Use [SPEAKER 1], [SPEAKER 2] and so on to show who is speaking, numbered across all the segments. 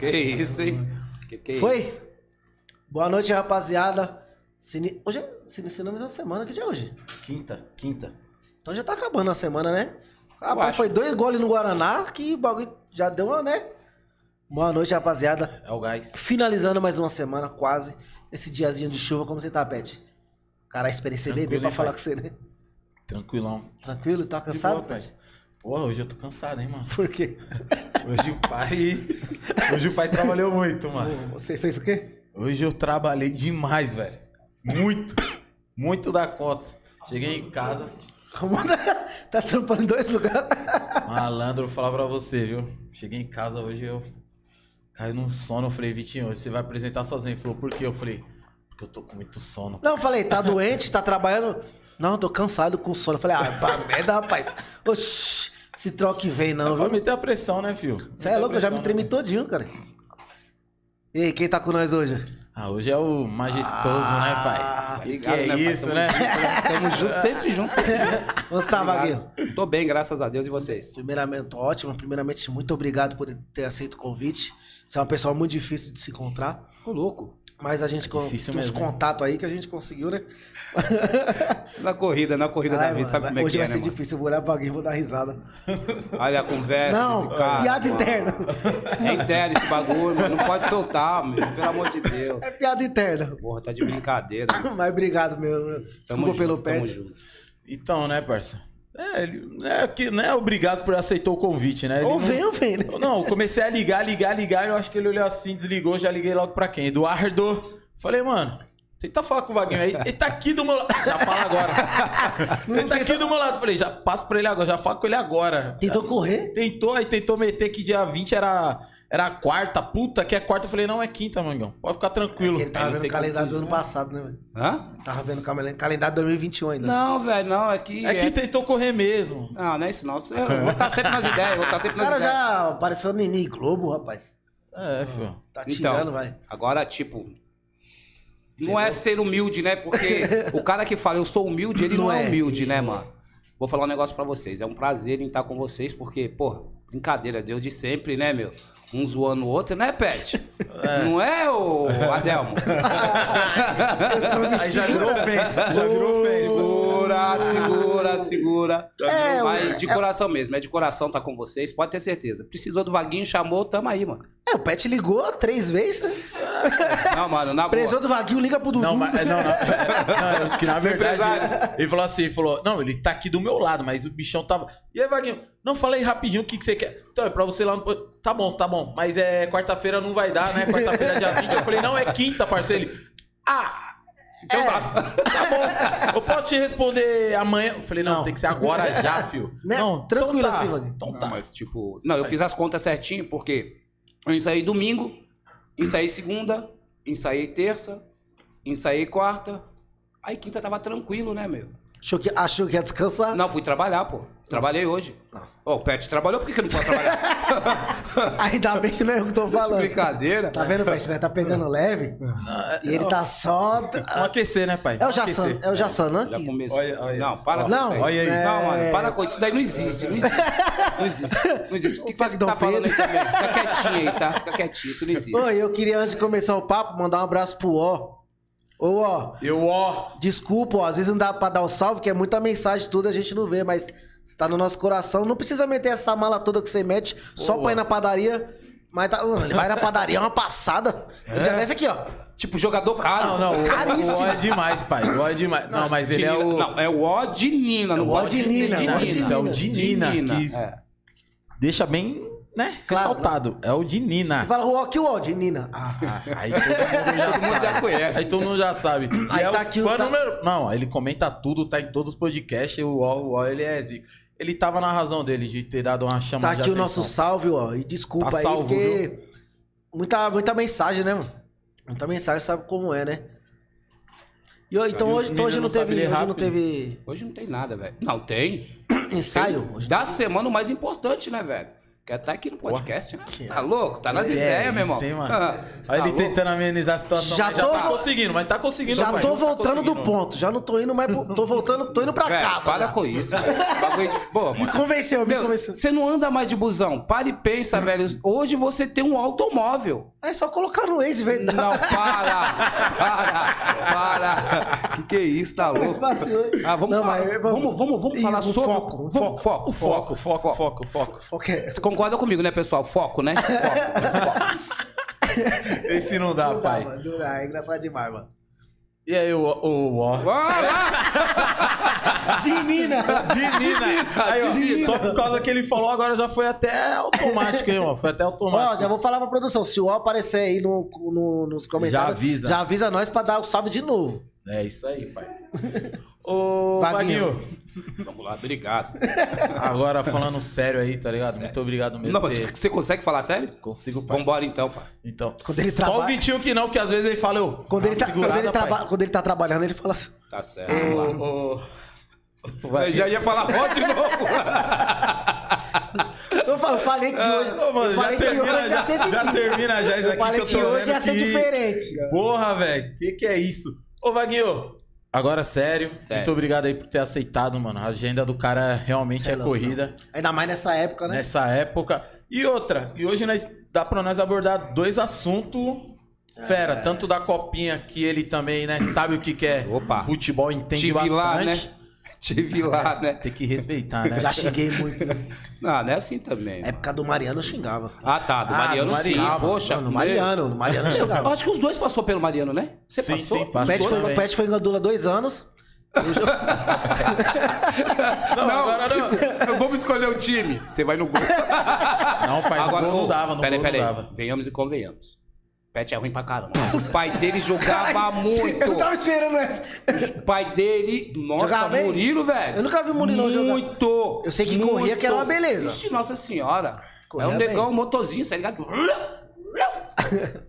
[SPEAKER 1] Que isso, hein? Que que é
[SPEAKER 2] Foi?
[SPEAKER 1] isso?
[SPEAKER 2] Boa noite, rapaziada. Cine... Hoje é Cine Cinemas é uma semana, que dia é hoje?
[SPEAKER 3] Quinta, quinta.
[SPEAKER 2] Então já tá acabando a semana, né?
[SPEAKER 1] Eu
[SPEAKER 2] Rapaz,
[SPEAKER 1] acho.
[SPEAKER 2] foi dois goles no Guaraná, que bagulho já deu uma, né? Boa noite, rapaziada.
[SPEAKER 3] É o gás.
[SPEAKER 2] Finalizando mais uma semana, quase. Esse diazinho de chuva, como você tá, Pet? Cara, esperei você beber
[SPEAKER 3] Tranquilo,
[SPEAKER 2] pra
[SPEAKER 3] hein,
[SPEAKER 2] falar
[SPEAKER 3] pai?
[SPEAKER 2] com você, né?
[SPEAKER 3] Tranquilão.
[SPEAKER 2] Tranquilo? Tá
[SPEAKER 3] De
[SPEAKER 2] cansado,
[SPEAKER 3] boa, pai.
[SPEAKER 2] Pet?
[SPEAKER 3] Porra, hoje eu tô cansado, hein, mano.
[SPEAKER 2] Por quê?
[SPEAKER 3] Hoje o pai. Hoje o pai trabalhou muito, mano.
[SPEAKER 2] Você fez o quê?
[SPEAKER 3] Hoje eu trabalhei demais, velho. Muito. Muito da conta. Cheguei em casa,
[SPEAKER 2] Arrumando- tá trampando em dois lugares.
[SPEAKER 3] malandro, vou falar pra você, viu? Cheguei em casa hoje, eu caí num sono. Eu falei, Vitinho, hoje você vai apresentar sozinho. Ele falou, por quê? Eu falei, porque eu tô com muito sono.
[SPEAKER 2] Não, eu falei, tá doente, tá trabalhando. Não, eu tô cansado com sono. Eu falei, ah, pra merda, rapaz. Oxi, esse troque vem não,
[SPEAKER 3] Vai
[SPEAKER 2] viu?
[SPEAKER 3] meter a pressão, né, filho?
[SPEAKER 2] Você é louco, eu já me tremi
[SPEAKER 3] tremitou.
[SPEAKER 2] todinho, cara. E aí, quem tá com nós hoje?
[SPEAKER 3] Ah, hoje é o majestoso, né,
[SPEAKER 2] Ah,
[SPEAKER 3] pai?
[SPEAKER 1] obrigado,
[SPEAKER 3] que é
[SPEAKER 1] né, pai?
[SPEAKER 3] isso,
[SPEAKER 1] Tamo
[SPEAKER 3] né?
[SPEAKER 1] Tamo junto, sempre junto. sempre junto.
[SPEAKER 2] Onde você tá, Vaguinho?
[SPEAKER 1] Tô bem, graças a Deus e vocês.
[SPEAKER 2] Primeiramente, ótimo. Primeiramente, muito obrigado por ter aceito o convite. Você é uma pessoa muito difícil de se encontrar.
[SPEAKER 1] Ô, louco.
[SPEAKER 2] Mas a gente con-
[SPEAKER 3] Difícil
[SPEAKER 2] tem uns
[SPEAKER 3] mesmo, né?
[SPEAKER 2] contatos aí que a gente conseguiu, né?
[SPEAKER 1] Na corrida, na corrida da
[SPEAKER 2] Caralho,
[SPEAKER 1] vida,
[SPEAKER 2] mano,
[SPEAKER 1] sabe como é
[SPEAKER 2] hoje
[SPEAKER 1] que é,
[SPEAKER 2] vai
[SPEAKER 1] né,
[SPEAKER 2] ser
[SPEAKER 1] mano?
[SPEAKER 2] difícil. Eu vou olhar pra alguém e vou dar risada.
[SPEAKER 1] Olha a conversa
[SPEAKER 2] Não,
[SPEAKER 1] desse É, cara.
[SPEAKER 2] piada
[SPEAKER 1] mano.
[SPEAKER 2] interna.
[SPEAKER 1] É interno esse bagulho, mano. Não pode soltar, meu. Pelo amor de Deus.
[SPEAKER 2] É piada interna.
[SPEAKER 1] Porra, tá de brincadeira. mano.
[SPEAKER 2] Mas obrigado, meu. meu.
[SPEAKER 1] Tamo
[SPEAKER 2] Desculpa pelo
[SPEAKER 1] junto, tamo
[SPEAKER 2] pet.
[SPEAKER 1] junto.
[SPEAKER 3] Então, né, parça? É, ele- é que não é obrigado por aceitar o convite, né? Ele
[SPEAKER 2] Ou
[SPEAKER 3] não-
[SPEAKER 2] vem ou vem, né?
[SPEAKER 3] Eu Não, eu comecei a ligar, ligar, ligar. Eu acho que ele olhou assim, desligou, já liguei logo pra quem? Eduardo. Falei, mano, tenta falar com o Vaguinho aí. Ele tá aqui do meu lado. Já fala agora. ele tá aqui do meu lado. Falei, já passa pra ele agora, já fala com ele agora.
[SPEAKER 2] Tentou correr?
[SPEAKER 3] Tentou, aí tentou meter que dia 20 era, era quarta, puta, que é quarta. Eu falei, não, é quinta, mangão. Pode ficar tranquilo.
[SPEAKER 2] Porque É ele tava
[SPEAKER 3] Aí não
[SPEAKER 2] vendo o
[SPEAKER 3] tem
[SPEAKER 2] calendário do
[SPEAKER 3] como
[SPEAKER 2] ano passado, né, velho?
[SPEAKER 1] Hã?
[SPEAKER 2] Tava vendo o camel- calendário de 2021 ainda.
[SPEAKER 1] Não, velho, não. É que.
[SPEAKER 3] fugir. É que tentou correr mesmo.
[SPEAKER 1] Não, não é isso não. Eu vou estar sempre nas ideias, eu vou estar sempre
[SPEAKER 2] O
[SPEAKER 1] nas
[SPEAKER 2] cara
[SPEAKER 1] ideias.
[SPEAKER 2] já apareceu no Nini Globo, rapaz.
[SPEAKER 3] É, filho.
[SPEAKER 2] Tá
[SPEAKER 1] Então.
[SPEAKER 2] tirando, vai.
[SPEAKER 1] Agora, tipo. Não é ser humilde, né? Porque o cara que fala eu sou humilde, ele não,
[SPEAKER 2] Não
[SPEAKER 1] é
[SPEAKER 2] é.
[SPEAKER 1] humilde, né, mano? Vou falar um negócio pra vocês. É um prazer em estar com vocês, porque, porra, brincadeira, Deus de sempre, né, meu? Um zoando o outro, né, Pet? Não é, ô Adelmo?
[SPEAKER 2] Eu tô me
[SPEAKER 3] Aí já virou
[SPEAKER 2] segurando.
[SPEAKER 3] ofensa. Já virou ofensa.
[SPEAKER 1] Segura, segura, segura.
[SPEAKER 2] É,
[SPEAKER 1] Mas de coração mesmo, é de coração tá com vocês, pode ter certeza. Precisou do Vaguinho, chamou, tamo aí, mano.
[SPEAKER 2] É, o Pet ligou três vezes, né?
[SPEAKER 1] Não, mano, na boa.
[SPEAKER 2] Precisou do Vaguinho, liga pro Dudu.
[SPEAKER 3] Não, mas, é- não, não, não, é, que na verdade
[SPEAKER 1] empresário.
[SPEAKER 3] ele falou assim, ele falou, não, ele tá aqui do meu lado, mas o bichão tava. E aí, Vaguinho, não falei rapidinho o que, que você quer. Então, é pra você lá no. Tá bom, tá bom. Mas é quarta-feira não vai dar, né? Quarta-feira é dia 20. Eu falei, não, é quinta, parceiro. Ele, ah!
[SPEAKER 2] É.
[SPEAKER 3] Então tá, tá bom. Eu posso te responder amanhã. Eu falei, não,
[SPEAKER 2] Não.
[SPEAKER 3] tem que ser agora já, filho.
[SPEAKER 2] Né?
[SPEAKER 3] Não,
[SPEAKER 2] Tranquilo
[SPEAKER 3] então tá,
[SPEAKER 2] assim, Vaguinho.
[SPEAKER 3] Então
[SPEAKER 1] Não,
[SPEAKER 3] tá.
[SPEAKER 1] mas tipo. Não, eu fiz as contas certinho, porque eu ensaiei domingo, ensaiei segunda, ensaiei terça, ensaiei quarta. Aí quinta tava tranquilo, né, meu?
[SPEAKER 2] Achou que, achou que ia descansar?
[SPEAKER 1] Não, fui trabalhar, pô. Trabalhei hoje.
[SPEAKER 3] Ah.
[SPEAKER 1] Ó, o Pet trabalhou, por que, que eu não posso trabalhar?
[SPEAKER 2] Ainda bem que não é o que eu tô falando.
[SPEAKER 1] Brincadeira.
[SPEAKER 2] Tá vendo, Pet? né? Tá pegando leve. E ele tá só...
[SPEAKER 3] Vamos aquecer, né, pai?
[SPEAKER 2] É o
[SPEAKER 3] Vamos aquecer.
[SPEAKER 2] Jassan, é o Jassan, né?
[SPEAKER 1] Já
[SPEAKER 2] que-
[SPEAKER 1] começou.
[SPEAKER 3] Olha, olha.
[SPEAKER 1] Não, para com
[SPEAKER 2] Não,
[SPEAKER 1] isso aí.
[SPEAKER 3] olha aí.
[SPEAKER 1] Não,
[SPEAKER 2] É.
[SPEAKER 1] mano, para com isso. Isso daí não existe, não existe. Não existe. Não existe. O que, que você
[SPEAKER 2] Fábio Dom
[SPEAKER 1] tá falando aí
[SPEAKER 2] Pedro.
[SPEAKER 1] também? Fica quietinho aí, tá? Fica quietinho, isso não existe.
[SPEAKER 2] Oi, eu queria, antes de começar o papo, mandar um abraço pro Ó. Ô, Ó,
[SPEAKER 3] Eu, ó.
[SPEAKER 2] desculpa, ó, às vezes não dá pra dar o salve, que é muita mensagem tudo, a gente não vê, mas você tá no nosso coração. Não precisa meter essa mala toda que você mete só pra ir na padaria. Mas tá, mano, ele vai na padaria, é uma passada.
[SPEAKER 3] É?
[SPEAKER 2] Ele já desce aqui, ó.
[SPEAKER 1] Tipo, jogador caro.
[SPEAKER 3] Não, não, o,
[SPEAKER 2] Caríssimo.
[SPEAKER 3] o Ó é demais, pai. O Ó é demais. Não, mas ele é
[SPEAKER 1] Dinina.
[SPEAKER 3] o.
[SPEAKER 1] Não, é o O de Nina. não
[SPEAKER 2] o O
[SPEAKER 1] pode
[SPEAKER 2] de
[SPEAKER 1] ser
[SPEAKER 2] Nina,
[SPEAKER 1] de
[SPEAKER 2] o O de
[SPEAKER 1] Nina.
[SPEAKER 2] Nina.
[SPEAKER 3] É o de Nina, que
[SPEAKER 1] é.
[SPEAKER 3] deixa bem, né?
[SPEAKER 2] Claro,
[SPEAKER 3] ressaltado. É o de Nina.
[SPEAKER 2] Fala, o Ó, que o Ó, de Nina. Ah,
[SPEAKER 3] Aí todo mundo já
[SPEAKER 1] Todo mundo
[SPEAKER 3] sabe.
[SPEAKER 1] já conhece.
[SPEAKER 3] Aí todo mundo já sabe. E
[SPEAKER 2] Aí
[SPEAKER 3] é
[SPEAKER 2] tá
[SPEAKER 3] o
[SPEAKER 2] aqui o
[SPEAKER 3] fã
[SPEAKER 2] tá-
[SPEAKER 3] número- Não, ele comenta tudo, tá em todos os podcasts. O Ó, o Ó, ele é zica. Ele tava na razão dele de ter dado uma
[SPEAKER 2] tá
[SPEAKER 3] chamada.
[SPEAKER 2] aqui o nosso salve, ó. E desculpa
[SPEAKER 3] Tá
[SPEAKER 2] aí,
[SPEAKER 3] salvo,
[SPEAKER 2] porque. Muita, muita mensagem, né, mano? Muita mensagem, sabe como é, né? E, ó, então
[SPEAKER 3] E os
[SPEAKER 2] hoje, então, hoje não
[SPEAKER 3] meninos não
[SPEAKER 2] teve.
[SPEAKER 3] sabem ler
[SPEAKER 2] Hoje não
[SPEAKER 3] rápido.
[SPEAKER 2] teve
[SPEAKER 1] Hoje não tem nada, velho. Não, tem.
[SPEAKER 2] ensaio. Hoje
[SPEAKER 1] Da semana o mais importante, né, velho? Quer estar aqui no podcast, né? Tá louco? Tá nas ideias, meu irmão.
[SPEAKER 3] É, Sim, mano.
[SPEAKER 1] Ah, tá
[SPEAKER 3] Olha ele
[SPEAKER 1] louco?
[SPEAKER 3] tentando amenizar a situação.
[SPEAKER 2] Já
[SPEAKER 3] mas
[SPEAKER 2] tô
[SPEAKER 3] tá
[SPEAKER 2] vo-
[SPEAKER 3] conseguindo, mas tá conseguindo.
[SPEAKER 2] Já
[SPEAKER 3] pai,
[SPEAKER 2] tô
[SPEAKER 3] não tá
[SPEAKER 2] voltando do
[SPEAKER 3] conseguindo. É,
[SPEAKER 2] ponto. Já não tô indo, mas pro- tô voltando, tô indo pra
[SPEAKER 1] Velho,
[SPEAKER 2] casa.
[SPEAKER 1] para
[SPEAKER 2] já.
[SPEAKER 1] com isso. velho. Bagulho de- Pô,
[SPEAKER 2] Me
[SPEAKER 1] mano.
[SPEAKER 2] convenceu, me
[SPEAKER 1] Meu,
[SPEAKER 2] convenceu.
[SPEAKER 1] você não anda mais de busão. Para e pensa, velho. Hoje você tem um automóvel.
[SPEAKER 2] É só colocar no Waze,
[SPEAKER 1] Não,
[SPEAKER 2] verdade.
[SPEAKER 1] para! Para! Para! Que que é isso, tá louco? Ah, vamos,
[SPEAKER 2] Não,
[SPEAKER 1] falar,
[SPEAKER 2] mas eu-
[SPEAKER 1] vamos, vamos, vamos
[SPEAKER 2] Ih,
[SPEAKER 1] falar
[SPEAKER 2] o
[SPEAKER 1] sobre.
[SPEAKER 2] foco, o
[SPEAKER 1] vamos-
[SPEAKER 2] foco,
[SPEAKER 1] foco,
[SPEAKER 3] O foco, foco, foco, foco.
[SPEAKER 2] Ok.
[SPEAKER 1] Você concorda comigo, né, pessoal? Foco, né? Foco.
[SPEAKER 3] Esse não dá,
[SPEAKER 2] Não dá,
[SPEAKER 3] pai.
[SPEAKER 2] mano. Não dá. É engraçado demais, mano.
[SPEAKER 3] E aí, o o- o-
[SPEAKER 1] Vai lá!
[SPEAKER 2] De mina!
[SPEAKER 3] De Nina. Aí, ó,
[SPEAKER 2] de Nina.
[SPEAKER 3] Só por causa que ele falou, agora já foi até automático, hein, ó. Foi até automático.
[SPEAKER 2] Ó, já vou falar pra produção. Se o Al aparecer aí no, no- nos comentários,
[SPEAKER 3] Já avisa.
[SPEAKER 2] já avisa nós pra dar o salve de novo.
[SPEAKER 3] É isso aí, pai. Ô,
[SPEAKER 2] Vaguinho.
[SPEAKER 3] Vaguinho,
[SPEAKER 1] Vamos lá, obrigado.
[SPEAKER 3] agora falando sério aí, tá ligado? Muito obrigado mesmo.
[SPEAKER 1] Não, mas
[SPEAKER 3] ter-
[SPEAKER 1] você consegue falar sério?
[SPEAKER 3] Consigo, pai.
[SPEAKER 1] Vambora então, pai.
[SPEAKER 3] Então,
[SPEAKER 2] Quando ele
[SPEAKER 3] só
[SPEAKER 2] trabalha-
[SPEAKER 3] o Vitinho que não, que às vezes ele fala, eu...
[SPEAKER 2] Quando,
[SPEAKER 3] dá
[SPEAKER 2] ele,
[SPEAKER 3] uma
[SPEAKER 2] tá,
[SPEAKER 3] segurada,
[SPEAKER 2] quando, ele
[SPEAKER 3] pai.
[SPEAKER 2] traba- quando ele tá trabalhando, ele fala assim.
[SPEAKER 1] Tá certo,
[SPEAKER 3] É,
[SPEAKER 1] vamos lá.
[SPEAKER 3] Ô, ô,
[SPEAKER 1] Eu
[SPEAKER 3] Vaguinho.
[SPEAKER 1] já ia falar ó de novo.
[SPEAKER 2] Então eu falo, eu falei que hoje.
[SPEAKER 3] É, Ô, mano,
[SPEAKER 2] eu
[SPEAKER 3] Ah, já
[SPEAKER 2] falei que hoje ia ser diferente.
[SPEAKER 3] termina já, já termina já isso
[SPEAKER 2] Eu
[SPEAKER 3] aqui
[SPEAKER 2] falei
[SPEAKER 3] eu
[SPEAKER 2] que,
[SPEAKER 3] tô
[SPEAKER 2] hoje
[SPEAKER 3] vendo
[SPEAKER 2] ia ser
[SPEAKER 3] que-
[SPEAKER 2] diferente.
[SPEAKER 3] Porra, velho, que que é isso? Ô, Vaguinho, agora sério,
[SPEAKER 1] Sério.
[SPEAKER 3] muito obrigado aí por ter aceitado, mano. A agenda do cara realmente
[SPEAKER 2] Cê é
[SPEAKER 3] é
[SPEAKER 2] louco,
[SPEAKER 3] corrida
[SPEAKER 2] Ainda mais nessa época, né?
[SPEAKER 3] nessa época. E outra, e hoje nós dá pra nós abordar dois assuntos
[SPEAKER 2] É.
[SPEAKER 3] fera, tanto da copinha que ele também, né, sabe o que que é
[SPEAKER 1] Opa.
[SPEAKER 3] futebol, entende
[SPEAKER 1] Te vi
[SPEAKER 3] bastante.
[SPEAKER 1] lá, né? Te vi lá, né?
[SPEAKER 3] Tem que respeitar, né?
[SPEAKER 2] Já xinguei muito. né?
[SPEAKER 1] Não, não é assim também.
[SPEAKER 2] Na época do Mariano eu xingava.
[SPEAKER 1] Ah, tá. Do
[SPEAKER 3] Ah,
[SPEAKER 1] Mariano,
[SPEAKER 3] do Mariano.
[SPEAKER 1] sim. Poxa.
[SPEAKER 2] Não, no
[SPEAKER 1] meu-
[SPEAKER 2] Mariano, no Mariano eu
[SPEAKER 1] Eu
[SPEAKER 2] xingava.
[SPEAKER 1] acho que os dois passou pelo Mariano, né? Você
[SPEAKER 3] Sim,
[SPEAKER 1] passou?
[SPEAKER 3] sim,
[SPEAKER 2] O
[SPEAKER 3] passou.
[SPEAKER 2] Pet foi,
[SPEAKER 3] também.
[SPEAKER 2] o Pet foi em Gandula há dois anos. Eu já-
[SPEAKER 3] Não,
[SPEAKER 1] Não,
[SPEAKER 3] agora não.
[SPEAKER 1] tipo, vamos escolher o time. Você vai no gol.
[SPEAKER 3] Não, pai, no gol
[SPEAKER 1] ô,
[SPEAKER 3] não dava, no
[SPEAKER 1] peraí,
[SPEAKER 3] gol
[SPEAKER 1] peraí.
[SPEAKER 3] não dava.
[SPEAKER 1] Venhamos e convenhamos. Pet é ruim pra caramba. O pai dele jogava muito.
[SPEAKER 2] Eu não tava esperando essa.
[SPEAKER 1] O pai dele. Nossa,
[SPEAKER 2] Jogava bem?
[SPEAKER 1] Murilo, velho.
[SPEAKER 2] Eu nunca vi o Murilão
[SPEAKER 1] muito,
[SPEAKER 2] jogar.
[SPEAKER 1] Muito.
[SPEAKER 2] Eu sei que corria, que era uma beleza.
[SPEAKER 1] Ixi, nossa senhora.
[SPEAKER 2] Corria
[SPEAKER 1] é um
[SPEAKER 2] bem.
[SPEAKER 1] negão, um motorzinho, tá ligado?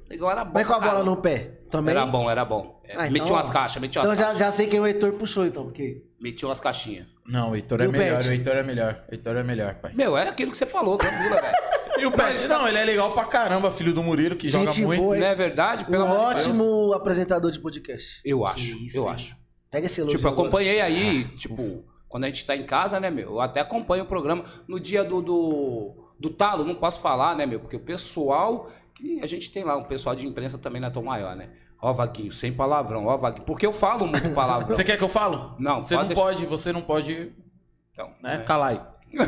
[SPEAKER 1] negão era bom.
[SPEAKER 2] Mas com a
[SPEAKER 1] pra
[SPEAKER 2] bola
[SPEAKER 1] caramba.
[SPEAKER 2] no pé também.
[SPEAKER 1] Era bom, era bom. É,
[SPEAKER 2] Ah, então,
[SPEAKER 1] metiu umas
[SPEAKER 2] ó.
[SPEAKER 1] caixas, metiu umas
[SPEAKER 2] Então já,
[SPEAKER 1] caixas.
[SPEAKER 2] já sei quem o Heitor puxou, então, porque.
[SPEAKER 1] Metiu umas caixinhas.
[SPEAKER 3] Não, o Heitor
[SPEAKER 2] E
[SPEAKER 3] é
[SPEAKER 2] o
[SPEAKER 3] melhor,
[SPEAKER 2] Pet?
[SPEAKER 3] o Heitor é melhor. O Heitor é melhor, pai.
[SPEAKER 1] Meu, é aquilo que você falou, Gandula, velho.
[SPEAKER 3] E o Pet, não, ele é legal pra caramba, filho do Murilo, que
[SPEAKER 2] tá Gente
[SPEAKER 3] joga muito.
[SPEAKER 2] boa,
[SPEAKER 1] Não é verdade?
[SPEAKER 2] Um
[SPEAKER 1] Pelo amor de Deus.
[SPEAKER 2] ótimo apresentador de podcast.
[SPEAKER 1] Eu acho,
[SPEAKER 2] Que isso,
[SPEAKER 1] eu
[SPEAKER 2] hein?
[SPEAKER 1] acho.
[SPEAKER 2] Pega esse elogio.
[SPEAKER 1] Tipo, eu
[SPEAKER 2] agora.
[SPEAKER 1] acompanhei aí, tipo, quando a gente tá em casa, né, meu? Eu até acompanho o programa. No dia do, do, do talo, não posso falar, né, meu? Porque o pessoal. Que a gente tem lá, um pessoal de imprensa também na Tom Maior, né? Ó, Vaguinho, sem palavrão, ó, Vaguinho. Porque eu falo muito palavrão.
[SPEAKER 3] Você quer que eu falo?
[SPEAKER 1] Não,
[SPEAKER 3] Você
[SPEAKER 1] pode
[SPEAKER 3] não
[SPEAKER 1] deixar.
[SPEAKER 3] pode, você não pode,
[SPEAKER 1] Então,
[SPEAKER 3] né? Calar aí.
[SPEAKER 1] Então,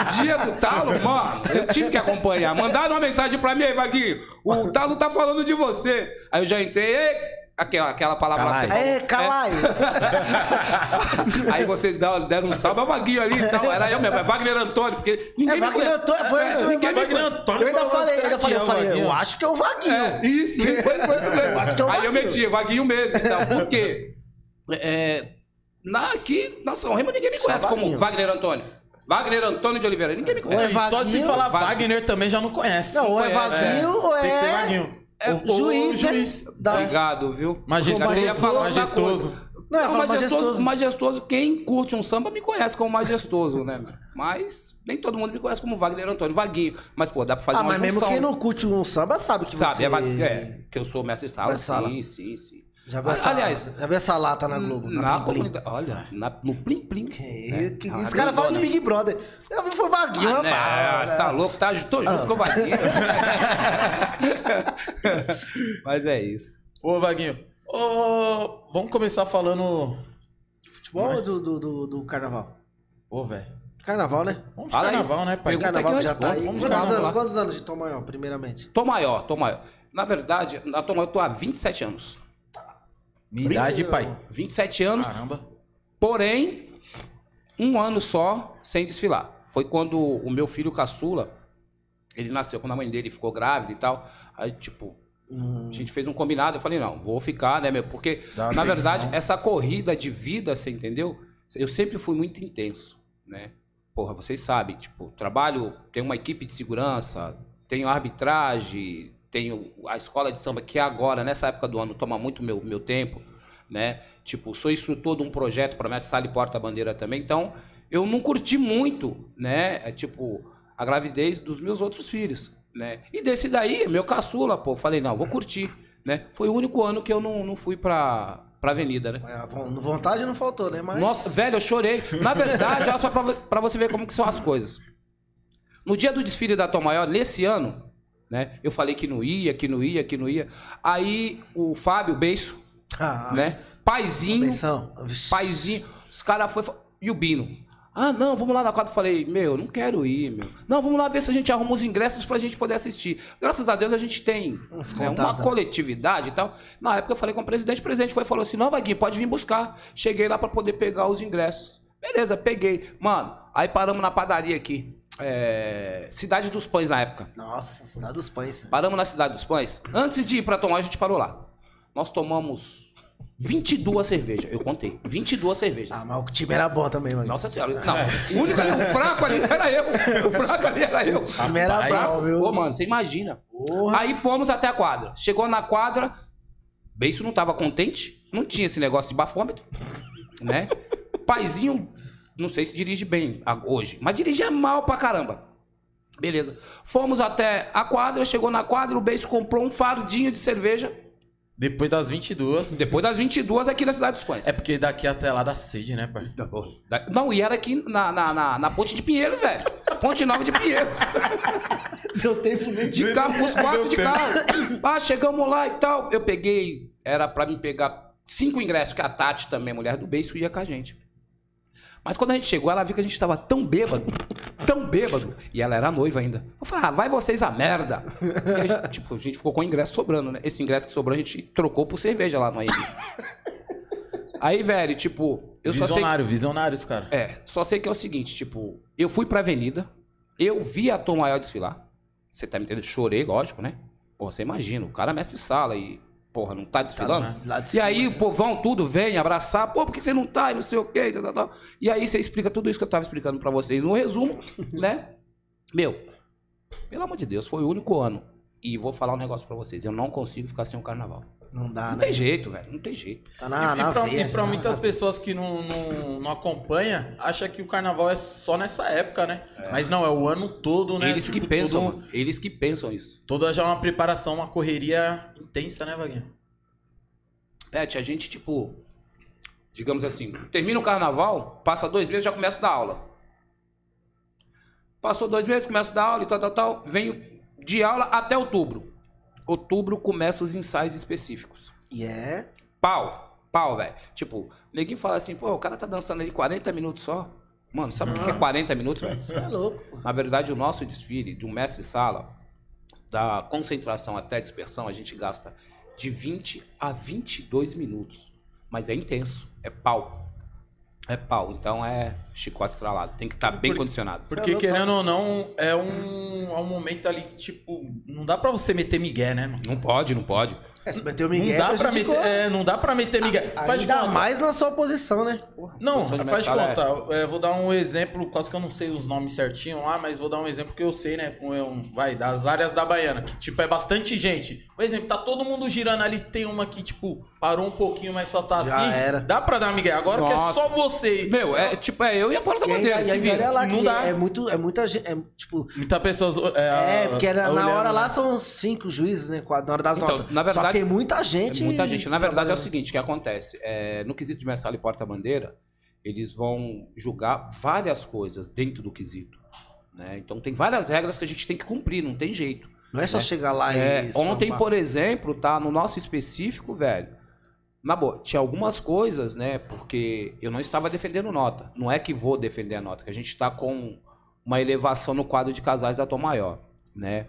[SPEAKER 1] o dia do Talo, mano, eu tive que acompanhar. Mandaram uma mensagem pra mim, aí, Vaguinho. O Talo tá falando de você. Aí eu já entrei. "Ei", Aquela, aquela palavra lá que você
[SPEAKER 2] É, Calai.
[SPEAKER 1] falou. Aí vocês deram, deram um salve ao Vaguinho ali e tal. Era eu mesmo, é Wagner Antônio, porque
[SPEAKER 2] É,
[SPEAKER 1] ninguém me
[SPEAKER 2] Wagner
[SPEAKER 1] conhece.
[SPEAKER 2] Antônio, foi isso,
[SPEAKER 1] ninguém me
[SPEAKER 3] Wagner
[SPEAKER 1] conhece.
[SPEAKER 3] Antônio
[SPEAKER 2] Eu ainda
[SPEAKER 3] falou,
[SPEAKER 2] falei, eu ainda
[SPEAKER 3] "Será
[SPEAKER 2] falei,
[SPEAKER 3] que
[SPEAKER 2] eu
[SPEAKER 3] é o
[SPEAKER 2] falei,
[SPEAKER 3] Vaguinho?"
[SPEAKER 2] eu acho que é o Vaguinho.
[SPEAKER 1] É, isso, isso foi, foi isso mesmo.
[SPEAKER 2] Eu acho que é o
[SPEAKER 1] Aí eu
[SPEAKER 2] Vaguinho.
[SPEAKER 1] meti, Vaguinho mesmo e tal. Por quê? É, na, aqui na São Remo ninguém me
[SPEAKER 2] Só
[SPEAKER 1] conhece como
[SPEAKER 2] Vaguinho.
[SPEAKER 1] Wagner Antônio. Wagner Antônio de Oliveira, ninguém me
[SPEAKER 2] Ou
[SPEAKER 1] conhece.
[SPEAKER 2] é
[SPEAKER 3] E só se
[SPEAKER 2] Vaguinho.
[SPEAKER 3] falar
[SPEAKER 1] Wagner.
[SPEAKER 3] Wagner também já não conhece.
[SPEAKER 2] Não, ou é
[SPEAKER 3] conhece,
[SPEAKER 2] vazio, ou
[SPEAKER 3] Tem que ser
[SPEAKER 2] é-
[SPEAKER 3] Vaguinho.
[SPEAKER 1] É,
[SPEAKER 3] Ou- ou
[SPEAKER 2] juiz, né? Da-
[SPEAKER 1] Obrigado, viu?
[SPEAKER 3] Majestoso,
[SPEAKER 1] Eu queria falar outra coisa.
[SPEAKER 3] majestoso.
[SPEAKER 2] Não, eu ia falar majestoso.
[SPEAKER 1] majestoso, quem curte um samba me conhece como majestoso, né? meu? Mas nem todo mundo me conhece como Wagner Antônio, Vaguinho. Mas, pô, dá pra fazer
[SPEAKER 2] Ah,
[SPEAKER 1] uma
[SPEAKER 2] mas mesmo
[SPEAKER 1] junção,
[SPEAKER 2] quem não curte um samba sabe que
[SPEAKER 1] Sabe,
[SPEAKER 2] você...
[SPEAKER 1] é, Va- é, que eu sou mestre de sala,
[SPEAKER 2] Mestre de sala.
[SPEAKER 1] sim, sim, sim.
[SPEAKER 2] Já viu,
[SPEAKER 1] Ah,
[SPEAKER 2] essa,
[SPEAKER 1] aliás, Hum,
[SPEAKER 2] já viu essa lata na Globo?
[SPEAKER 1] na,
[SPEAKER 2] Na, Plim Plim?
[SPEAKER 1] comunidade, olha, na- no Plim Plim.
[SPEAKER 2] Que- que-
[SPEAKER 1] Ah,
[SPEAKER 2] Os caras
[SPEAKER 1] Deus
[SPEAKER 2] falam de
[SPEAKER 1] olha.
[SPEAKER 2] Big Brother. Eu vi foi Vaguinho,
[SPEAKER 1] Ah, né?
[SPEAKER 2] rapaz. É,
[SPEAKER 1] Você tá louco, tá? Tô junto com o Vaguinho. mas é isso.
[SPEAKER 3] Ô, Vaguinho. Ô, vamos começar falando...
[SPEAKER 2] Futebol ou do, do, do, do carnaval?
[SPEAKER 3] Ô, velho.
[SPEAKER 2] Carnaval, né?
[SPEAKER 3] Vamos de
[SPEAKER 1] Fala aí.
[SPEAKER 3] carnaval, né, pai?
[SPEAKER 2] De
[SPEAKER 1] Pergunta
[SPEAKER 2] carnaval
[SPEAKER 1] que
[SPEAKER 2] que já tá
[SPEAKER 1] responde,
[SPEAKER 2] aí.
[SPEAKER 1] vamos
[SPEAKER 2] Quantos,
[SPEAKER 1] lá, vamos
[SPEAKER 2] anos,
[SPEAKER 1] lá.
[SPEAKER 2] quantos anos de Tomanhão, primeiramente?
[SPEAKER 1] Tô maior, tô maior. Na verdade, na Tom Maior eu tô há 27 anos.
[SPEAKER 3] Minha idade, pai.
[SPEAKER 1] 27 anos,
[SPEAKER 3] Caramba.
[SPEAKER 1] Porém, um ano só sem desfilar. Foi quando o meu filho caçula, ele nasceu quando a mãe dele ficou grávida e tal. Aí, tipo,
[SPEAKER 2] Hum,
[SPEAKER 1] a gente fez um combinado. Eu falei, não, vou ficar, né, meu? Porque,
[SPEAKER 3] Dá uma
[SPEAKER 1] na
[SPEAKER 3] atenção.
[SPEAKER 1] verdade, essa corrida de vida, você entendeu? Eu sempre fui muito intenso, né? Porra, vocês sabem, tipo, trabalho, tenho uma equipe de segurança, tenho arbitragem, tenho a escola de samba, que agora, nessa época do ano, toma muito meu, meu tempo, né? Tipo, sou instrutor de um projeto para mestre Sala e Porta-Bandeira também, então eu não curti muito, né? É, tipo, a gravidez dos meus outros filhos, né? E desse daí, meu caçula, pô, falei, não, vou curtir, né? Foi o único ano que eu não, não fui pra, pra avenida, né?
[SPEAKER 2] Mas a é, von- vontade não faltou, né? Mas.
[SPEAKER 1] Nossa, velho, eu chorei. Na verdade, olha só pra, vo- pra você ver como que são as coisas. No dia do desfile da Tom Maior, nesse ano, né? Eu falei que não ia, que não ia, que não ia. Aí o Fábio, beijo,
[SPEAKER 2] Ah,
[SPEAKER 1] né? Paizinho,
[SPEAKER 2] Benção. Vixe.
[SPEAKER 1] paizinho. Os caras foi e o Bino. Ah, não, vamos lá na quadra. Eu Falei, meu, não quero ir, meu. Não, vamos lá ver se a gente arruma os ingressos pra gente poder assistir. Graças a Deus a gente tem
[SPEAKER 2] Uns
[SPEAKER 1] né, uma
[SPEAKER 2] contatos.
[SPEAKER 1] coletividade e tal. Na época eu falei com o presidente, o presidente foi e falou assim: não, Vaguinho, pode vir buscar. Cheguei lá pra poder pegar os ingressos. Beleza, peguei. Mano, aí paramos na padaria aqui. é, Cidade dos Pães na época.
[SPEAKER 2] Nossa, cidade dos pães.
[SPEAKER 1] Paramos na Cidade dos Pães. Antes de ir pra tomar, a gente parou lá. Nós tomamos 22 cervejas. Eu contei. 22 cervejas.
[SPEAKER 2] Ah, mas o time era bom também, mano.
[SPEAKER 1] Nossa senhora. Não, o único ali, o fraco ali era eu. O fraco ali era eu.
[SPEAKER 2] o time era
[SPEAKER 3] rapaz.
[SPEAKER 2] bravo, viu?
[SPEAKER 1] Pô, mano, você imagina.
[SPEAKER 2] Porra.
[SPEAKER 1] Aí fomos até a quadra. Chegou na quadra, Beiço não tava contente, não tinha esse negócio de bafômetro, né? Paizinho, não sei se dirige bem a- hoje, mas dirigia mal pra caramba. Beleza. Fomos até a quadra, chegou na quadra, o Beiço comprou um fardinho de cerveja,
[SPEAKER 3] Depois das 22.
[SPEAKER 1] depois das 22 aqui na Cidade dos Pães.
[SPEAKER 3] É porque daqui até lá dá sede, né, pai?
[SPEAKER 1] Da- Não, e era aqui na, na, na, na Ponte de Pinheiros, velho. Ponte Nova de Pinheiros.
[SPEAKER 2] Deu tempo nem de.
[SPEAKER 1] De carro, os quatro de carro. Ah, chegamos lá e tal. Eu peguei, era pra me pegar cinco ingressos, que a Tati também, mulher do beijo, ia com a gente. Mas quando a gente chegou, ela viu que a gente tava tão bêbado, tão bêbado. E ela era noiva ainda. Eu falei, ah, vai vocês a merda. E a gente, tipo, a gente ficou com o ingresso sobrando, né? Esse ingresso que sobrou, a gente trocou por cerveja lá no AMB. Aí, velho, tipo, eu só sei.
[SPEAKER 3] visionário, visionários, cara.
[SPEAKER 1] É, só sei que é o seguinte, tipo, eu fui pra avenida, eu vi a Tom Maior desfilar. Você tá me entendendo? Chorei, lógico, né? Pô, você imagina, o cara é mestre de sala e, porra, não tá desfilando?
[SPEAKER 2] lá de
[SPEAKER 1] e
[SPEAKER 2] cima,
[SPEAKER 1] aí o povão tudo vem abraçar, pô, por que você não tá e não sei o quê, tal, tal, tal. E aí você explica tudo isso que eu tava explicando pra vocês no resumo, né? Meu, pelo amor de Deus, foi o único ano. E vou falar um negócio pra vocês, eu não consigo ficar sem o carnaval.
[SPEAKER 2] Não dá,
[SPEAKER 1] Não
[SPEAKER 2] né?
[SPEAKER 1] tem jeito, velho, não tem jeito.
[SPEAKER 2] Tá na,
[SPEAKER 3] e
[SPEAKER 2] na
[SPEAKER 3] pra,
[SPEAKER 2] veia,
[SPEAKER 3] e pra
[SPEAKER 2] na-
[SPEAKER 3] muitas pessoas que não, não, não acompanha, acha que o carnaval é só nessa época, né? Mas não, é o ano todo, né?
[SPEAKER 1] Eles que
[SPEAKER 3] Tipo,
[SPEAKER 1] pensam,
[SPEAKER 3] todo-
[SPEAKER 1] mano, eles que pensam isso.
[SPEAKER 3] Toda já é uma preparação, uma correria intensa, né, Vaguinho?
[SPEAKER 1] Pet, a gente, tipo, digamos assim, termina o carnaval, passa dois meses, já começa a dar aula. Passou dois meses, começa a dar aula e tal, tal, tal. Venho de aula até outubro. Outubro começa os ensaios específicos.
[SPEAKER 2] E é.
[SPEAKER 1] Pau, pau, velho. Tipo, neguinho fala assim, pô, o cara tá dançando ali 40 minutos só. Mano, sabe o que que é 40 minutos, velho?
[SPEAKER 2] Você é louco, pô.
[SPEAKER 1] Na verdade, o nosso desfile de um mestre-sala, da concentração até a dispersão, a gente gasta de 20 a 22 minutos. Mas é intenso, é pau. É pau, então é chicote estralado. Tem que estar bem
[SPEAKER 3] Por-
[SPEAKER 1] condicionado.
[SPEAKER 2] por-
[SPEAKER 3] Porque,
[SPEAKER 2] é louco,
[SPEAKER 3] querendo ou não, é um, é um momento ali que, tipo, não dá pra você meter migué, né, mano?
[SPEAKER 1] Não pode, não pode.
[SPEAKER 2] É, se meteu o
[SPEAKER 3] Não
[SPEAKER 2] Miguel,
[SPEAKER 3] dá, pra
[SPEAKER 2] prejudicou.
[SPEAKER 3] meter, é, não dá pra meter migué. Faz de
[SPEAKER 2] Ainda
[SPEAKER 3] conta.
[SPEAKER 2] mais na sua posição, né?
[SPEAKER 1] Porra,
[SPEAKER 3] Não,
[SPEAKER 1] professor de
[SPEAKER 3] faz de
[SPEAKER 1] mestre-sala é-
[SPEAKER 3] conta. é, vou dar um exemplo, quase que eu não sei os nomes certinho lá, mas vou dar um exemplo que eu sei, né? com- é um- Vai, das áreas da Baiana, que tipo é bastante gente. Por exemplo, tá todo mundo girando ali, tem uma que tipo parou um pouquinho, mas só tá
[SPEAKER 2] Já
[SPEAKER 3] assim.
[SPEAKER 2] era.
[SPEAKER 3] Dá pra dar, Miguel? Agora
[SPEAKER 1] Nossa.
[SPEAKER 3] que é só você.
[SPEAKER 1] Meu, é tipo, é eu e a porta
[SPEAKER 2] E
[SPEAKER 1] bandeira.
[SPEAKER 2] ainda, e
[SPEAKER 1] se
[SPEAKER 2] ainda
[SPEAKER 1] vira.
[SPEAKER 2] olha lá,
[SPEAKER 3] Não
[SPEAKER 2] que
[SPEAKER 3] dá.
[SPEAKER 2] é muito, é muita gente, é, tipo...
[SPEAKER 3] Muita pessoas.
[SPEAKER 1] Ah,
[SPEAKER 2] É, porque era- na
[SPEAKER 3] olhando,
[SPEAKER 2] hora
[SPEAKER 3] né?
[SPEAKER 2] lá são cinco juízes, né? quatro, Na hora das
[SPEAKER 1] Então,
[SPEAKER 2] notas.
[SPEAKER 1] na
[SPEAKER 2] Só
[SPEAKER 1] verdade-
[SPEAKER 2] que tem muita gente... tá
[SPEAKER 1] É muita gente. Na verdade, é o
[SPEAKER 2] trabalhando.
[SPEAKER 1] seguinte: o que acontece? É, no quesito de mensal e porta-bandeira, eles vão julgar várias coisas dentro do quesito. né? Então, tem várias regras que a gente tem que cumprir, não tem jeito.
[SPEAKER 2] Não é só chegar lá
[SPEAKER 1] É,
[SPEAKER 2] e...
[SPEAKER 1] ontem,
[SPEAKER 2] sambar.
[SPEAKER 1] por exemplo, tá? No nosso específico, velho. Na boa, tinha algumas coisas, né? Porque eu não estava defendendo nota. Não é que vou defender a nota, que a gente está com uma elevação no quadro de casais da Tom Maior, né?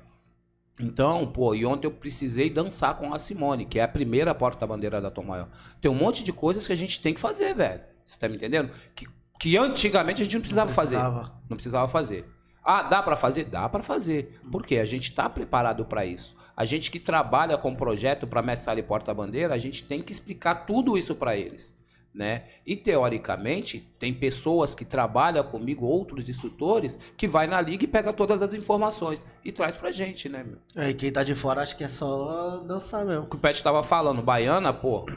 [SPEAKER 1] Então, pô, e ontem eu precisei dançar com a Simone, que é a primeira porta-bandeira da Tom Maior. Tem um monte de coisas que a gente tem que fazer, velho. Você tá me entendendo? Que, que antigamente a gente não precisava, fazer.
[SPEAKER 2] Precisava.
[SPEAKER 1] Não precisava fazer. Ah, dá pra fazer? Dá pra fazer. Por quê? A gente tá preparado pra isso. A gente que trabalha com projeto para mestre e porta-bandeira, a gente tem que explicar tudo isso pra eles, né? E teoricamente, tem pessoas que trabalham comigo, outros instrutores, que vai na liga e pega todas as informações e traz pra gente, né, meu?
[SPEAKER 2] É, e quem tá de fora acho que é só dançar mesmo.
[SPEAKER 1] O que o Pet tava falando, baiana, pô,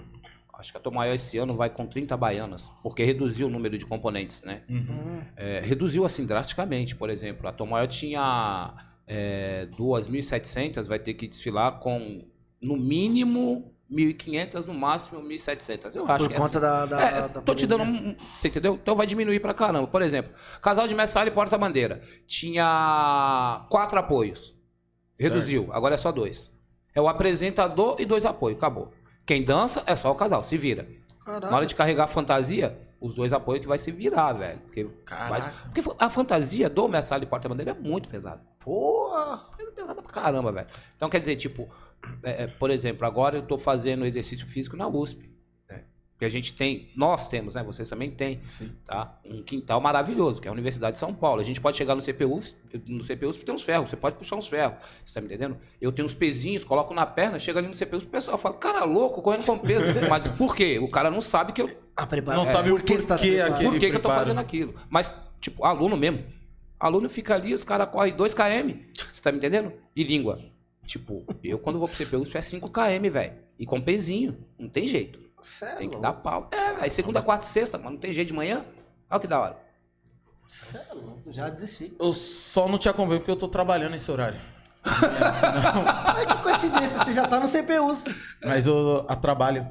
[SPEAKER 1] acho que a Tom Maior esse ano vai com 30 baianas, porque reduziu o número de componentes, né?
[SPEAKER 3] Uhum.
[SPEAKER 1] É, reduziu assim drasticamente, por exemplo. A Tom Maior tinha é, 2.700, vai ter que desfilar com no mínimo 1.500, no máximo 1.700. Eu acho
[SPEAKER 2] Por
[SPEAKER 1] que é
[SPEAKER 2] conta da, da,
[SPEAKER 1] é,
[SPEAKER 2] da- da
[SPEAKER 1] tô te dando
[SPEAKER 2] pandemia.
[SPEAKER 1] um. um- Você entendeu? Então vai diminuir pra caramba. Por exemplo, casal de mestre e porta-bandeira. Tinha quatro apoios. Reduziu. Agora é só dois. É o apresentador e dois apoios. Acabou. Quem dança é só o casal, se vira.
[SPEAKER 2] Caralho.
[SPEAKER 1] Na hora de carregar a fantasia, os dois apoios que vai se virar, velho. Porque, vai-
[SPEAKER 3] Caraca.
[SPEAKER 1] porque a fantasia do mestre e porta-bandeira é muito pesada.
[SPEAKER 2] Porra!
[SPEAKER 1] É pesada pra caramba, velho. Então, quer dizer, tipo, é, é, por exemplo, agora eu tô fazendo exercício físico na USP. Né? Porque a gente tem, nós temos, né? Vocês também têm,
[SPEAKER 3] Sim.
[SPEAKER 1] tá? Um quintal maravilhoso, que é a Universidade de São Paulo. A gente pode chegar no CPU, no CPU tem uns ferros, você pode puxar uns ferros. Você tá me entendendo? Eu tenho uns pezinhos, coloco na perna, chega ali no CPU, o pessoal fala, cara louco, correndo com peso. Mas por quê? O cara não sabe que eu
[SPEAKER 2] Ah, prepara.
[SPEAKER 3] Não sabe o
[SPEAKER 2] você tá se
[SPEAKER 3] porquê
[SPEAKER 2] preparando?
[SPEAKER 3] aquele-
[SPEAKER 1] por que, que eu tô
[SPEAKER 3] preparo.
[SPEAKER 1] fazendo aquilo. Mas, tipo, aluno mesmo. Aluno fica ali, os caras correm 2km. Você tá me entendendo? E língua. Tipo, eu quando vou pro CPU, isso é 5km, velho. E com pezinho. Não tem jeito.
[SPEAKER 2] Cê é
[SPEAKER 1] Tem que
[SPEAKER 2] louco.
[SPEAKER 1] dar pau. É, velho. Segunda, quarta e sexta, mano. Não tem jeito de manhã. Olha que da hora.
[SPEAKER 2] Cê é louco. Já desisti.
[SPEAKER 3] Eu só não te acompanho porque eu tô trabalhando nesse horário.
[SPEAKER 2] Mas que coincidência, você já tá no CPUs.
[SPEAKER 3] Mas eu a trabalho.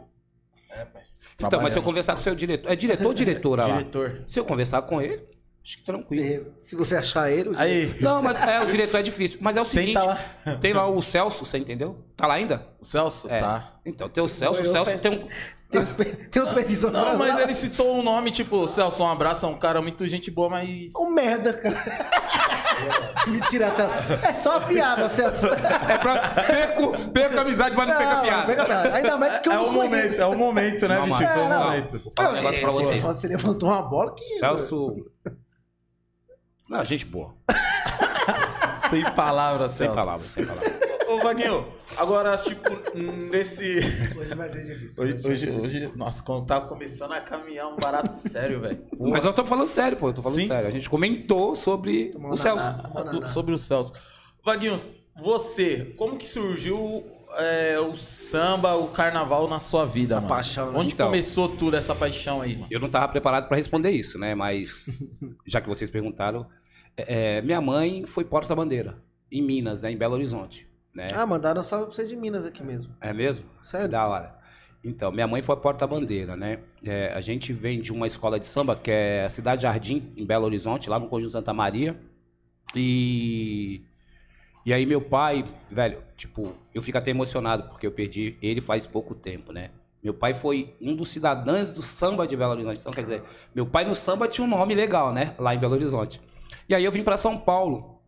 [SPEAKER 3] É, pai.
[SPEAKER 1] É. Então, mas se eu conversar com o seu diretor. É diretor ou diretora lá?
[SPEAKER 3] Diretor.
[SPEAKER 1] Se eu conversar com ele, acho que tranquilo.
[SPEAKER 2] Se você achar ele, o
[SPEAKER 3] Aí,
[SPEAKER 1] Não, mas é, o diretor é difícil. Mas é o seguinte.
[SPEAKER 3] tenta lá.
[SPEAKER 1] Tem lá o Celso, você entendeu? Tá lá ainda?
[SPEAKER 3] O Celso?
[SPEAKER 1] É.
[SPEAKER 3] Tá.
[SPEAKER 1] Então, tem o Celso,
[SPEAKER 2] Eu
[SPEAKER 1] o Celso
[SPEAKER 2] peço-
[SPEAKER 1] tem um.
[SPEAKER 2] Tem uns, pe- tem uns petições
[SPEAKER 3] Não,
[SPEAKER 2] pra
[SPEAKER 3] mas
[SPEAKER 2] lá.
[SPEAKER 3] ele citou um nome, tipo, Celso, um abraço, é um cara muito gente boa, mas.
[SPEAKER 2] Um merda, cara. Me tirar, Celso. É só uma piada, Celso.
[SPEAKER 1] É pra. Perco, perco a amizade, mas não, perco a piada.
[SPEAKER 2] pega piada. Ainda mais que eu
[SPEAKER 3] É
[SPEAKER 2] não
[SPEAKER 3] o momento,
[SPEAKER 2] conheço.
[SPEAKER 3] é o momento, né,
[SPEAKER 1] Não,
[SPEAKER 3] Vitinho?
[SPEAKER 2] mano.
[SPEAKER 3] É o
[SPEAKER 2] Não, não.
[SPEAKER 3] momento.
[SPEAKER 1] Falar um negócio pra
[SPEAKER 2] Esse
[SPEAKER 1] vocês.
[SPEAKER 2] Celso, Você levantou uma bola que...
[SPEAKER 1] Celso. Não, gente boa.
[SPEAKER 3] Sem palavras, Celso.
[SPEAKER 1] Sem palavras, sem palavras.
[SPEAKER 3] Ô, Vaguinho, agora, tipo, nesse.
[SPEAKER 2] Hoje vai ser difícil.
[SPEAKER 3] Hoje,
[SPEAKER 2] vai
[SPEAKER 3] hoje,
[SPEAKER 2] ser difícil.
[SPEAKER 3] hoje- nossa, quando tava começando a caminhar um barato sério, velho.
[SPEAKER 1] Mas nós estamos falando sério, pô. Eu tô falando
[SPEAKER 3] Sim.
[SPEAKER 1] sério. A gente comentou sobre
[SPEAKER 2] Tomou
[SPEAKER 1] o
[SPEAKER 2] na-
[SPEAKER 1] Celso.
[SPEAKER 2] na- Banana.
[SPEAKER 3] Sobre o Celso. Vaguinho, você, como que surgiu é, o samba, o carnaval na sua
[SPEAKER 2] Essa
[SPEAKER 3] vida, mano?
[SPEAKER 2] paixão, né?
[SPEAKER 3] Onde
[SPEAKER 1] Então.
[SPEAKER 3] começou tudo essa paixão aí, mano?
[SPEAKER 1] Eu não tava preparado pra responder isso, né? Mas, já que vocês perguntaram, é, é, minha mãe foi porta-bandeira em Minas, né? Em Belo Horizonte. Né?
[SPEAKER 2] Ah, mandaram um salve pra você de Minas aqui mesmo.
[SPEAKER 1] É mesmo? Que
[SPEAKER 2] Sério?
[SPEAKER 1] Da hora. Então, minha mãe foi a porta-bandeira, né? É, a gente vem de uma escola de samba que é a Cidade Jardim, em Belo Horizonte, lá no Conjunto Santa Maria. E. E aí, meu pai, velho, tipo, eu fico até emocionado porque eu perdi ele faz pouco tempo, né? Meu pai foi um dos cidadãos do samba de Belo Horizonte. Então, quer dizer, meu pai no samba tinha um nome legal, né? Lá em Belo Horizonte. E aí eu vim pra São Paulo.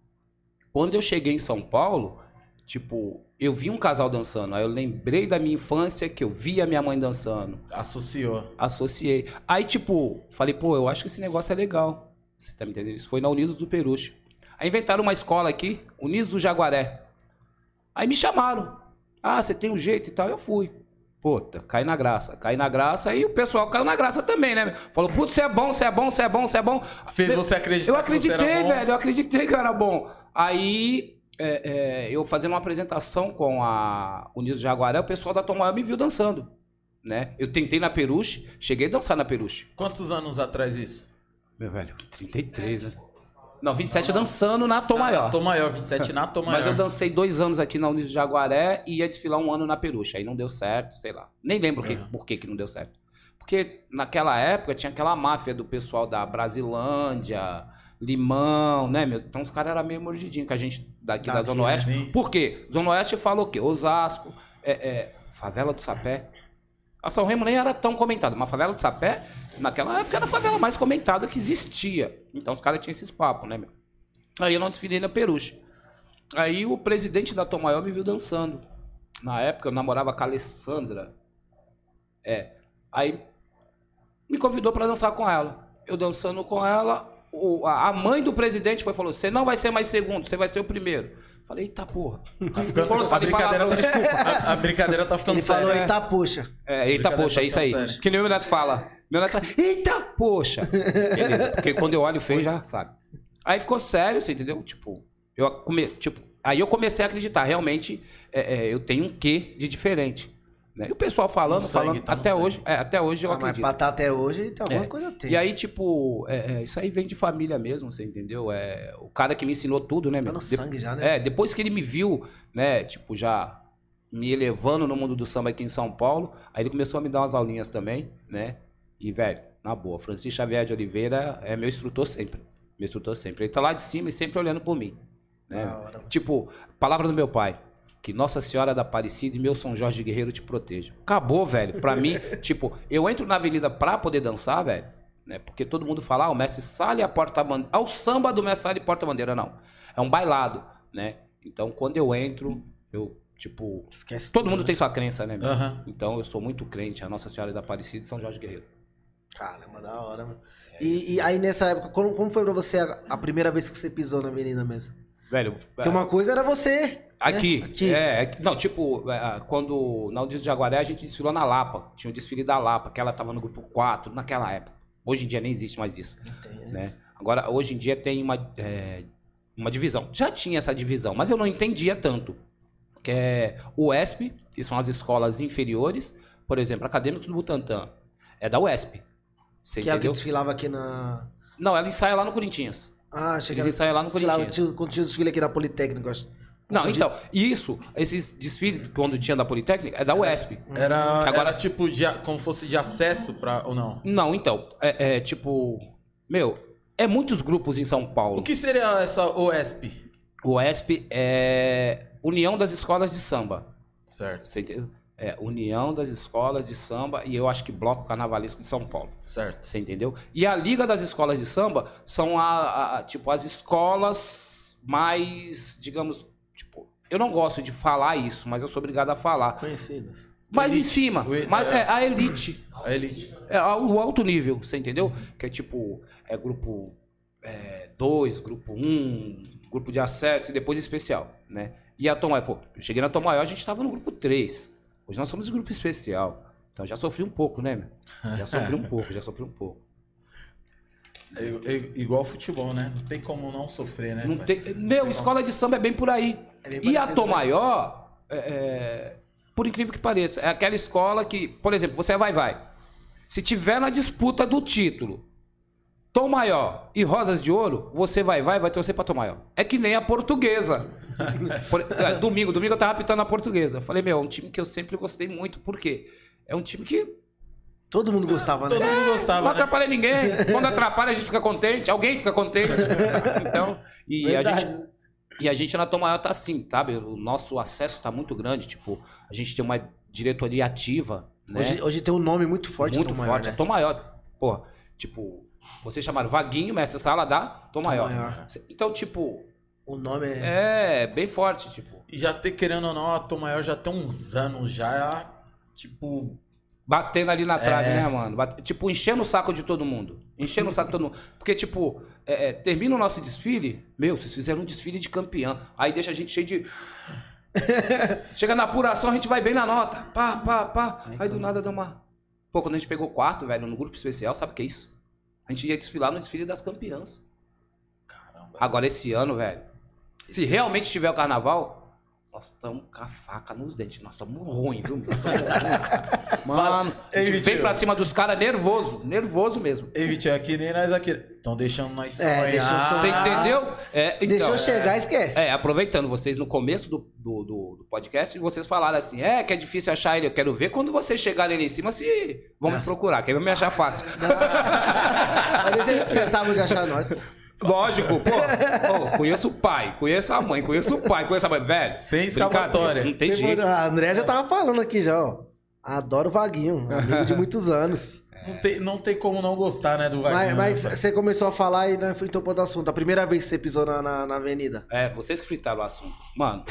[SPEAKER 1] Quando eu cheguei em São Paulo, tipo, eu vi um casal dançando. Aí eu lembrei da minha infância que eu via minha mãe dançando.
[SPEAKER 3] Associou.
[SPEAKER 1] Associei. Aí, tipo, falei, pô, eu acho que esse negócio é legal. Você tá me entendendo? Isso foi na Unidos do Peruche. Aí inventaram uma escola aqui, Unidos do Jaguaré. Aí me chamaram. Ah, você tem um jeito e tal. Eu fui. Puta, cai na graça. Cai na graça. E o pessoal caiu na graça também, né? Falou, putz, você é bom, você é bom, você é bom, você é bom.
[SPEAKER 3] Fez você acreditar
[SPEAKER 1] Eu
[SPEAKER 3] que você
[SPEAKER 1] acreditei,
[SPEAKER 3] era bom?
[SPEAKER 1] velho. Eu acreditei que eu era bom. Aí, é, é, eu fazendo uma apresentação com a Unidos de Jaguaré, o pessoal da Tomaiã me viu dançando. Né? Eu tentei na peruche, cheguei a dançar na peruche.
[SPEAKER 3] Quantos anos atrás isso?
[SPEAKER 1] Meu velho, 33, né? Não, 27 dançando na Tomaiã.
[SPEAKER 3] Tô maior, 27 na tô maior.
[SPEAKER 1] Mas eu dancei dois anos aqui na Unidos de Jaguaré e ia desfilar um ano na Perucha. Aí não deu certo, sei lá. Nem lembro que-
[SPEAKER 3] Uhum.
[SPEAKER 1] por que, que não deu certo. Porque naquela época tinha aquela máfia do pessoal da Brasilândia, Limão, né, meu? Então os caras eram meio mordidinho que a gente daqui da,
[SPEAKER 2] Da
[SPEAKER 1] Zona Oeste.
[SPEAKER 3] Sim.
[SPEAKER 1] Por quê? Zona Oeste falou o quê? Osasco, é, é, Favela do Sapé. A São Remo nem era tão comentada, mas a Favela do Sapé, naquela época, era a favela mais comentada que existia. Então os caras tinham esses papos, né, meu? Aí eu não desfilei na peruche. Aí o presidente da Tomaió me viu dançando. Na época eu namorava com a Alessandra. É. Aí me convidou pra dançar com ela. Eu dançando com ela, o- a, a mãe do presidente foi falou: "Você não vai ser mais segundo, você vai ser o primeiro". Falei: "Eita porra".
[SPEAKER 3] Tá ficando...
[SPEAKER 1] Pronto,
[SPEAKER 3] a,
[SPEAKER 1] falei
[SPEAKER 3] brincadeira
[SPEAKER 1] palavrão,
[SPEAKER 3] tá... a, a brincadeira tá ficando
[SPEAKER 2] Ele
[SPEAKER 3] séria.
[SPEAKER 2] falou,
[SPEAKER 1] né?
[SPEAKER 2] eita, poxa.
[SPEAKER 1] É, eita
[SPEAKER 3] Brincadeira
[SPEAKER 1] poxa, é isso aí.
[SPEAKER 3] tá séria.
[SPEAKER 1] Que nem o meu neto fala. Meu neto fala, eita poxa. Beleza, porque quando eu olho feio já sabe. Aí ficou sério, você entendeu? Tipo, eu come, tipo, aí eu comecei a acreditar, realmente é, é, eu tenho um quê de diferente. né? E o pessoal falando,
[SPEAKER 3] No sangue,
[SPEAKER 1] falando,
[SPEAKER 3] tá no
[SPEAKER 1] até
[SPEAKER 3] sangue.
[SPEAKER 1] hoje, é, até hoje eu
[SPEAKER 2] Ah, mas
[SPEAKER 1] acredito.
[SPEAKER 2] pra tá até hoje, então alguma
[SPEAKER 1] É.
[SPEAKER 2] coisa tem.
[SPEAKER 1] E aí, tipo, é, é, isso aí vem de família mesmo, você entendeu? É, o cara que me ensinou tudo, né,
[SPEAKER 2] tá
[SPEAKER 1] meu?
[SPEAKER 2] no
[SPEAKER 1] De-
[SPEAKER 2] sangue já, né?
[SPEAKER 1] É, depois que ele me viu, né, tipo, já me elevando no mundo do samba aqui em São Paulo, aí ele começou a me dar umas aulinhas também, né? E, velho, na boa, Francisco Xavier de Oliveira é meu instrutor sempre. Meu instrutor sempre. Ele tá lá de cima e sempre olhando por mim. Né?
[SPEAKER 2] Da hora.
[SPEAKER 1] Tipo, palavra do meu pai. Que Nossa Senhora da Aparecida e meu São Jorge Guerreiro te protejam. Acabou, velho. Pra mim, tipo, eu entro na avenida pra poder dançar, velho. Né? Porque todo mundo fala, ah, o mestre Sala e a porta-bandeira. Ah, o samba do mestre Sala e porta-bandeira, não. É um bailado, né? Então, quando eu entro, eu, tipo...
[SPEAKER 2] Esquece
[SPEAKER 1] Todo
[SPEAKER 2] tudo,
[SPEAKER 1] mundo
[SPEAKER 2] né?
[SPEAKER 1] tem sua crença, né? meu?
[SPEAKER 3] Aham.
[SPEAKER 1] Então, eu sou muito crente. A Nossa Senhora da Aparecida e São Jorge Guerreiro.
[SPEAKER 2] Caramba, da hora, mano.
[SPEAKER 1] É,
[SPEAKER 2] E, e aí nessa época, como, como foi pra você a, a primeira vez que você pisou na avenida mesmo?
[SPEAKER 1] Velho...
[SPEAKER 2] Porque uma coisa era você. né?
[SPEAKER 1] Aqui.
[SPEAKER 2] Aqui.
[SPEAKER 1] É, aqui. não, tipo, é, quando na Aldir de Jaguaré a gente desfilou na Lapa. Tinha o desfile da Lapa, que ela tava no grupo 4 naquela época. Hoje em dia nem existe mais isso,
[SPEAKER 2] Tem,
[SPEAKER 1] né? Agora, hoje em dia tem uma, é, uma divisão. Já tinha essa divisão, mas eu não entendia tanto. Que é o UESP, que são as escolas inferiores. Por exemplo, Acadêmicos do Butantã é da UESP. Você
[SPEAKER 2] Que é o que
[SPEAKER 1] entendeu?
[SPEAKER 2] desfilava aqui na.
[SPEAKER 1] Não, ela ensaia lá no Corinthians.
[SPEAKER 2] Ah, achei que
[SPEAKER 1] Eles
[SPEAKER 2] era-
[SPEAKER 1] ensaiam lá no
[SPEAKER 2] desfilava
[SPEAKER 1] Corinthians.
[SPEAKER 2] tio- Quando tinha o desfile aqui na Politécnica, eu acho.
[SPEAKER 1] Não,
[SPEAKER 2] Confundi.
[SPEAKER 1] então, isso, esses desfiles, quando tinha da Politécnica, é da UESP.
[SPEAKER 2] Uhum.
[SPEAKER 3] Era,
[SPEAKER 1] Hum. Agora-
[SPEAKER 3] agora tipo de, a- como fosse de acesso pra ou não?
[SPEAKER 1] Não, então, é, é, tipo. Meu, é muitos grupos em São Paulo.
[SPEAKER 3] O que seria essa OESP?
[SPEAKER 1] O ESP é União das Escolas de Samba.
[SPEAKER 3] Certo,
[SPEAKER 1] Você entendeu? É União das Escolas de Samba e eu acho que Bloco Carnavalesco de São Paulo.
[SPEAKER 3] certo.
[SPEAKER 1] Você entendeu? E a Liga das Escolas de Samba são a, a- tipo as escolas mais, digamos, tipo, eu não gosto de falar isso, mas eu sou obrigado a falar.
[SPEAKER 2] Conhecidas.
[SPEAKER 1] Mas em
[SPEAKER 3] Elite.
[SPEAKER 1] cima,
[SPEAKER 3] O-
[SPEAKER 1] mas é a elite.
[SPEAKER 3] A elite.
[SPEAKER 1] É ao- o alto nível, você entendeu? Que é tipo, é grupo 2, grupo 1, um, grupo de acesso e depois especial, né? E a Tom Maior, pô, eu cheguei na Tom Maior, a gente tava no grupo 3. Hoje nós somos o grupo especial. Então já sofri um pouco, né, meu? Já sofri um pouco, já sofri um pouco.
[SPEAKER 3] É, é igual futebol, né? Não tem como não sofrer, né?
[SPEAKER 1] Não
[SPEAKER 3] velho?
[SPEAKER 1] tem, meu, escola de samba é bem por aí.
[SPEAKER 2] É bem
[SPEAKER 1] E a
[SPEAKER 2] parecido,
[SPEAKER 1] Tom
[SPEAKER 2] né?
[SPEAKER 1] Maior, é, é, por incrível que pareça, é aquela escola que, por exemplo, você é vai-vai. Se tiver na disputa do título, Tom Maior e Rosas de Ouro, você vai-vai, vai torcer pra Tom Maior. É que nem a portuguesa. Por- é, domingo, domingo eu tava pitando a portuguesa. Eu Falei, meu, é um time que eu sempre gostei muito, por quê? É um time que
[SPEAKER 2] Todo mundo gostava,
[SPEAKER 3] Todo
[SPEAKER 2] né?
[SPEAKER 3] mundo
[SPEAKER 1] não
[SPEAKER 3] gostava, né?
[SPEAKER 1] atrapalha ninguém. Quando atrapalha, a gente fica contente. Alguém fica contente. Então, e a
[SPEAKER 2] Verdade.
[SPEAKER 1] gente. E a gente na Tom Maior tá assim, sabe? O nosso acesso tá muito grande. Tipo, a gente tem uma diretoria ativa, né?
[SPEAKER 2] Hoje, hoje tem um nome muito forte
[SPEAKER 1] muito
[SPEAKER 2] Tom Maior,
[SPEAKER 1] forte.
[SPEAKER 2] né?
[SPEAKER 1] A Tom Maior, porra, tipo, vocês chamaram Vaguinho, mestre sala da Tom
[SPEAKER 2] Tom
[SPEAKER 1] Maior.
[SPEAKER 2] Maior.
[SPEAKER 1] Então, tipo,
[SPEAKER 2] O nome é.
[SPEAKER 1] é bem forte, tipo.
[SPEAKER 3] E já ter, querendo ou não, a Tom Maior já tem uns anos já, tipo...
[SPEAKER 1] Batendo ali na trave,
[SPEAKER 3] É.
[SPEAKER 1] né, mano? Bate- Tipo, enchendo o saco de todo mundo. Enchendo o saco de todo mundo. Porque, tipo, é, é, termina o nosso desfile, meu, vocês fizeram um desfile de campeão. Aí deixa a gente cheio de. Chega na apuração, a gente vai bem na nota. Pá, pá, pá.
[SPEAKER 2] Ai,
[SPEAKER 1] Aí do
[SPEAKER 2] cara.
[SPEAKER 1] nada dá uma. Pô, quando a gente pegou quarto, velho, no grupo especial, sabe o que é isso? A gente ia desfilar no desfile das campeãs.
[SPEAKER 3] Caramba.
[SPEAKER 1] Agora, esse ano, velho, se realmente tiver o carnaval, nós estamos com a faca nos dentes. Nós estamos ruim, viu? Nós tamo ruim. Mano, a
[SPEAKER 3] Ei,
[SPEAKER 1] gente vem
[SPEAKER 3] Vitinho.
[SPEAKER 1] pra cima dos caras nervoso. Nervoso mesmo.
[SPEAKER 3] Ei, Vitinho, aqui nem nós aqui. Estão deixando nós
[SPEAKER 2] É,
[SPEAKER 3] sonhar.
[SPEAKER 2] deixa eu sonhar.
[SPEAKER 1] Você
[SPEAKER 3] Ah.
[SPEAKER 1] entendeu? É, então,
[SPEAKER 2] Deixou
[SPEAKER 1] é,
[SPEAKER 2] chegar, esquece.
[SPEAKER 1] É, aproveitando, vocês no começo do, do, do- do podcast, vocês falaram assim, é que é difícil achar ele, eu quero ver quando vocês chegarem ali em cima, se vão me
[SPEAKER 2] Nossa.
[SPEAKER 1] procurar, que aí vão me achar fácil.
[SPEAKER 2] Mas é você, você sabe onde achar nós.
[SPEAKER 1] Lógico, pô. Ô, conheço o pai, conheço a mãe, conheço o pai, conheço a mãe. Velho,
[SPEAKER 3] Sem
[SPEAKER 1] brincadeira,
[SPEAKER 3] escapatória.
[SPEAKER 1] Não tem jeito.
[SPEAKER 2] A André já tava falando aqui já, ó. Adoro o Vaguinho, amigo de muitos anos.
[SPEAKER 3] Não, tem, não tem como não gostar, né, do
[SPEAKER 2] Mas,
[SPEAKER 3] Wagner.
[SPEAKER 2] mas você começou a falar e né, foi então pra outro assunto. A primeira vez que você pisou na, na, na avenida.
[SPEAKER 1] É, vocês que fritaram o assunto. Mano.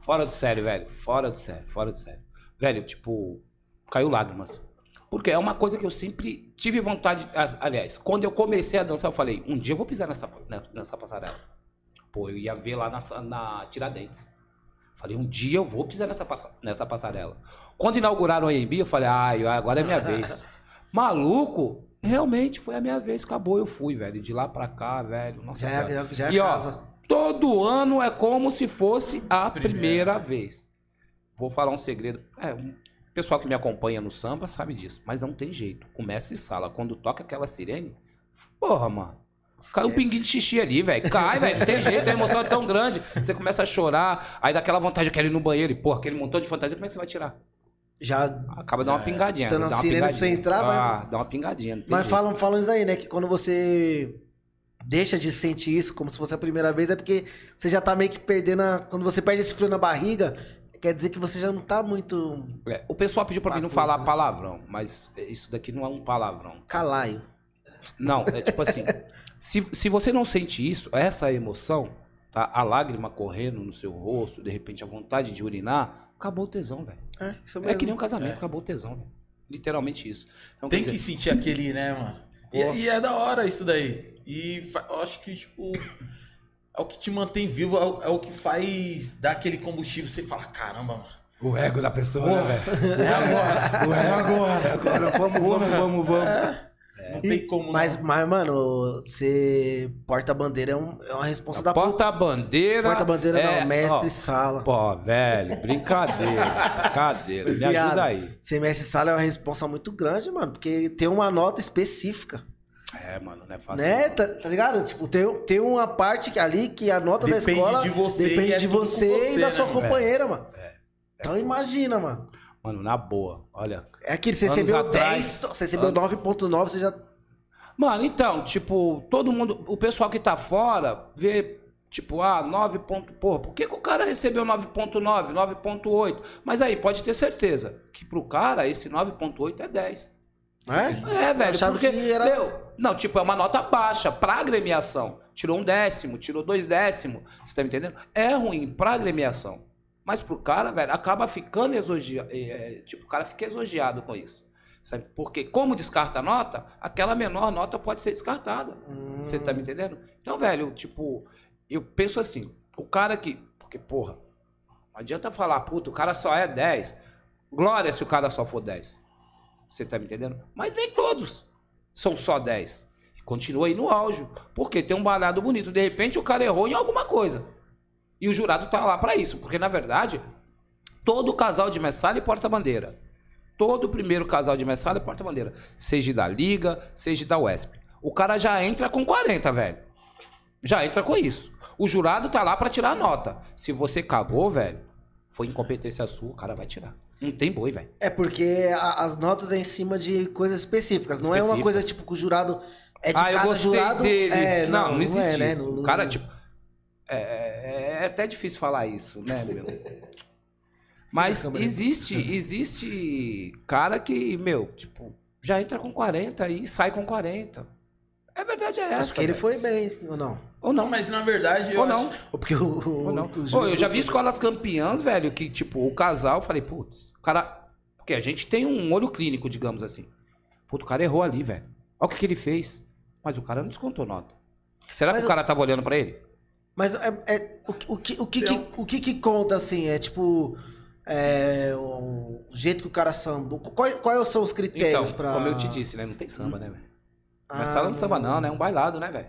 [SPEAKER 1] fora do sério, velho. Fora do sério, fora do sério. Velho, tipo, caiu lágrimas. Porque é uma coisa que eu sempre tive vontade. a- Aliás, quando eu comecei a dançar, eu falei, um dia eu vou pisar nessa, pa- né, nessa passarela. Pô, eu ia ver lá na, sa- na Tiradentes. Falei, um dia eu vou pisar nessa, passa- nessa passarela. Quando inauguraram a AMB, eu falei, ai, agora é minha vez. Maluco, realmente foi a minha vez, acabou, eu fui, velho. De lá pra cá, velho. Nossa
[SPEAKER 2] Já, é-
[SPEAKER 1] Senhora.
[SPEAKER 2] já, já é
[SPEAKER 1] E ó,
[SPEAKER 2] casa.
[SPEAKER 1] todo ano é como se fosse a primeira, vez. vou falar um segredo. É, um- o pessoal que me acompanha no samba sabe disso, mas não tem jeito. Começa e sala. Quando toca aquela sirene, porra, mano. Cai um
[SPEAKER 2] Esquece.
[SPEAKER 1] pinguinho de xixi ali, velho. Cai, velho. Não tem jeito, a emoção é tão grande. Você começa a chorar, aí dá aquela vontade, eu quero ir no banheiro. E, porra, aquele montão de fantasia, como é que você vai tirar?
[SPEAKER 2] Já.
[SPEAKER 1] Acaba dando uma pingadinha.
[SPEAKER 2] Dando
[SPEAKER 1] dá
[SPEAKER 2] a
[SPEAKER 1] uma
[SPEAKER 2] É. Tá sirene pra
[SPEAKER 1] pingadinha.
[SPEAKER 2] você entrar, vai-
[SPEAKER 1] Ah, dá uma pingadinha. não tem
[SPEAKER 2] Mas
[SPEAKER 1] jeito.
[SPEAKER 2] falam, falam isso aí, né? Que quando você deixa de sentir isso como se fosse a primeira vez, é porque você já tá meio que perdendo a. Quando você perde esse frio na barriga, quer dizer que você já não tá muito
[SPEAKER 1] É, o pessoal pediu pra mim
[SPEAKER 2] Uma
[SPEAKER 1] não
[SPEAKER 2] coisa,
[SPEAKER 1] falar
[SPEAKER 2] né?
[SPEAKER 1] palavrão, mas é, isso daqui não é um palavrão.
[SPEAKER 2] calaio.
[SPEAKER 1] Não, é tipo assim, se, se você não sente isso, essa emoção, tá? A lágrima correndo no seu rosto, de repente a vontade de urinar, acabou o tesão, velho.
[SPEAKER 2] É, isso
[SPEAKER 1] É
[SPEAKER 2] mesmo.
[SPEAKER 1] que nem um casamento, acabou o tesão, velho. Literalmente isso. Então,
[SPEAKER 3] Tem
[SPEAKER 1] quer
[SPEAKER 3] que
[SPEAKER 1] dizer,
[SPEAKER 3] sentir aquele, né, mano? E,
[SPEAKER 1] Pô.
[SPEAKER 3] e é da hora isso daí. E fa- eu acho que, tipo, é o que te mantém vivo, é o, é o que faz dar aquele combustível. Você fala, caramba, mano.
[SPEAKER 4] O ego da pessoa,
[SPEAKER 3] Porra.
[SPEAKER 4] né, velho?
[SPEAKER 3] É agora.
[SPEAKER 4] O ego agora. É, Agora, vamos, vamos, vamos, vamos.
[SPEAKER 3] Não
[SPEAKER 2] É. E-
[SPEAKER 3] tem como.
[SPEAKER 2] Mas,
[SPEAKER 3] não.
[SPEAKER 2] mas, mano, ser porta-bandeira é, um- é uma responsa da porra.
[SPEAKER 1] Porta-bandeira.
[SPEAKER 2] Porta-bandeira
[SPEAKER 1] é,
[SPEAKER 2] da mestre
[SPEAKER 1] ó,
[SPEAKER 2] sala.
[SPEAKER 1] Pô, velho, brincadeira. brincadeira. Me
[SPEAKER 2] Viado,
[SPEAKER 1] ajuda aí.
[SPEAKER 2] Ser mestre sala é uma responsa muito grande, mano, porque tem uma nota específica.
[SPEAKER 1] É, mano, não é fácil.
[SPEAKER 2] né?
[SPEAKER 1] não.
[SPEAKER 2] Tá, tá ligado? Tipo, tem, tem uma parte que- ali que a nota
[SPEAKER 3] Depende
[SPEAKER 2] da escola
[SPEAKER 3] de você e
[SPEAKER 2] depende
[SPEAKER 3] é
[SPEAKER 2] de
[SPEAKER 3] tudo com
[SPEAKER 2] você e
[SPEAKER 3] você,
[SPEAKER 2] da
[SPEAKER 3] né,
[SPEAKER 2] sua
[SPEAKER 3] mano?
[SPEAKER 2] companheira, mano.
[SPEAKER 1] É.
[SPEAKER 2] então imagina, mano.
[SPEAKER 1] Mano, na boa, olha.
[SPEAKER 2] É aquilo, você
[SPEAKER 1] Anos
[SPEAKER 2] recebeu
[SPEAKER 1] atrás-
[SPEAKER 2] 10, você recebeu 9.9, você já...
[SPEAKER 1] Mano, então, tipo, todo mundo, o pessoal que tá fora vê, tipo, ah, 9 ponto, porra, por que, que o cara recebeu 9.9, 9.8? Mas aí, pode ter certeza que pro cara esse 9.8 é 10.
[SPEAKER 2] Né?
[SPEAKER 1] É, velho,
[SPEAKER 2] achava
[SPEAKER 1] porque,
[SPEAKER 2] que era-
[SPEAKER 1] meu, não, tipo, é uma nota baixa pra agremiação. Tirou um décimo, tirou dois décimos, você tá me entendendo? É ruim pra agremiação. Mas pro cara, velho, acaba ficando exogiado, tipo, o cara fica exogiado com isso. Sabe? Porque como descarta a nota, aquela menor nota pode ser descartada. Você tá
[SPEAKER 2] Hum.
[SPEAKER 1] me entendendo? Então, velho, tipo, eu penso assim, o cara que. Porque, porra, não adianta falar, puta, o cara só é 10. Glória se o cara só for 10. Você tá me entendendo? Mas nem todos são só 10. E Continua aí no auge. Porque tem um balado bonito. De repente o cara errou em alguma coisa. E o jurado tá lá pra isso. Porque, na verdade, todo casal de messalha e porta-bandeira. Todo primeiro casal de messalha e porta-bandeira. Seja da Liga, seja da UESP. O cara já entra com 40, velho. Já entra com isso. O jurado tá lá pra tirar a nota. Se você cagou, velho, foi incompetência sua, o cara vai tirar. Não tem boi, velho.
[SPEAKER 2] É porque a- as notas é em cima de coisas específicas, não é uma
[SPEAKER 1] Específicas.
[SPEAKER 2] coisa tipo que o jurado é de
[SPEAKER 1] ah, eu
[SPEAKER 2] cada
[SPEAKER 1] gostei
[SPEAKER 2] jurado.
[SPEAKER 1] dele.
[SPEAKER 2] É,
[SPEAKER 1] não, não, existe
[SPEAKER 2] é, né?
[SPEAKER 1] isso.
[SPEAKER 2] Não-
[SPEAKER 1] O cara, tipo... É, é- é até difícil falar isso, né, meu? Mas
[SPEAKER 2] câmera.
[SPEAKER 1] existe, existe cara que, meu, tipo, já entra com 40 e sai com 40. É verdade, é essa.
[SPEAKER 2] Acho que ele
[SPEAKER 1] velho.
[SPEAKER 2] foi bem, ou não?
[SPEAKER 1] Ou
[SPEAKER 3] Não,
[SPEAKER 1] não.
[SPEAKER 3] mas na verdade. eu
[SPEAKER 1] Ou não.
[SPEAKER 3] acho-
[SPEAKER 2] Ou porque o, o,
[SPEAKER 1] Ou não.
[SPEAKER 2] o juiz
[SPEAKER 1] Ô, eu já vi
[SPEAKER 2] gostou.
[SPEAKER 1] escolas campeãs, velho, que, tipo, o casal, eu falei, putz, o cara. Porque a gente tem um olho clínico, digamos assim. Putz, o cara errou ali, velho. Olha o que, que ele fez. Mas o cara não descontou nota. Será
[SPEAKER 2] Mas eu-
[SPEAKER 1] que o cara tava olhando pra ele?
[SPEAKER 2] Mas é, é- o, que- o que, o, que, que-
[SPEAKER 1] um
[SPEAKER 2] o que que conta, assim? É tipo. é, o jeito que o cara samba. Quais, quais são os
[SPEAKER 1] Então,
[SPEAKER 2] critérios pra.
[SPEAKER 1] como eu te disse, né? Não tem samba, né, velho?
[SPEAKER 2] Ah,
[SPEAKER 1] Mas sala não é samba, não, né? É um bailado, né, velho?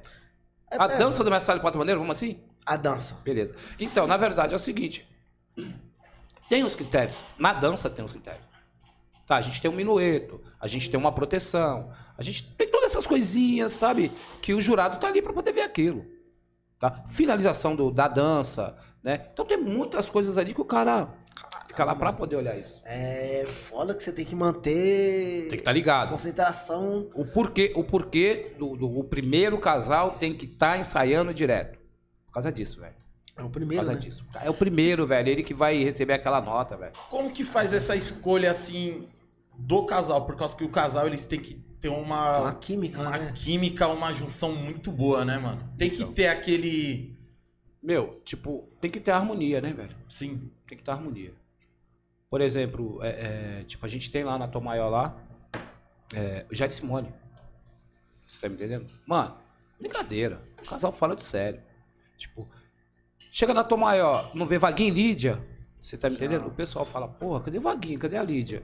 [SPEAKER 2] é-
[SPEAKER 1] A
[SPEAKER 2] é,
[SPEAKER 1] dança do mestre Sala de Quatro Bandeiras, vamos assim?
[SPEAKER 2] a dança.
[SPEAKER 1] Beleza. Então, na verdade, é o seguinte. Tem os critérios. Na dança tem os critérios. Tá, a gente tem um minueto, a gente tem uma proteção, a gente tem todas essas coisinhas, sabe? Que o jurado tá ali pra poder ver aquilo. Tá? Finalização do, da dança, né? Então tem muitas coisas ali que o cara fica lá pra poder olhar isso.
[SPEAKER 2] É foda que você tem que manter.
[SPEAKER 1] Tem que tá estar ligado.
[SPEAKER 2] Concentração.
[SPEAKER 1] O porquê, o porquê do, do- o primeiro casal tem que estar ensaiando direto. Por causa disso, velho.
[SPEAKER 2] É o
[SPEAKER 1] Por
[SPEAKER 2] primeiro.
[SPEAKER 1] causa
[SPEAKER 2] né?
[SPEAKER 1] disso. É o primeiro, velho. Ele que vai receber aquela nota, velho.
[SPEAKER 3] Como que faz essa escolha assim do casal? Por causa que o casal eles têm que ter uma,
[SPEAKER 2] Uma química,
[SPEAKER 3] uma
[SPEAKER 2] né?
[SPEAKER 3] química, uma junção muito boa, né, mano? Tem que
[SPEAKER 1] Então.
[SPEAKER 3] ter aquele.
[SPEAKER 1] Meu, tipo, tem que ter harmonia, né, velho?
[SPEAKER 3] Sim.
[SPEAKER 1] Tem que ter harmonia. Por exemplo, é, é, tipo, a gente tem lá na Tom Maior lá, é, o Jair Simone. Você tá me entendendo? Mano, brincadeira. O casal fala de sério. Tipo, chega na Tom Maior, não vê Vaguinho e Lídia. Você tá me entendendo? O pessoal fala, porra, cadê o Vaguinho? Cadê a Lídia?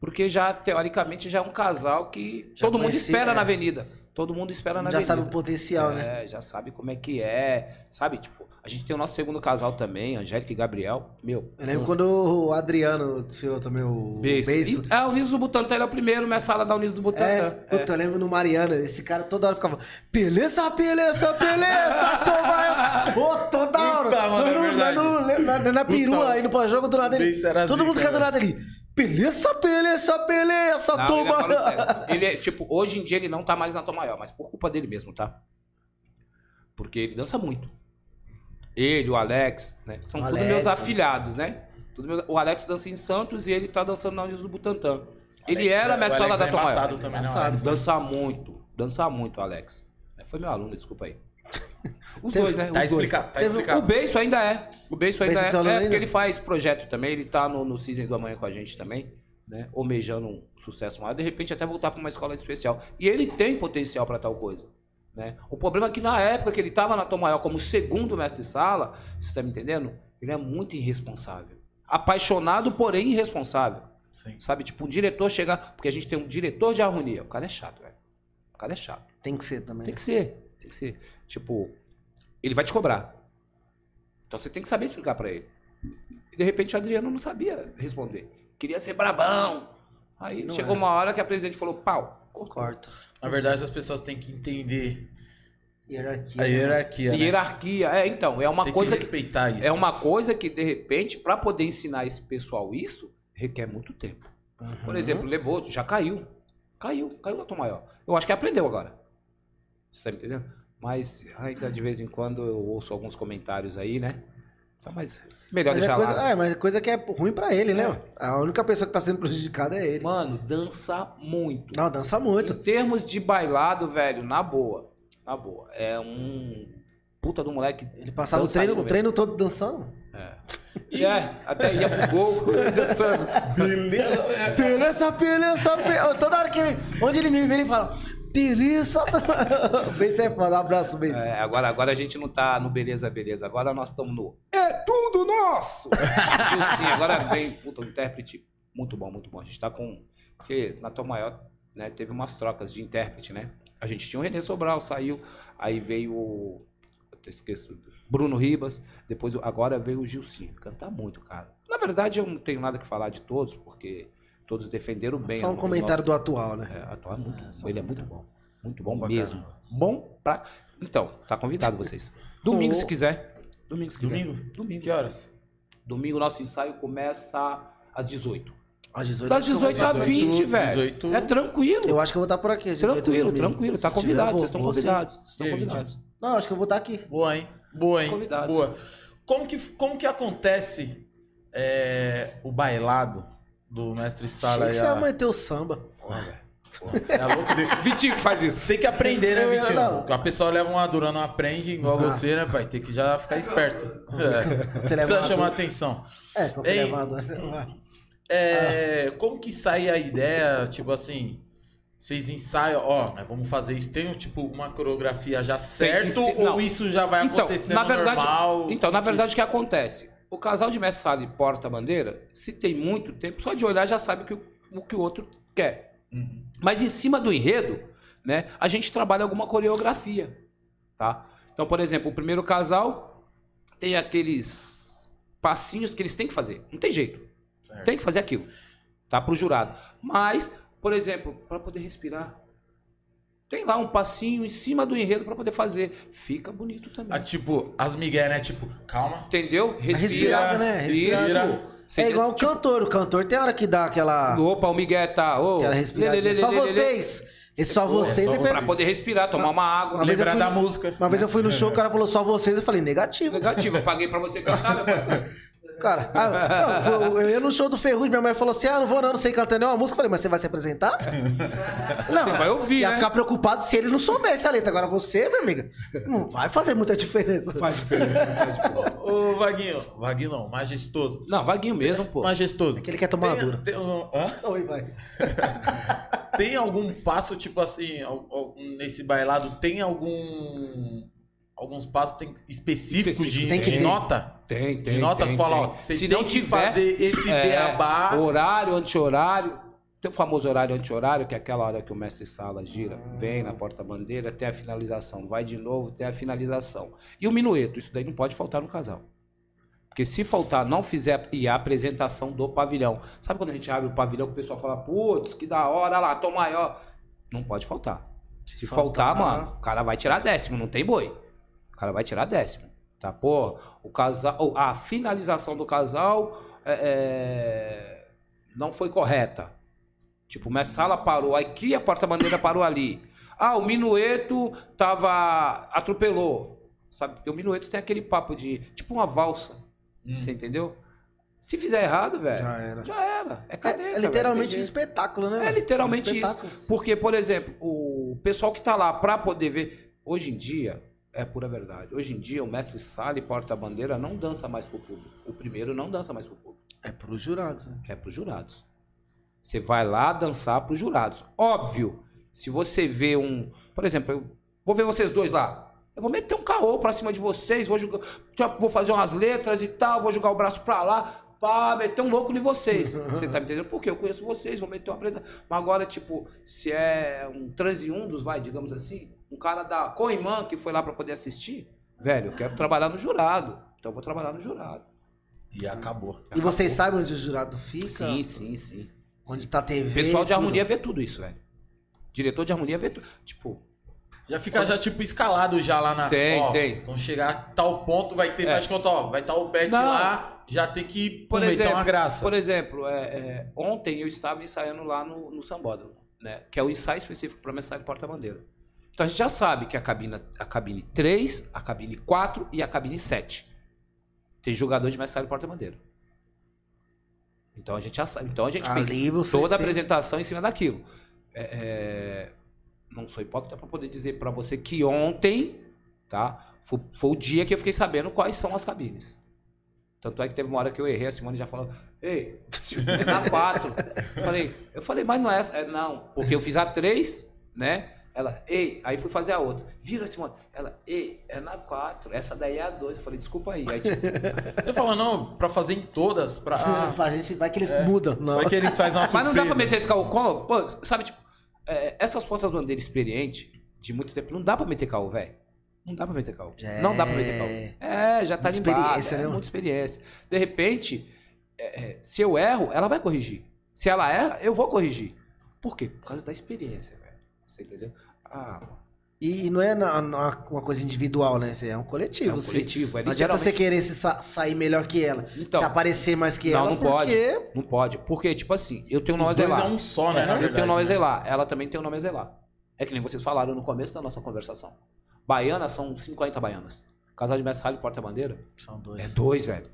[SPEAKER 1] Porque já, teoricamente, já é um casal que
[SPEAKER 2] Já
[SPEAKER 1] todo mundo
[SPEAKER 2] conheci,
[SPEAKER 1] espera
[SPEAKER 2] é.
[SPEAKER 1] na avenida. Todo mundo espera na
[SPEAKER 2] Já
[SPEAKER 1] avenida.
[SPEAKER 2] sabe o potencial, né?
[SPEAKER 1] É, já sabe como é que é, sabe? Tipo, A gente tem o nosso segundo casal também, Angélica e Gabriel. Meu.
[SPEAKER 2] Eu lembro
[SPEAKER 1] uns-
[SPEAKER 2] quando o Adriano desfilou também o
[SPEAKER 1] Beijo.
[SPEAKER 2] Beijo.
[SPEAKER 1] E- Ah, o Niso do Butantan ele é o primeiro, minha sala da Uniso do
[SPEAKER 2] É,
[SPEAKER 1] Butantan. É.
[SPEAKER 2] puta, eu lembro no Mariana, esse cara toda hora ficava, beleza, beleza, beleza, toma eu." Ô, toda hora.
[SPEAKER 3] Puta, mano, é
[SPEAKER 2] Nós
[SPEAKER 3] verdade.
[SPEAKER 2] não- nós não- na, na- na perua,
[SPEAKER 3] Puta.
[SPEAKER 2] aí no pós-jogo, do nada ele,
[SPEAKER 3] Isso era
[SPEAKER 2] todo
[SPEAKER 3] zica,
[SPEAKER 2] mundo que é do
[SPEAKER 3] velho.
[SPEAKER 2] nada ali, beleza, beleza, beleza,
[SPEAKER 1] Não, ele, é
[SPEAKER 2] toma
[SPEAKER 1] falando sério. Ele é, tipo, hoje em dia ele não tá mais na Tom Maior, mas por culpa dele mesmo, tá? Porque ele dança muito. Ele, o Alex, né? São
[SPEAKER 2] O
[SPEAKER 1] todos
[SPEAKER 2] Alex,
[SPEAKER 1] meus
[SPEAKER 2] né?
[SPEAKER 1] afilhados, né? Tudo meus- O Alex dança em Santos e ele tá dançando na Uniso do Butantan. Ele
[SPEAKER 3] Alex,
[SPEAKER 1] era
[SPEAKER 3] né?
[SPEAKER 1] minha
[SPEAKER 3] O
[SPEAKER 1] sala
[SPEAKER 3] Alex
[SPEAKER 1] da
[SPEAKER 3] é
[SPEAKER 1] Tom Maior.
[SPEAKER 3] embaçado também, né?
[SPEAKER 2] Embaçado.
[SPEAKER 1] Dançar muito. Dançar muito, Alex. É, Foi meu aluno, desculpa aí. Os
[SPEAKER 2] Teve-
[SPEAKER 1] dois, né?
[SPEAKER 3] Tá
[SPEAKER 1] Os dois.
[SPEAKER 3] explicado, tá
[SPEAKER 2] Teve-
[SPEAKER 1] O
[SPEAKER 3] explicado.
[SPEAKER 1] Beiço ainda é. O Beiço ainda
[SPEAKER 2] Beiço é seu aluno
[SPEAKER 1] é. É,
[SPEAKER 2] ainda?
[SPEAKER 1] porque ele faz projeto também. Ele tá no, no Season do Amanhã com a gente também, né? Almejando um sucesso maior. De repente até voltar pra uma escola especial. E ele tem potencial pra tal coisa. Né? O problema é que na época que ele tava na Tom Maior como segundo mestre-sala, você tá me entendendo? Ele é muito irresponsável. Apaixonado, porém irresponsável.
[SPEAKER 3] Sim.
[SPEAKER 1] Sabe, tipo, um diretor chegar. Porque a gente tem um diretor de harmonia. O cara é chato, velho. O cara é chato.
[SPEAKER 2] Tem que ser também.
[SPEAKER 1] Tem
[SPEAKER 2] né?
[SPEAKER 1] que ser. Tem que ser. Tipo, ele vai te cobrar. Então você tem que saber explicar pra ele. E de repente o Adriano não sabia responder. Queria ser brabão. Aí
[SPEAKER 2] Não
[SPEAKER 1] chegou
[SPEAKER 2] é.
[SPEAKER 1] uma hora que a presidente falou: pau.
[SPEAKER 2] Concordo.
[SPEAKER 3] Na verdade, as pessoas têm que entender
[SPEAKER 2] Hierarquia.
[SPEAKER 3] a hierarquia. né?
[SPEAKER 1] Hierarquia. É, então, é uma
[SPEAKER 3] Tem
[SPEAKER 1] coisa
[SPEAKER 3] que
[SPEAKER 1] que.
[SPEAKER 3] respeitar isso.
[SPEAKER 1] É uma coisa que, de repente, pra poder ensinar esse pessoal isso, requer muito tempo.
[SPEAKER 2] Uhum.
[SPEAKER 1] Por exemplo, levou, já caiu. Caiu, caiu na Tom Maior. Eu acho que aprendeu agora. Você tá me entendendo? Mas ainda de vez em quando eu ouço alguns comentários aí, né? Então, mas melhor
[SPEAKER 2] Mas é,
[SPEAKER 1] deixar
[SPEAKER 2] coisa,
[SPEAKER 1] lá.
[SPEAKER 2] é, mas é coisa que é ruim pra ele, né? A única pessoa que tá sendo prejudicada é ele.
[SPEAKER 1] Mano, dança muito.
[SPEAKER 2] Não, dança muito.
[SPEAKER 1] Em termos de bailado, velho, na boa. Na boa. É um puta do moleque.
[SPEAKER 2] Ele passava o
[SPEAKER 1] Dançar
[SPEAKER 2] treino, o
[SPEAKER 1] muito
[SPEAKER 2] treino todo dançando.
[SPEAKER 1] E é, até ia pro gol dançando.
[SPEAKER 3] Beleza.
[SPEAKER 2] Beleza, beleza, beleza. Toda hora que ele. Onde ele me vê, ele fala. Beleza. Beijo é foda. Abraço, beijo.
[SPEAKER 1] É, agora, agora a gente não tá no beleza, beleza. Agora nós estamos no É Tudo Nosso! E Sim, agora vem puta, um intérprete muito bom, muito bom. A gente tá com. Porque na Tom Maior né, teve umas trocas de intérprete, né? A gente tinha o Renê Sobral, saiu. Aí veio o. Eu até esqueço. Bruno Ribas. Depois, o- agora veio o Gilcinho. Canta muito, cara. Na verdade, eu não tenho nada que falar de todos, porque todos defenderam bem.
[SPEAKER 2] Só um
[SPEAKER 1] os
[SPEAKER 2] comentário do atual, né?
[SPEAKER 1] é, atual é muito
[SPEAKER 2] É,
[SPEAKER 1] bom.
[SPEAKER 2] só
[SPEAKER 1] Ele é
[SPEAKER 2] comentar.
[SPEAKER 1] muito bom. Muito bom
[SPEAKER 3] Bacana.
[SPEAKER 1] mesmo. Bom pra. Então, tá convidado vocês. Domingo,
[SPEAKER 2] Oh.
[SPEAKER 1] se quiser. Domingo, se quiser.
[SPEAKER 3] Domingo?
[SPEAKER 1] Domingo.
[SPEAKER 3] Que horas?
[SPEAKER 1] Domingo, nosso ensaio começa às 18.
[SPEAKER 2] Às 18
[SPEAKER 1] Das tá 18 às 20,
[SPEAKER 3] 18,
[SPEAKER 1] velho.
[SPEAKER 3] 18.
[SPEAKER 1] É tranquilo.
[SPEAKER 2] é Eu acho que eu vou estar por aqui. às 18
[SPEAKER 1] tranquilo,
[SPEAKER 2] domingo.
[SPEAKER 1] tranquilo. Tá
[SPEAKER 2] Se tiver,
[SPEAKER 1] convidado.
[SPEAKER 2] vou-
[SPEAKER 1] Vocês estão
[SPEAKER 2] vou sim.
[SPEAKER 1] convidados. Vocês estão
[SPEAKER 3] E aí,
[SPEAKER 1] convidados.
[SPEAKER 2] Não, acho que eu vou estar aqui.
[SPEAKER 3] Boa, hein? Boa, hein?
[SPEAKER 1] Convidados.
[SPEAKER 3] Boa. Como que, como que acontece é, o bailado do mestre
[SPEAKER 2] Achei
[SPEAKER 3] Sala?
[SPEAKER 2] que
[SPEAKER 3] e
[SPEAKER 2] você ia
[SPEAKER 3] a...
[SPEAKER 2] manter o samba.
[SPEAKER 1] Porra, velho.
[SPEAKER 3] Você é louco? de-
[SPEAKER 1] Vitinho que faz isso.
[SPEAKER 3] Tem que aprender, né,
[SPEAKER 2] Eu ia-
[SPEAKER 3] Vitinho?
[SPEAKER 2] não. Ah.
[SPEAKER 3] A pessoa leva uma dura, não aprende, igual você, né, pai? Tem que já ficar esperto. É.
[SPEAKER 2] Você leva
[SPEAKER 3] Precisa
[SPEAKER 2] uma
[SPEAKER 3] chamar
[SPEAKER 2] dor.
[SPEAKER 3] atenção.
[SPEAKER 2] É, quando você
[SPEAKER 3] Ei.
[SPEAKER 2] levar a dor. Ah.
[SPEAKER 3] É, Como que sai a ideia, tipo assim... Vocês ensaiam, ó, nós vamos fazer isso. Tem, tipo, uma coreografia já certo
[SPEAKER 1] ser-
[SPEAKER 3] ou
[SPEAKER 1] não.
[SPEAKER 3] isso já vai
[SPEAKER 1] Então,
[SPEAKER 3] acontecendo
[SPEAKER 1] na verdade,
[SPEAKER 3] normal?
[SPEAKER 1] então, na verdade, o que acontece? O casal de mestre sala e porta-bandeira, se tem muito tempo, só de olhar já sabe que o, o que o outro quer.
[SPEAKER 3] Uhum.
[SPEAKER 1] Mas em cima do enredo, né, a gente trabalha alguma coreografia, tá? Então, por exemplo, o primeiro casal tem aqueles passinhos que eles têm que fazer. Não tem jeito.
[SPEAKER 3] Certo.
[SPEAKER 1] Tem que fazer aquilo, tá? Pro jurado. Mas, por exemplo, para poder respirar, tem lá um passinho em cima do enredo para poder fazer. Fica bonito também.
[SPEAKER 3] Ah, tipo, as migué, né? Tipo, calma.
[SPEAKER 1] Entendeu?
[SPEAKER 2] respirada, né?
[SPEAKER 3] Respirada.
[SPEAKER 1] Isso. Você
[SPEAKER 2] É
[SPEAKER 1] entende?
[SPEAKER 2] igual o cantor. O cantor tem hora que dá aquela,
[SPEAKER 1] Opa, o Miguel tá. ô.
[SPEAKER 2] aquela respiradinha. Só
[SPEAKER 1] Lê, lê, lê, lê, lê.
[SPEAKER 2] vocês. Esse só vocês
[SPEAKER 3] só
[SPEAKER 2] é
[SPEAKER 3] vocês.
[SPEAKER 1] Pra poder respirar, tomar uma água.
[SPEAKER 2] Uma vez eu
[SPEAKER 3] Lembrar
[SPEAKER 2] fui-
[SPEAKER 3] da música.
[SPEAKER 2] Uma vez eu fui no show, o cara falou só vocês. Eu falei, negativo.
[SPEAKER 1] Negativo, eu paguei pra você cantar, meu parceiro.
[SPEAKER 2] Cara, ah, não, foi- eu ia no show do Ferrugem, minha mãe falou assim: ah, não vou não, não sei cantar nenhuma música. Eu falei, mas você vai se apresentar? Não,
[SPEAKER 1] Você vai ouvir,
[SPEAKER 2] Ia
[SPEAKER 1] né?
[SPEAKER 2] ficar preocupado se ele não soubesse a letra. Agora você, minha amiga, não vai fazer muita diferença.
[SPEAKER 4] Faz diferença, não faz diferença.
[SPEAKER 3] Ô, Vaguinho. Vaguinho não, majestoso.
[SPEAKER 1] Não, vaguinho mesmo, pô.
[SPEAKER 3] Majestoso.
[SPEAKER 2] Aquele que é tomar uma
[SPEAKER 3] Tem-
[SPEAKER 2] dura.
[SPEAKER 3] Tem, um- hã?
[SPEAKER 2] Oi, vai.
[SPEAKER 3] Tem algum passo, tipo assim, al- al- nesse bailado, tem algum. Alguns passos tem específicos de,
[SPEAKER 1] Específico.
[SPEAKER 2] Tem que
[SPEAKER 3] de
[SPEAKER 2] ter.
[SPEAKER 3] nota?
[SPEAKER 1] Tem,
[SPEAKER 3] de notas fala, ó, você
[SPEAKER 1] Se
[SPEAKER 3] tem
[SPEAKER 1] não
[SPEAKER 3] que
[SPEAKER 1] tiver,
[SPEAKER 3] fazer esse
[SPEAKER 1] é,
[SPEAKER 3] beabá.
[SPEAKER 1] Horário, anti-horário. Tem o famoso horário anti-horário, que é aquela hora que o mestre sala gira, vem na porta-bandeira até a finalização, vai de novo até a finalização. E o minueto, isso daí não pode faltar no casal. Porque se faltar, não fizer e a apresentação do pavilhão. Sabe quando a gente abre o pavilhão que o pessoal fala, putz, que da hora olha lá, tô maior. Não pode faltar. Se faltar, mano, o cara vai tirar décimo, não tem boi. O cara vai tirar décimo. Tá, pô, o casal. A finalização do casal é, é, não foi correta. Tipo, minha sala parou aqui, a porta-bandeira parou ali. Ah, o minueto tava. atropelou. Sabe? Porque o minueto tem aquele papo de. Tipo uma valsa. Você entendeu? Se fizer errado, velho.
[SPEAKER 2] Hum. Já era.
[SPEAKER 1] Já era. É careta.
[SPEAKER 2] É,
[SPEAKER 1] É. velho,
[SPEAKER 2] literalmente
[SPEAKER 1] tem
[SPEAKER 2] um
[SPEAKER 1] jeito.
[SPEAKER 2] espetáculo, né?
[SPEAKER 1] É
[SPEAKER 2] velho?
[SPEAKER 1] literalmente
[SPEAKER 2] um
[SPEAKER 1] isso.
[SPEAKER 2] espetáculo.
[SPEAKER 1] Porque, por exemplo, o pessoal que tá lá pra poder ver. Hoje em dia, é pura verdade. Hoje em dia, o mestre sala e porta-bandeira não dança mais pro público. O primeiro não dança mais pro público.
[SPEAKER 2] É pros jurados, né?
[SPEAKER 1] É pros jurados. Você vai lá dançar pros jurados. Óbvio, se você vê um. Por exemplo, eu vou ver vocês dois lá. Eu vou meter um caô pra cima de vocês, vou jogar. já Vou fazer umas letras e tal, vou jogar o braço pra lá, pá, meter um louco em vocês. Você tá me entendendo? Porque eu conheço vocês, vou meter uma presa. Mas agora, tipo, se é um transiundos, vai, digamos assim, um cara da Coimã que foi lá pra poder assistir, velho, eu quero trabalhar no jurado. Então eu vou trabalhar no jurado.
[SPEAKER 3] E acabou.
[SPEAKER 2] E vocês sabem onde o jurado fica?
[SPEAKER 1] Sim, sim, sim.
[SPEAKER 2] Onde tá a TV?
[SPEAKER 1] O pessoal de
[SPEAKER 2] tudo.
[SPEAKER 1] harmonia vê tudo isso, velho. Diretor de harmonia vê tudo. Tipo,
[SPEAKER 3] Já fica já, tipo, escalado já lá na.
[SPEAKER 1] Tem,
[SPEAKER 3] ó,
[SPEAKER 1] tem.
[SPEAKER 3] Quando chegar a tal ponto, vai ter,
[SPEAKER 1] É.
[SPEAKER 3] faz de conta, ó, vai estar o bet
[SPEAKER 1] Não.
[SPEAKER 3] lá, já tem que
[SPEAKER 1] por
[SPEAKER 3] pô, meter
[SPEAKER 1] exemplo,
[SPEAKER 3] uma graça.
[SPEAKER 1] Por exemplo, é, é, ontem eu estava ensaiando lá no, no Sambódromo, né? Que é o ensaio específico para mensagem porta-bandeira. Então a gente já sabe que a cabine, a cabine 3, a cabine 4 e a cabine 7. Tem jogador de mensagem porta-bandeira. Então a gente já sabe. Então a gente fez
[SPEAKER 2] Ali vocês
[SPEAKER 1] toda a
[SPEAKER 2] têm-
[SPEAKER 1] apresentação em cima daquilo. É, é, não sou hipócrita para poder dizer para você que ontem, tá? Foi, foi o dia que eu fiquei sabendo quais são as cabines. Tanto é que teve uma hora que eu errei, a Simone já falou, ei, é na 4. Eu falei, eu falei, mas não é essa. É, não, porque eu fiz a 3, né? Ela, ei, aí fui fazer a outra. Vira, Simone. Ela, ei, é na 4. Essa daí é a 2. Eu falei, desculpa aí. Aí, tipo,
[SPEAKER 3] Você fala, não, pra fazer em todas, pra. Ah,
[SPEAKER 2] Pra Ah, gente, vai que eles
[SPEAKER 1] É.
[SPEAKER 2] mudam. Não.
[SPEAKER 3] Vai que ele faz uma surpresa.
[SPEAKER 1] Mas não dá pra meter esse caô com. Pô, sabe, tipo, é, essas portas bandeira experiente de muito tempo, não dá pra meter caô, velho. Não dá pra meter caô.
[SPEAKER 2] Já
[SPEAKER 1] Não dá pra meter
[SPEAKER 2] é-
[SPEAKER 1] caô. É, já tá
[SPEAKER 2] Muita
[SPEAKER 1] limbada,
[SPEAKER 2] experiência,
[SPEAKER 1] é,
[SPEAKER 2] né, mano?
[SPEAKER 1] Muita experiência. De repente, é, é, se eu erro, ela vai corrigir. Se ela erra, eu vou corrigir. Por quê? Por causa da experiência, velho. Você entendeu? Ah,
[SPEAKER 2] E, e não é na- na- uma coisa individual, né? Isso é um
[SPEAKER 1] é
[SPEAKER 2] coletivo.
[SPEAKER 1] um
[SPEAKER 2] sim.
[SPEAKER 1] coletivo. É
[SPEAKER 2] Não adianta você
[SPEAKER 1] literalmente-
[SPEAKER 2] querer se sa- sair melhor que ela.
[SPEAKER 1] Então,
[SPEAKER 2] se aparecer mais que
[SPEAKER 1] não,
[SPEAKER 2] ela,
[SPEAKER 1] não pode.
[SPEAKER 2] porque
[SPEAKER 1] não pode. Porque, tipo assim, eu tenho um
[SPEAKER 3] Os dois
[SPEAKER 1] lá.
[SPEAKER 3] é um só, né? na
[SPEAKER 1] Eu
[SPEAKER 3] verdade,
[SPEAKER 1] tenho o nome a
[SPEAKER 3] né?
[SPEAKER 1] zelar, ela também tem o nome a zelar. É que nem vocês falaram no começo da nossa conversação. Baianas são 50 baianas. Casal de mestre e porta-bandeira
[SPEAKER 2] São
[SPEAKER 1] é
[SPEAKER 2] dois.
[SPEAKER 1] dois, velho.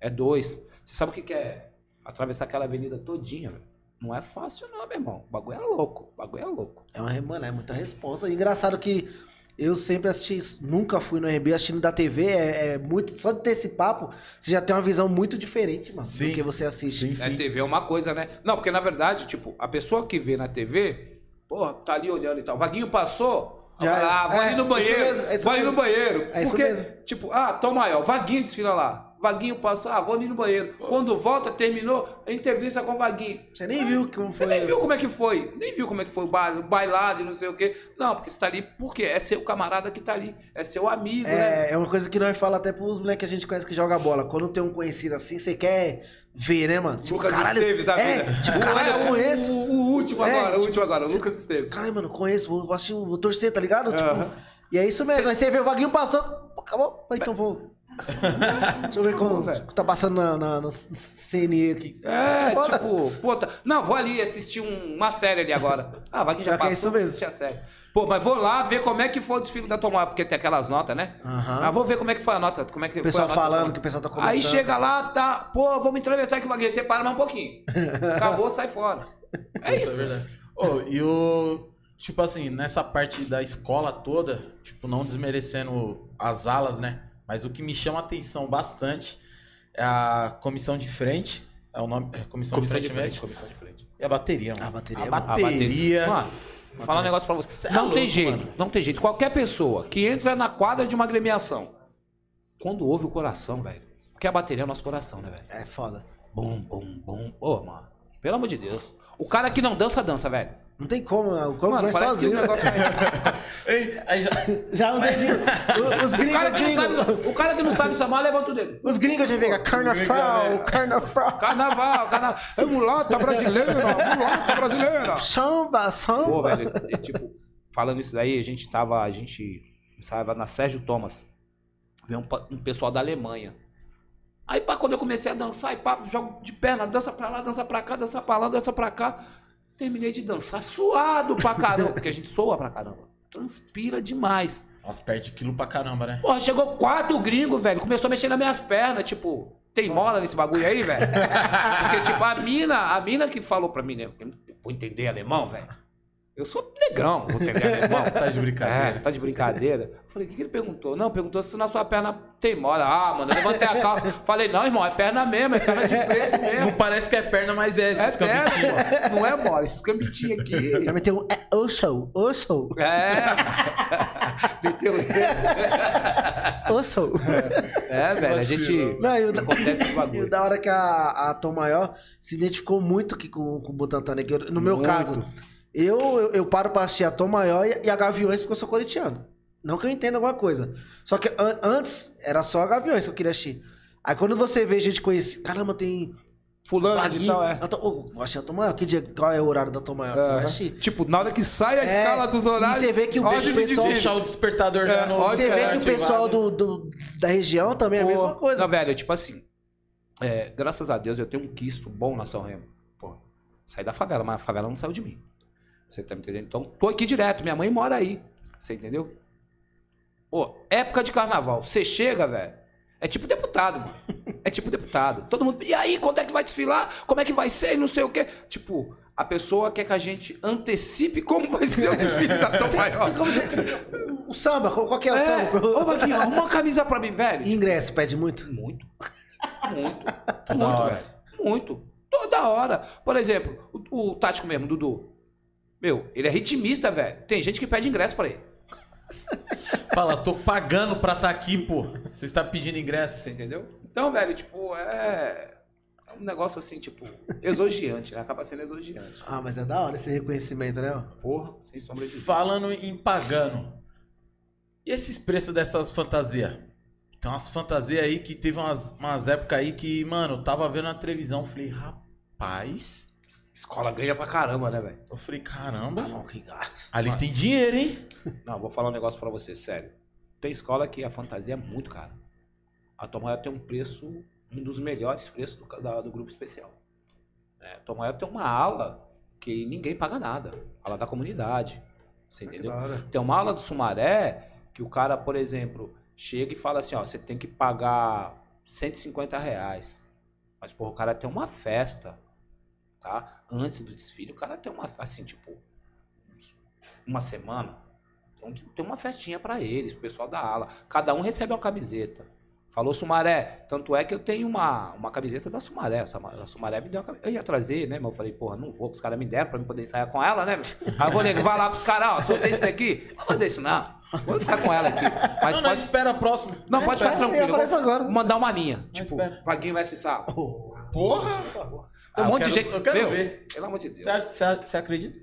[SPEAKER 1] É dois. Você sabe o que que é atravessar aquela avenida todinha, velho? Não é fácil não, meu irmão. O bagulho é louco. O bagulho é louco.
[SPEAKER 2] É uma, re- mano, é muita resposta. E Engraçado que eu sempre assisti, nunca fui no RB assistindo da TV, é, é muito. Só de ter esse papo, você já tem uma visão muito diferente, mano,
[SPEAKER 3] Sim.
[SPEAKER 2] do que você assiste.
[SPEAKER 3] Sim,
[SPEAKER 1] É,
[SPEAKER 3] sim.
[SPEAKER 1] TV é uma coisa, né? Não, porque na verdade, tipo, a pessoa que vê na TV, porra, tá ali olhando e tal. Vaguinho passou,
[SPEAKER 2] Já
[SPEAKER 1] vai lá,
[SPEAKER 2] é.
[SPEAKER 1] vai
[SPEAKER 2] É,
[SPEAKER 1] ali no
[SPEAKER 2] isso
[SPEAKER 1] banheiro,
[SPEAKER 2] mesmo, é isso
[SPEAKER 1] vai ali no
[SPEAKER 2] mesmo.
[SPEAKER 1] banheiro.
[SPEAKER 2] É isso
[SPEAKER 1] porque,
[SPEAKER 2] mesmo.
[SPEAKER 1] tipo, ah, tão maior, Vaguinho desfila lá. Vaguinho passa, ah, vou ali no banheiro. Quando volta, terminou, a entrevista com o Vaguinho.
[SPEAKER 2] Você nem viu como
[SPEAKER 1] Você
[SPEAKER 2] foi.
[SPEAKER 1] nem viu como é que foi, nem viu como é que foi o baile- o bailado e não sei o quê. Não, porque você tá ali, porque é seu camarada que tá ali, é seu amigo, né?
[SPEAKER 2] É, é uma coisa que nós fala até pros moleques que a gente conhece que joga bola. Quando tem um conhecido assim, você quer ver, né, mano? Tipo,
[SPEAKER 1] Lucas
[SPEAKER 2] caralho,
[SPEAKER 1] Esteves da
[SPEAKER 2] é,
[SPEAKER 1] vida.
[SPEAKER 2] Tipo,
[SPEAKER 1] É,
[SPEAKER 2] caralho,
[SPEAKER 1] o-
[SPEAKER 2] eu conheço.
[SPEAKER 1] O, o último
[SPEAKER 2] É,
[SPEAKER 1] agora, o
[SPEAKER 2] tipo,
[SPEAKER 1] último agora, o
[SPEAKER 2] se-
[SPEAKER 1] Lucas Esteves.
[SPEAKER 2] Caralho, mano, conheço, vou, vou assistir, vou torcer, tá ligado?
[SPEAKER 1] Aham.
[SPEAKER 2] Tipo, e é isso mesmo. Aí você vê o Vaguinho passando, pô, acabou, Pô, então vou. Deixa eu ver como
[SPEAKER 1] velho.
[SPEAKER 2] tá passando na, na, na CNE aqui.
[SPEAKER 1] É,
[SPEAKER 2] Foda.
[SPEAKER 1] tipo, pô, tá- não, vou ali assistir um- uma série ali agora. Ah, vai que já
[SPEAKER 2] Já que é
[SPEAKER 1] passou,
[SPEAKER 2] isso mesmo.
[SPEAKER 1] assistir a série. Pô, mas vou lá ver como é que foi o desfile da Tomar, porque tem aquelas notas, né?
[SPEAKER 2] Aham.
[SPEAKER 1] Ah, vou ver como é que foi a nota, como é que
[SPEAKER 2] O pessoal
[SPEAKER 1] foi a nota
[SPEAKER 2] falando,
[SPEAKER 1] da
[SPEAKER 2] que o pessoal tá
[SPEAKER 1] Tomar.
[SPEAKER 2] comentando.
[SPEAKER 1] Aí chega lá, tá, pô, vamos entrevistar aqui o Vaguinho, você para mais um pouquinho. Acabou, sai fora. É
[SPEAKER 3] Isso é
[SPEAKER 1] isso.
[SPEAKER 3] verdade. Ô, e o. Tipo assim, nessa parte da escola toda, tipo, não desmerecendo as alas, né? Mas o que me chama a atenção bastante é a comissão de frente. É o nome. É comissão,
[SPEAKER 1] Comissão
[SPEAKER 3] de
[SPEAKER 1] de
[SPEAKER 3] frente,
[SPEAKER 1] frente,
[SPEAKER 3] né?
[SPEAKER 1] comissão de frente.
[SPEAKER 3] E a bateria, mano.
[SPEAKER 2] A bateria, é
[SPEAKER 3] A
[SPEAKER 2] mano.
[SPEAKER 1] A bateria.
[SPEAKER 3] bateria.
[SPEAKER 1] Ah, Mano, vou falar um negócio pra você.
[SPEAKER 3] Cê é
[SPEAKER 1] não tem
[SPEAKER 3] louco,
[SPEAKER 1] jeito,
[SPEAKER 3] mano.
[SPEAKER 1] não tem jeito. Qualquer pessoa que entra na quadra de uma agremiação, quando ouve o coração, velho. Porque a bateria é o nosso coração, né, velho?
[SPEAKER 2] É foda.
[SPEAKER 1] Bum, bum, bum. Ô, mano. Pelo amor de Deus. O cara que não dança, dança, velho.
[SPEAKER 2] Não tem como, o corpo
[SPEAKER 1] Mano,
[SPEAKER 2] vai
[SPEAKER 1] parece que o
[SPEAKER 2] sozinho.
[SPEAKER 1] negócio é...
[SPEAKER 3] Ei, aí já-
[SPEAKER 2] Já não tem o- Os
[SPEAKER 1] O
[SPEAKER 2] gringos,
[SPEAKER 1] cara
[SPEAKER 2] os
[SPEAKER 1] que não
[SPEAKER 2] gringos.
[SPEAKER 1] sabe, o cara que não sabe sambar, levanta o dedo.
[SPEAKER 2] Os gringos já vem, carnaval, carnaval.
[SPEAKER 1] Carnaval, carnaval. É mulata brasileira, mulata brasileira.
[SPEAKER 2] Samba,
[SPEAKER 1] Pô,
[SPEAKER 2] samba.
[SPEAKER 1] velho, é, tipo, falando isso daí, a gente tava, a gente estava na Sérgio Thomas. Veio um, pa- um pessoal da Alemanha. Aí, pá, quando eu comecei a dançar, e pá, jogo de perna, dança pra lá, dança pra cá, dança pra lá, dança pra cá. Terminei de dançar suado pra caramba, porque a gente soa pra caramba. Transpira demais.
[SPEAKER 3] Nossa, perde quilo pra caramba, né?
[SPEAKER 1] Porra, chegou quatro gringos, velho. Começou a mexer nas minhas pernas, tipo, tem mola nesse bagulho aí, velho? Porque, tipo, a mina, a mina que falou pra mim, né? Eu vou entender alemão, velho. Eu sou negrão, vou entender alemão.
[SPEAKER 3] Tá de
[SPEAKER 1] É,
[SPEAKER 3] brincadeira.
[SPEAKER 1] tá de brincadeira? Eu Falei, o que, que ele perguntou? Não, perguntou se na sua perna tem mola. Ah, mano, eu levantei a calça. Falei, não, irmão, é perna mesmo, é perna de preto
[SPEAKER 3] Não
[SPEAKER 1] mesmo.
[SPEAKER 3] parece que é perna, mas é
[SPEAKER 1] É
[SPEAKER 3] esses
[SPEAKER 1] perna,
[SPEAKER 3] cambitinhos.
[SPEAKER 1] mano. não é mola, esses cambitinhos aqui.
[SPEAKER 2] Já meteu um. É, o show, o show,
[SPEAKER 1] É, meteu esse.
[SPEAKER 2] o show.
[SPEAKER 1] É, velho, a gente.
[SPEAKER 2] Não, e o, da-
[SPEAKER 1] Acontece esse
[SPEAKER 2] e o
[SPEAKER 1] bagulho.
[SPEAKER 2] da hora que a, a Tom Maior se identificou muito aqui com, com o Butantan, né? Que eu- no meu
[SPEAKER 1] Muito.
[SPEAKER 2] caso, eu, eu, eu paro pra assistir a Tom Maior e, e a Gaviões porque eu sou corintiano. Não que eu entenda alguma coisa. Só que an- antes era só a Gaviões que eu queria assistir. Aí quando você vê gente conhecida, caramba, tem
[SPEAKER 1] Fulano de
[SPEAKER 2] Wagyu.
[SPEAKER 1] tal, é.
[SPEAKER 2] a Tom- ô, vou assistir a Tom Maior. Que dia, qual é o horário da Tom Maior? Você vai
[SPEAKER 1] Aham.
[SPEAKER 2] assistir.
[SPEAKER 1] Tipo, na hora que sai
[SPEAKER 2] É,
[SPEAKER 1] a escala dos horários.
[SPEAKER 2] e você vê que o
[SPEAKER 1] ordem de
[SPEAKER 2] pessoal-
[SPEAKER 1] desfile.
[SPEAKER 3] Deixar o despertador já
[SPEAKER 1] É,
[SPEAKER 3] no.
[SPEAKER 1] óbvio,
[SPEAKER 2] Você vê que o
[SPEAKER 3] ativado.
[SPEAKER 2] pessoal do, do- da região também é a mesma
[SPEAKER 1] Porra.
[SPEAKER 2] coisa.
[SPEAKER 1] Não, velho, tipo assim. é, graças a Deus eu tenho um quisto bom na São Remo. Pô, saí da favela, mas a favela não saiu de mim. Você tá me entendendo? Então, tô aqui direto. Minha mãe mora aí. Você entendeu? Pô, época de carnaval. Você chega, velho. É tipo deputado, mano. É tipo deputado. Todo mundo. E aí, quando é que vai desfilar? Como é que vai ser? E Não sei o quê. Tipo, a pessoa quer que a gente antecipe como vai ser o desfile da Tom Maior.
[SPEAKER 2] Tem como você- O samba, qual, qual que é o
[SPEAKER 1] É,
[SPEAKER 2] samba?
[SPEAKER 1] ô Vaguinho, arruma uma camisa pra mim, velho.
[SPEAKER 2] E Ingresso, pede muito?
[SPEAKER 1] Muito. Muito.
[SPEAKER 3] da
[SPEAKER 1] muito,
[SPEAKER 3] hora.
[SPEAKER 1] velho. Muito. Toda hora. Por exemplo, o, o Tático mesmo, Dudu. Meu, ele é ritmista, velho. Tem gente que pede ingresso pra ele.
[SPEAKER 3] Fala, tô pagando pra estar aqui, pô. Você está pedindo ingresso.
[SPEAKER 1] Você entendeu? Então, velho, tipo, é. É um negócio assim, tipo, exogiante, né? Acaba sendo exogiante.
[SPEAKER 2] Ah, mas é da hora esse reconhecimento, né?
[SPEAKER 3] Uhum.
[SPEAKER 2] ó?
[SPEAKER 1] Porra, sem sombra de dúvida.
[SPEAKER 3] Falando em pagando. E esses preços dessas fantasias? Tem umas fantasias aí que teve umas, umas épocas aí que, mano, eu tava vendo na televisão. Falei, rapaz.
[SPEAKER 1] Escola ganha pra caramba, né, velho?
[SPEAKER 3] Eu falei, caramba.
[SPEAKER 2] Não, que gasto.
[SPEAKER 3] Ali tem dinheiro, hein?
[SPEAKER 1] Não, vou falar um negócio pra você, sério. Tem escola que a fantasia é muito cara. A Tomaia tem um preço, um dos melhores preços do, ca- da- do grupo especial. É, a Tomaia tem uma ala que ninguém paga nada. Ala da comunidade. Você
[SPEAKER 2] Ah, Que
[SPEAKER 1] entendeu?
[SPEAKER 2] da hora.
[SPEAKER 1] Tem uma aula do Sumaré que o cara, por exemplo, chega e fala assim, ó, você tem que pagar 150 reais. Mas, porra, o cara tem uma festa, tá? Antes do desfile, o cara tem uma, assim, tipo, uns- uma semana. Então, tem uma festinha pra eles, pro pessoal da ala. Cada um recebe uma camiseta. Falou Sumaré, tanto é que eu tenho uma, uma camiseta da Sumaré. A Suma- a Sumaré me deu uma camiseta. Eu ia trazer, né? Mas eu falei, porra, não vou, porque os caras me deram pra eu poder ensaiar com ela, né? meu? Aí eu vou ligar, vai lá pros caras, ó, soltei isso daqui. Não vou fazer isso, não. Vou ficar com ela aqui. Mas
[SPEAKER 3] não,
[SPEAKER 1] pode
[SPEAKER 3] nós espera a próxima.
[SPEAKER 1] não, pode
[SPEAKER 2] Eu
[SPEAKER 1] ficar
[SPEAKER 2] ia
[SPEAKER 1] tranquilo.
[SPEAKER 2] falar isso agora.
[SPEAKER 1] Mandar uma linha. Tipo,
[SPEAKER 3] espera.
[SPEAKER 1] Vaguinho vai se saco.
[SPEAKER 2] Ô,
[SPEAKER 3] Porra!
[SPEAKER 1] Tem um
[SPEAKER 3] Ah,
[SPEAKER 1] monte
[SPEAKER 3] eu
[SPEAKER 1] de
[SPEAKER 3] quero-
[SPEAKER 1] gente.
[SPEAKER 3] Eu quero
[SPEAKER 1] Meu,
[SPEAKER 3] ver.
[SPEAKER 1] Pelo amor de Deus.
[SPEAKER 3] Você ac- Você ac- você acredita?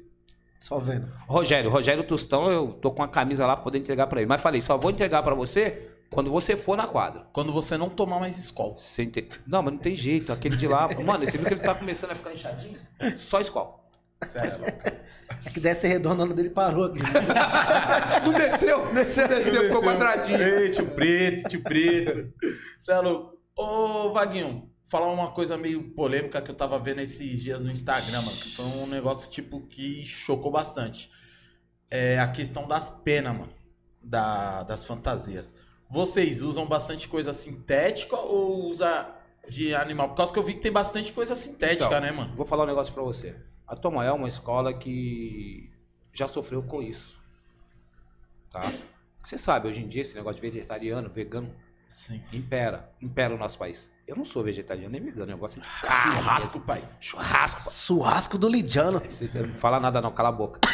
[SPEAKER 2] Só vendo.
[SPEAKER 1] Rogério, Rogério Tostão, eu tô com a camisa lá pra poder entregar pra ele. Mas falei, só vou entregar pra você quando você for na quadra.
[SPEAKER 3] Quando você não tomar mais escola.
[SPEAKER 1] Você ente- Não, mas não tem jeito. Aquele de lá. Mano, você viu que ele tá começando a ficar inchadinho? Só escola.
[SPEAKER 3] Sério.
[SPEAKER 2] É que desce redondo, o nome dele parou aqui.
[SPEAKER 1] Não desceu, não desceu, ficou quadradinho.
[SPEAKER 3] Ei, tio preto, tio preto. Você é louco. Ô, Vaguinho, falar uma coisa meio polêmica que eu tava vendo esses dias no Instagram, mano. Que foi um negócio, tipo, que chocou bastante. É a questão das penas, mano. Da, das fantasias. Vocês usam bastante coisa sintética ou usa de animal? Por causa que eu vi que tem bastante coisa sintética,
[SPEAKER 1] Então,
[SPEAKER 3] né, mano?
[SPEAKER 1] Vou falar um negócio pra você. A Tomoé é uma escola que já sofreu com isso. Tá? Você sabe, hoje em dia, esse negócio de vegetariano, vegano,
[SPEAKER 3] Sim.
[SPEAKER 1] Impera, impera o nosso país. Eu não sou vegetariano nem vegano, eu gosto de
[SPEAKER 3] Carrasco, pai.
[SPEAKER 1] churrasco. pá.
[SPEAKER 2] Churrasco do Lidiano.
[SPEAKER 1] Você tá- não fala nada não, cala a boca.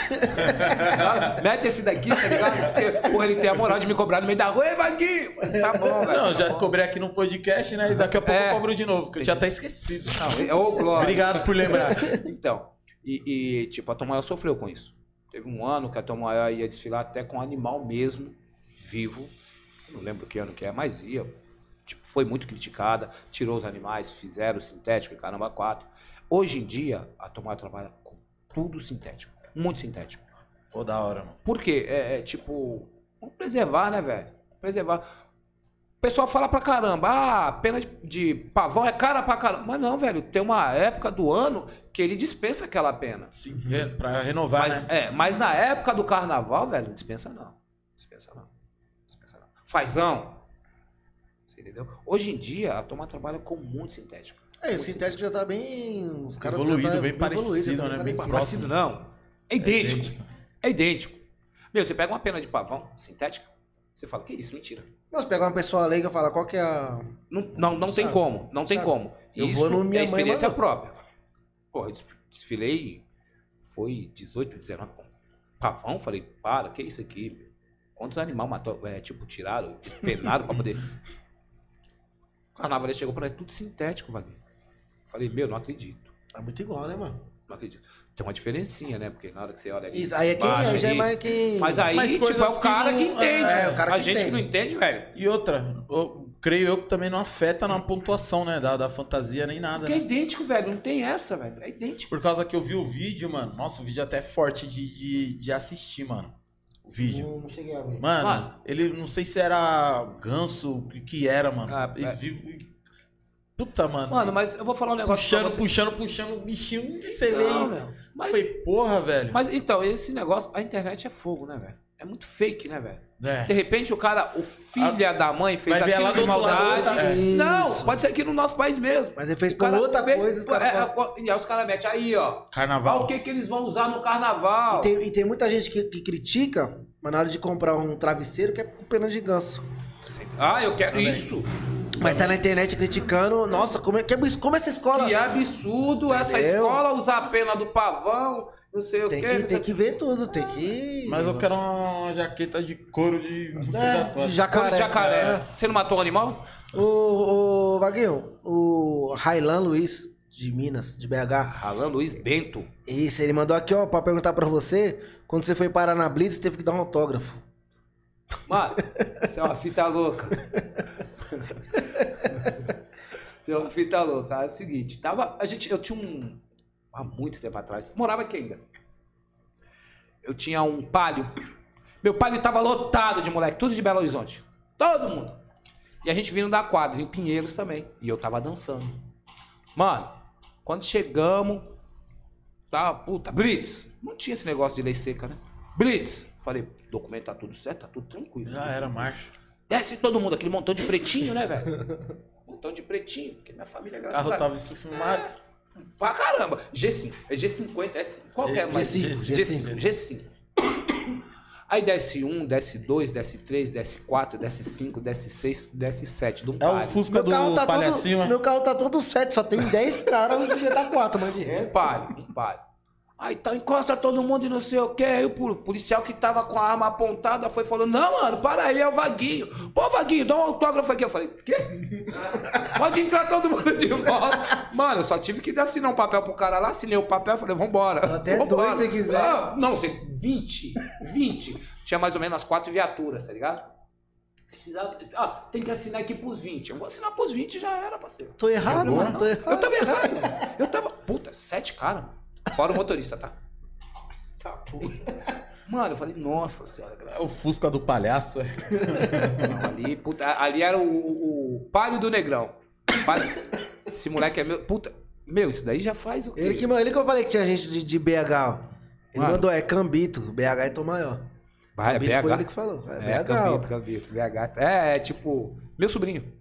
[SPEAKER 1] Tá? Mete esse daqui, tá ligado? Porque, porra, ele tem a moral de me cobrar no meio da rua. Ei, Vaguinho! Tá bom, velho.
[SPEAKER 3] Não, já cobrei aqui no podcast, né? E daqui a pouco
[SPEAKER 1] É.
[SPEAKER 3] eu cobro de novo, que eu
[SPEAKER 1] Sim.
[SPEAKER 3] tinha até esquecido.
[SPEAKER 1] É ô, Glória.
[SPEAKER 3] Obrigado por lembrar.
[SPEAKER 1] Então, e, e, tipo, a Tom Maior sofreu com isso. Teve um ano que a Tom Maior ia desfilar até com um animal mesmo, vivo. Eu Não lembro que ano que é, mas ia. Tipo, foi muito criticada, tirou os animais, fizeram o sintético e caramba, quatro. Hoje em dia, a Tom Maior trabalha com tudo sintético, muito sintético.
[SPEAKER 3] Pô, da hora, mano.
[SPEAKER 1] Por quê? É, é, tipo, vamos preservar, né, velho? Preservar. O pessoal fala pra caramba, ah, pena de, de pavão é cara pra caramba. Mas não, velho, tem uma época do ano que ele dispensa aquela pena.
[SPEAKER 3] Sim, re- pra renovar,
[SPEAKER 1] Uhum. mas,
[SPEAKER 3] né?
[SPEAKER 1] é, mas na época do carnaval, velho, dispensa não. Dispensa não. Dispensa não. Fazão. Você entendeu? Hoje em dia, a turma trabalha com muito sintético.
[SPEAKER 2] É, o sintético já tá bem. Os caras
[SPEAKER 3] Evoluído,
[SPEAKER 2] já tá
[SPEAKER 3] bem parecido,
[SPEAKER 2] já tá
[SPEAKER 3] né?
[SPEAKER 2] parecido.
[SPEAKER 3] Bem próximo.
[SPEAKER 1] Parecido não. É idêntico. É idêntico. Meu, você pega uma pena de pavão sintética, você fala, que isso, mentira.
[SPEAKER 2] Nós pegamos uma pessoa leiga e falar qual que é a.
[SPEAKER 1] Não, não, não tem
[SPEAKER 2] Sabe?
[SPEAKER 1] como, não tem
[SPEAKER 2] Sabe?
[SPEAKER 1] como.
[SPEAKER 2] Eu vou no minha
[SPEAKER 1] é
[SPEAKER 2] mãe
[SPEAKER 1] experiência
[SPEAKER 2] mandou.
[SPEAKER 1] própria. Pô, eu des- desfilei, foi 18, 19, com pavão, falei, para, que isso aqui? meu? Quantos animais matou, é, tipo, tiraram, despenaram pra poder... O carnavalesco chegou pra mim, é tudo sintético, Wagner. Falei, meu, não acredito,
[SPEAKER 2] É muito igual, né, mano?
[SPEAKER 1] não acredito. Tem uma diferencinha, né, porque na hora que você olha ali...
[SPEAKER 2] Isso, aí é
[SPEAKER 3] Ah,
[SPEAKER 2] quem.
[SPEAKER 1] embaixo
[SPEAKER 2] Aí já é
[SPEAKER 1] ali,
[SPEAKER 2] mais quem.
[SPEAKER 1] Mas aí,
[SPEAKER 3] Mas
[SPEAKER 1] tipo, é
[SPEAKER 3] coisas
[SPEAKER 1] o
[SPEAKER 3] que
[SPEAKER 1] cara
[SPEAKER 3] não-
[SPEAKER 1] que, entende.
[SPEAKER 2] é, o cara
[SPEAKER 1] a
[SPEAKER 2] que
[SPEAKER 1] gente
[SPEAKER 2] entende.
[SPEAKER 1] que não entende, velho.
[SPEAKER 3] E outra, eu- creio eu que também não afeta na pontuação, né? Da, da fantasia nem nada,
[SPEAKER 1] Porque é
[SPEAKER 3] né?
[SPEAKER 1] idêntico, velho, não tem essa, velho, é idêntico.
[SPEAKER 3] Por causa que eu vi o vídeo, mano. Nossa, o vídeo é até forte de, de, de assistir, mano. O vídeo.
[SPEAKER 2] Não, não cheguei a ver.
[SPEAKER 3] Mano,
[SPEAKER 1] Mano.
[SPEAKER 3] ele não sei se era ganso, o que- que era, mano.
[SPEAKER 1] Ah,
[SPEAKER 3] Eles
[SPEAKER 1] é.
[SPEAKER 3] vivem- Puta, mano.
[SPEAKER 1] Mano, mas eu vou falar um negócio pra
[SPEAKER 3] puxando,
[SPEAKER 1] você.
[SPEAKER 3] puxando, puxando, o bichinho de
[SPEAKER 1] Não,
[SPEAKER 3] celeiro.
[SPEAKER 1] meu. Mas,
[SPEAKER 3] Foi porra, velho.
[SPEAKER 1] mas então, esse negócio, a internet é fogo, né, velho? É muito fake, né, velho?
[SPEAKER 3] É.
[SPEAKER 1] De repente o cara, o filho da mãe fez
[SPEAKER 3] Ah, vai ver
[SPEAKER 1] aquilo
[SPEAKER 3] lá do
[SPEAKER 1] de
[SPEAKER 3] outro lado,
[SPEAKER 1] maldade.
[SPEAKER 3] tá- é.
[SPEAKER 1] Não,
[SPEAKER 2] Isso.
[SPEAKER 1] pode ser aqui no nosso país mesmo.
[SPEAKER 2] Mas ele fez
[SPEAKER 1] O
[SPEAKER 2] por
[SPEAKER 1] cara
[SPEAKER 2] outra
[SPEAKER 1] fez-
[SPEAKER 2] coisa, os caras
[SPEAKER 1] é,
[SPEAKER 2] falam.
[SPEAKER 1] é, E aí os caras metem aí, ó. Olha o
[SPEAKER 3] Carnaval.
[SPEAKER 1] que, que eles vão usar no
[SPEAKER 3] é,
[SPEAKER 1] carnaval.
[SPEAKER 2] E tem, e tem muita gente que, que critica, mas na hora de comprar um travesseiro que é com pena de ganso.
[SPEAKER 1] Ah, eu quero
[SPEAKER 3] Também.
[SPEAKER 1] isso.
[SPEAKER 2] Mas tá na internet criticando, nossa, como é que abs- como essa escola.
[SPEAKER 1] Que
[SPEAKER 3] é
[SPEAKER 1] absurdo essa
[SPEAKER 2] Entendeu?
[SPEAKER 1] escola usar a pena do pavão, não sei o
[SPEAKER 2] Tem
[SPEAKER 1] quê.
[SPEAKER 2] que,
[SPEAKER 1] não sei
[SPEAKER 2] tem
[SPEAKER 1] o
[SPEAKER 2] que ver tudo, tem que.
[SPEAKER 3] Mas eu quero uma jaqueta de couro de. Não sei das
[SPEAKER 2] É, de
[SPEAKER 3] quantas.
[SPEAKER 1] Couro
[SPEAKER 2] jacaré.
[SPEAKER 1] né? de jacaré. Você não matou um animal?
[SPEAKER 2] É. O, o Vaguinho, o Railan Luiz, de Minas, de BH.
[SPEAKER 1] Alan Luiz Bento.
[SPEAKER 2] Isso, ele mandou aqui, ó, pra perguntar pra você. Quando você foi parar na Blitz, teve que dar um autógrafo.
[SPEAKER 1] Mano, isso é uma fita louca. Isso é uma fita louca. É o seguinte, tava, a gente, eu tinha um. Há muito tempo atrás. Morava aqui ainda. Eu tinha um palio. Meu palio tava lotado de moleque, tudo de Belo Horizonte. Todo mundo. E a gente vindo da quadra, em Pinheiros também. E eu tava dançando. Mano, quando chegamos, Tá, puta, Blitz. Não tinha esse negócio de lei seca, né? Blitz. Falei, documento tá tudo certo, tá tudo tranquilo.
[SPEAKER 3] Já era, marcha.
[SPEAKER 1] Desce todo mundo, aquele montão de pretinho, né, velho? montão de pretinho, porque minha família,
[SPEAKER 3] O
[SPEAKER 1] graças
[SPEAKER 3] carro
[SPEAKER 1] a Deus,
[SPEAKER 3] tava insufilmado.
[SPEAKER 1] É. pra caramba. G5, é G50, é c- qualquer
[SPEAKER 3] G-
[SPEAKER 1] mais.
[SPEAKER 2] G5,
[SPEAKER 1] G5, G5. Aí desce 1, desce 2, desce 3, desce 4, desce 5, desce 6, desce 7 do
[SPEAKER 3] É o
[SPEAKER 1] palio.
[SPEAKER 3] Fusca do tá Palhacinho.
[SPEAKER 2] todo, meu carro tá todo certo, só tem 10 caras, eu devia dar 4, tá mas de
[SPEAKER 1] Um
[SPEAKER 2] resto.
[SPEAKER 1] palio, um palio. Aí tá, encosta todo mundo e não sei o que. Aí o pol- policial que tava com a arma apontada foi falando: Não, mano, para aí, é o Vaguinho. Pô, Vaguinho, dá um autógrafo aqui. Eu falei: Quê? Pode entrar todo mundo de volta. Mano, eu só tive que assinar um papel pro cara lá, assinei o papel, falei: Vambora.
[SPEAKER 2] Até
[SPEAKER 1] vambora.
[SPEAKER 2] dois se quiser.
[SPEAKER 1] Ah, não, você- 20, 20. Tinha mais ou menos as quatro viaturas, tá ligado? Se precisava. Ah, tem que assinar aqui pros 20. Eu vou assinar pros 20 já era, parceiro.
[SPEAKER 2] Tô errado,
[SPEAKER 1] Não,
[SPEAKER 2] mano,
[SPEAKER 1] não.
[SPEAKER 2] tô errado.
[SPEAKER 1] Eu tava errado. mano. Eu tava. Puta, sete caras, mano. Fora o motorista, tá?
[SPEAKER 2] Tá, pô.
[SPEAKER 1] Mano, eu falei, nossa senhora, graças
[SPEAKER 3] É o Fusca do Palhaço. é.
[SPEAKER 1] a Deus. Ali, puta, ali era o, o, o palio do negrão. Palio- Esse moleque é meu. Puta, meu, isso daí já faz o quê?
[SPEAKER 2] Ele que, ele que eu falei que tinha gente de, de BH, ó. Ele
[SPEAKER 1] Mano.
[SPEAKER 2] mandou, é Cambito, BH é Tom Maior.
[SPEAKER 1] Vai, é
[SPEAKER 2] Cambito foi ele
[SPEAKER 1] BH.
[SPEAKER 2] que falou, é,
[SPEAKER 1] É,
[SPEAKER 2] BH.
[SPEAKER 1] Cambito,
[SPEAKER 2] ó.
[SPEAKER 1] Cambito, BH. É, é tipo, meu sobrinho.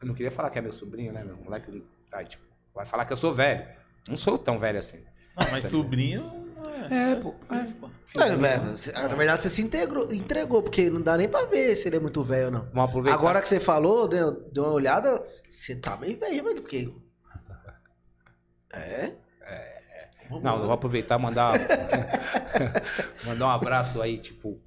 [SPEAKER 1] Eu não queria falar que é meu sobrinho, né, meu? Moleque, ai, tipo, vai falar que eu sou velho. Não sou tão velho assim.
[SPEAKER 3] Não, mas sobrinho.
[SPEAKER 1] É, pô, é.
[SPEAKER 2] Não, velho, você- ah, na verdade, você se integrou, entregou, porque não dá nem pra ver se ele é muito velho ou não.
[SPEAKER 1] Vamos aproveitar.
[SPEAKER 2] Agora que você falou, deu, deu uma olhada, você tá meio velho, velho, porque. É?
[SPEAKER 1] Não, eu vou aproveitar e mandar, mandar um abraço aí, tipo,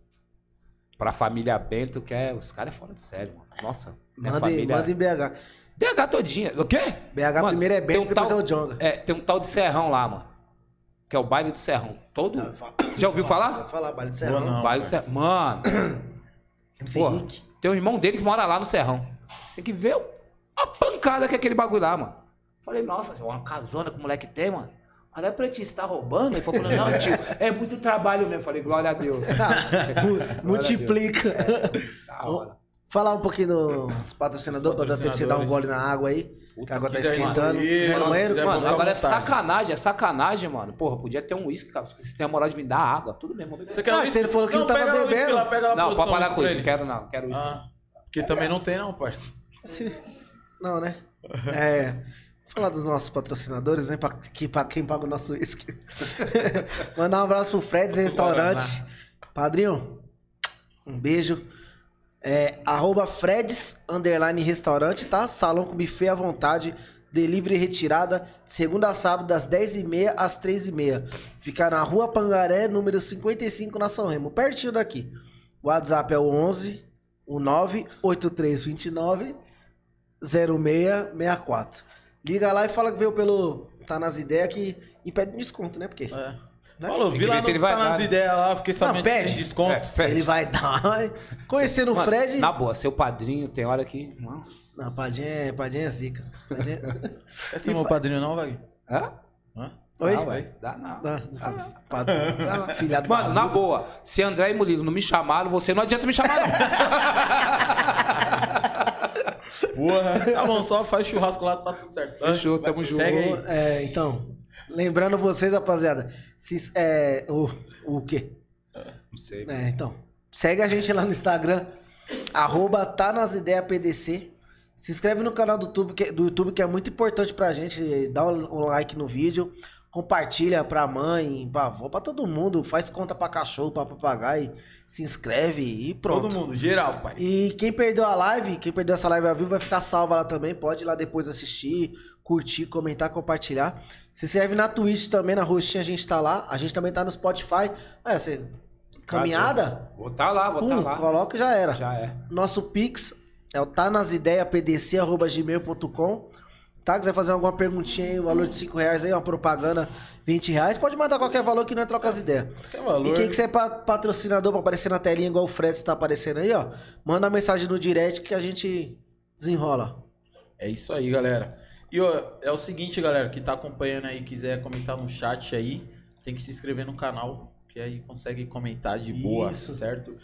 [SPEAKER 1] pra família Bento, que é. Os caras é fora de sério, mano. Nossa. minha
[SPEAKER 2] Manda, em-
[SPEAKER 1] família...
[SPEAKER 2] manda em BH.
[SPEAKER 1] BH todinha. O quê?
[SPEAKER 2] BH
[SPEAKER 1] Mano,
[SPEAKER 2] primeiro é
[SPEAKER 1] tem
[SPEAKER 2] Bento,
[SPEAKER 1] um
[SPEAKER 2] depois
[SPEAKER 1] tal-
[SPEAKER 2] é o Jonga.
[SPEAKER 1] É, tem um tal de Serrão lá, mano. Que é o baile do Serrão. Todo.
[SPEAKER 2] Não, fa-
[SPEAKER 1] Já ouviu falar?
[SPEAKER 2] Vou falar, é Baile de Serrão.
[SPEAKER 3] Boa, não,
[SPEAKER 1] baile do
[SPEAKER 3] cara.
[SPEAKER 1] Serrão. Mano,
[SPEAKER 2] MC
[SPEAKER 1] porra,
[SPEAKER 2] Henrique.
[SPEAKER 1] tem um irmão dele que mora lá no Serrão. Você tem que ver o- a pancada que é aquele bagulho lá, mano. Falei, nossa, é uma casona que o moleque tem, mano. Olha pra ti, você tá roubando? Ele falou, não, tio, é muito trabalho mesmo. Falei, glória a Deus.
[SPEAKER 2] Tá, mu- multiplica.
[SPEAKER 1] Da hora.
[SPEAKER 2] Falar um pouquinho dos patrocinadores, pra dar tempo de você dar um gole na água aí. que a água tá
[SPEAKER 3] quiser ir no
[SPEAKER 2] esquentando.
[SPEAKER 3] banheiro,
[SPEAKER 2] Quiser ir no banheiro?
[SPEAKER 3] quiser-
[SPEAKER 1] Mano,
[SPEAKER 3] fica à
[SPEAKER 1] agora é
[SPEAKER 3] vontade.
[SPEAKER 1] sacanagem, é sacanagem, mano. Porra, podia ter um uísque, cara. Vocês têm a moral de me dar água, tudo mesmo. vou beber.
[SPEAKER 3] Você quer
[SPEAKER 2] Ah,
[SPEAKER 3] um
[SPEAKER 2] se ele falou que não tava
[SPEAKER 3] pega lá o
[SPEAKER 2] bebendo.
[SPEAKER 3] uísque lá, pega lá,
[SPEAKER 1] Não,
[SPEAKER 3] produção,
[SPEAKER 1] pode parar com
[SPEAKER 3] pra
[SPEAKER 1] isso.
[SPEAKER 3] ele.
[SPEAKER 1] Não quero, não. Quero uísque.
[SPEAKER 3] Ah, porque também não tem não, parça.
[SPEAKER 2] Se- Não, né? É. Falar dos nossos patrocinadores, né? Pra, que, pra quem paga o nosso uísque. Mandar um abraço pro Fred's Restaurante. Padrinho, um beijo. É, arroba Fred's Underline Restaurante, tá? Salão com buffet à vontade. Delivery e retirada, segunda a sábado, das 10h30 às 13h30. Fica na Rua Pangaré, número 55, na São Remo, pertinho daqui. O WhatsApp é o 11 o 98329 0664. Liga lá e fala que veio pelo. Tá nas ideias que. E pede desconto, né? Porque.
[SPEAKER 3] É.
[SPEAKER 2] Né?
[SPEAKER 3] Falou,
[SPEAKER 1] Tem que
[SPEAKER 3] vi lá
[SPEAKER 1] ver
[SPEAKER 3] no,
[SPEAKER 1] se ele
[SPEAKER 3] tá
[SPEAKER 1] vai dar,
[SPEAKER 3] nas
[SPEAKER 1] né?
[SPEAKER 3] ideias lá, fiquei sabendo que
[SPEAKER 2] pede.
[SPEAKER 3] tem desconto.
[SPEAKER 1] É, pede.
[SPEAKER 2] Ele vai dar. Conhecendo o
[SPEAKER 1] Mano,
[SPEAKER 2] Fred.
[SPEAKER 1] Na boa, seu padrinho tem hora que. Nossa.
[SPEAKER 2] Não, Padinha é, Padinha é zica. Padinha...
[SPEAKER 3] Esse não é meu padrinho não, vai.
[SPEAKER 1] Hã?
[SPEAKER 3] Hã?
[SPEAKER 2] Oi? Tá,
[SPEAKER 1] Não, velho. Dá não.
[SPEAKER 2] Não, pad- Filhado
[SPEAKER 1] Mano, na
[SPEAKER 2] barbudo.
[SPEAKER 1] boa, se André e Murilo não me chamaram, você não adianta me chamar, não.
[SPEAKER 3] Porra. Tá bom, só faz churrasco lá, tá tudo certo.
[SPEAKER 1] Fechou,
[SPEAKER 3] Vai,
[SPEAKER 1] tamo
[SPEAKER 3] Segue
[SPEAKER 1] junto.
[SPEAKER 3] aí.
[SPEAKER 2] É, então. Lembrando vocês, rapaziada. Se, é, o, o quê?
[SPEAKER 1] Não sei.
[SPEAKER 2] É, então. Segue a gente lá no Instagram, arroba tá nas ideias PDC. Se inscreve no canal do YouTube, que, do YouTube, que é muito importante pra gente. Dá um, um like no vídeo. Compartilha pra mãe, pra avó, pra todo mundo. Faz conta pra cachorro, pra papagaio. Se inscreve e pronto.
[SPEAKER 3] Todo mundo, geral, pai.
[SPEAKER 2] E quem perdeu a live, quem perdeu essa live ao vivo, vai ficar salva lá também. Pode ir lá depois assistir, curtir, comentar, compartilhar. Se inscreve na Twitch também, na roxinha a gente tá lá. A gente também tá no Spotify. É, você. Caminhada?
[SPEAKER 1] Vou tá lá, vou tá
[SPEAKER 2] Pum,
[SPEAKER 1] lá.
[SPEAKER 2] coloca e já era.
[SPEAKER 1] Já é.
[SPEAKER 2] Nosso Pix é o tá nas ideias, pdc.gmail.com. Tá? Quiser fazer alguma perguntinha aí, o valor de 5 reais aí, uma propaganda, 20 reais, pode mandar qualquer valor que não é troca as ideias.
[SPEAKER 3] Que valor.
[SPEAKER 2] E quem quiser pa- patrocinador pra aparecer na telinha igual o Fred está aparecendo aí, ó, manda uma mensagem no direct que a gente desenrola.
[SPEAKER 3] É isso aí, galera. E ó, é o seguinte, galera, que tá acompanhando aí, quiser comentar no chat aí, tem que se inscrever no canal, que aí consegue comentar de boa,
[SPEAKER 2] Isso.
[SPEAKER 3] certo?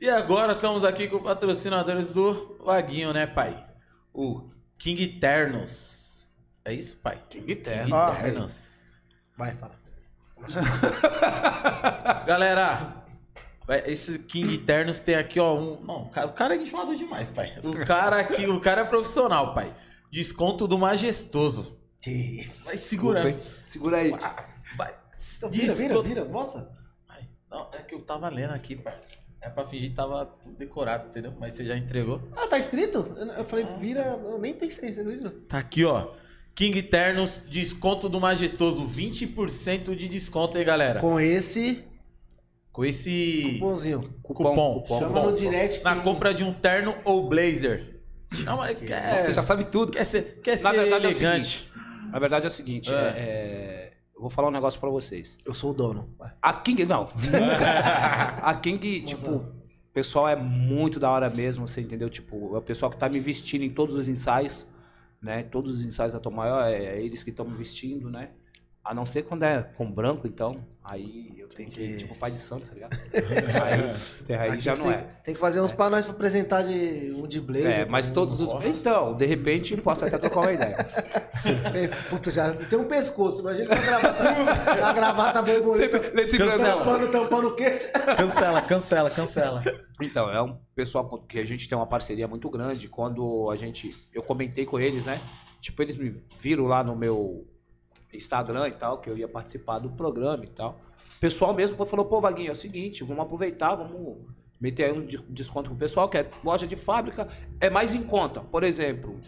[SPEAKER 3] E agora estamos aqui com patrocinadores do Vaguinho, né, pai? O King Ternos. É isso, pai?
[SPEAKER 1] King
[SPEAKER 3] King
[SPEAKER 1] Terra.
[SPEAKER 2] Ah,
[SPEAKER 3] Ternos.
[SPEAKER 2] Vai, fala.
[SPEAKER 3] Galera, vai- esse King Ternos tem aqui, ó, um... Não, o cara- o cara é enjoado demais, pai. O cara aqui, o cara é profissional, pai. Desconto do Majestoso.
[SPEAKER 2] Isso.
[SPEAKER 3] Vai segurando.
[SPEAKER 1] Segura aí.
[SPEAKER 3] Vai.
[SPEAKER 2] Então, vira, vira,
[SPEAKER 3] Desconto-
[SPEAKER 2] vira, mostra.
[SPEAKER 3] Ai, Não, é que eu tava lendo aqui, parça. É pra fingir que tava tudo decorado, entendeu? Mas você já entregou.
[SPEAKER 2] Ah, tá escrito? Eu eu falei, vira, eu nem pensei, você acredita?
[SPEAKER 3] Tá aqui, ó. King Ternos, desconto do Majestoso. 20% de desconto aí, galera. Com,
[SPEAKER 2] Com esse
[SPEAKER 3] esse
[SPEAKER 2] pãozinho.
[SPEAKER 3] cupom.
[SPEAKER 1] Cupom, cupom.
[SPEAKER 2] Chama no direct.
[SPEAKER 3] Na
[SPEAKER 2] que-
[SPEAKER 3] compra de um terno ou blazer. Chama aí. Quer,
[SPEAKER 1] Você já sabe tudo.
[SPEAKER 3] quer ser, quer
[SPEAKER 1] Na
[SPEAKER 3] ser
[SPEAKER 1] verdade, é o
[SPEAKER 3] elegante.
[SPEAKER 1] Na verdade é o seguinte,
[SPEAKER 2] Ah.
[SPEAKER 3] É.
[SPEAKER 1] é, é, eu vou falar um negócio pra vocês.
[SPEAKER 2] Eu sou o dono. Vai.
[SPEAKER 1] A King, não. nunca. a King, tipo,
[SPEAKER 2] Mozão.
[SPEAKER 1] o pessoal é muito da hora mesmo, você entendeu? Tipo, é o pessoal que tá me vestindo em todos os ensaios, né? Todos os ensaios da Tom Maior, é, é eles que estão me vestindo, né? A não ser quando é com branco, então, aí eu tenho que ir, tipo, pai de santo, tá ligado? aí, aí
[SPEAKER 2] Aqui
[SPEAKER 1] já
[SPEAKER 2] você
[SPEAKER 1] não
[SPEAKER 2] tem,
[SPEAKER 1] é.
[SPEAKER 2] Tem que fazer uns pra nós pra apresentar de um de blazer.
[SPEAKER 1] É, mas todos os... Então, de repente, posso até trocar uma ideia.
[SPEAKER 2] Esse puto já tem um pescoço, imagina com a gravata, a gravata borboleta,
[SPEAKER 1] Sempre Nesse
[SPEAKER 3] Cancela.
[SPEAKER 1] grandão.
[SPEAKER 2] tampando, tampando o queixo.
[SPEAKER 3] Cancela, cancela, cancela.
[SPEAKER 1] Então, é um pessoal com- que a gente tem uma parceria muito grande. Quando a gente. Eu comentei com eles, né? Tipo, eles me viram lá no meu Instagram e tal, que eu ia participar do programa e tal. O pessoal mesmo foi- falou, pô, Vaguinho, é o seguinte, vamos aproveitar, vamos meter aí um de- desconto pro pessoal, que é loja de fábrica, é mais em conta. Por exemplo,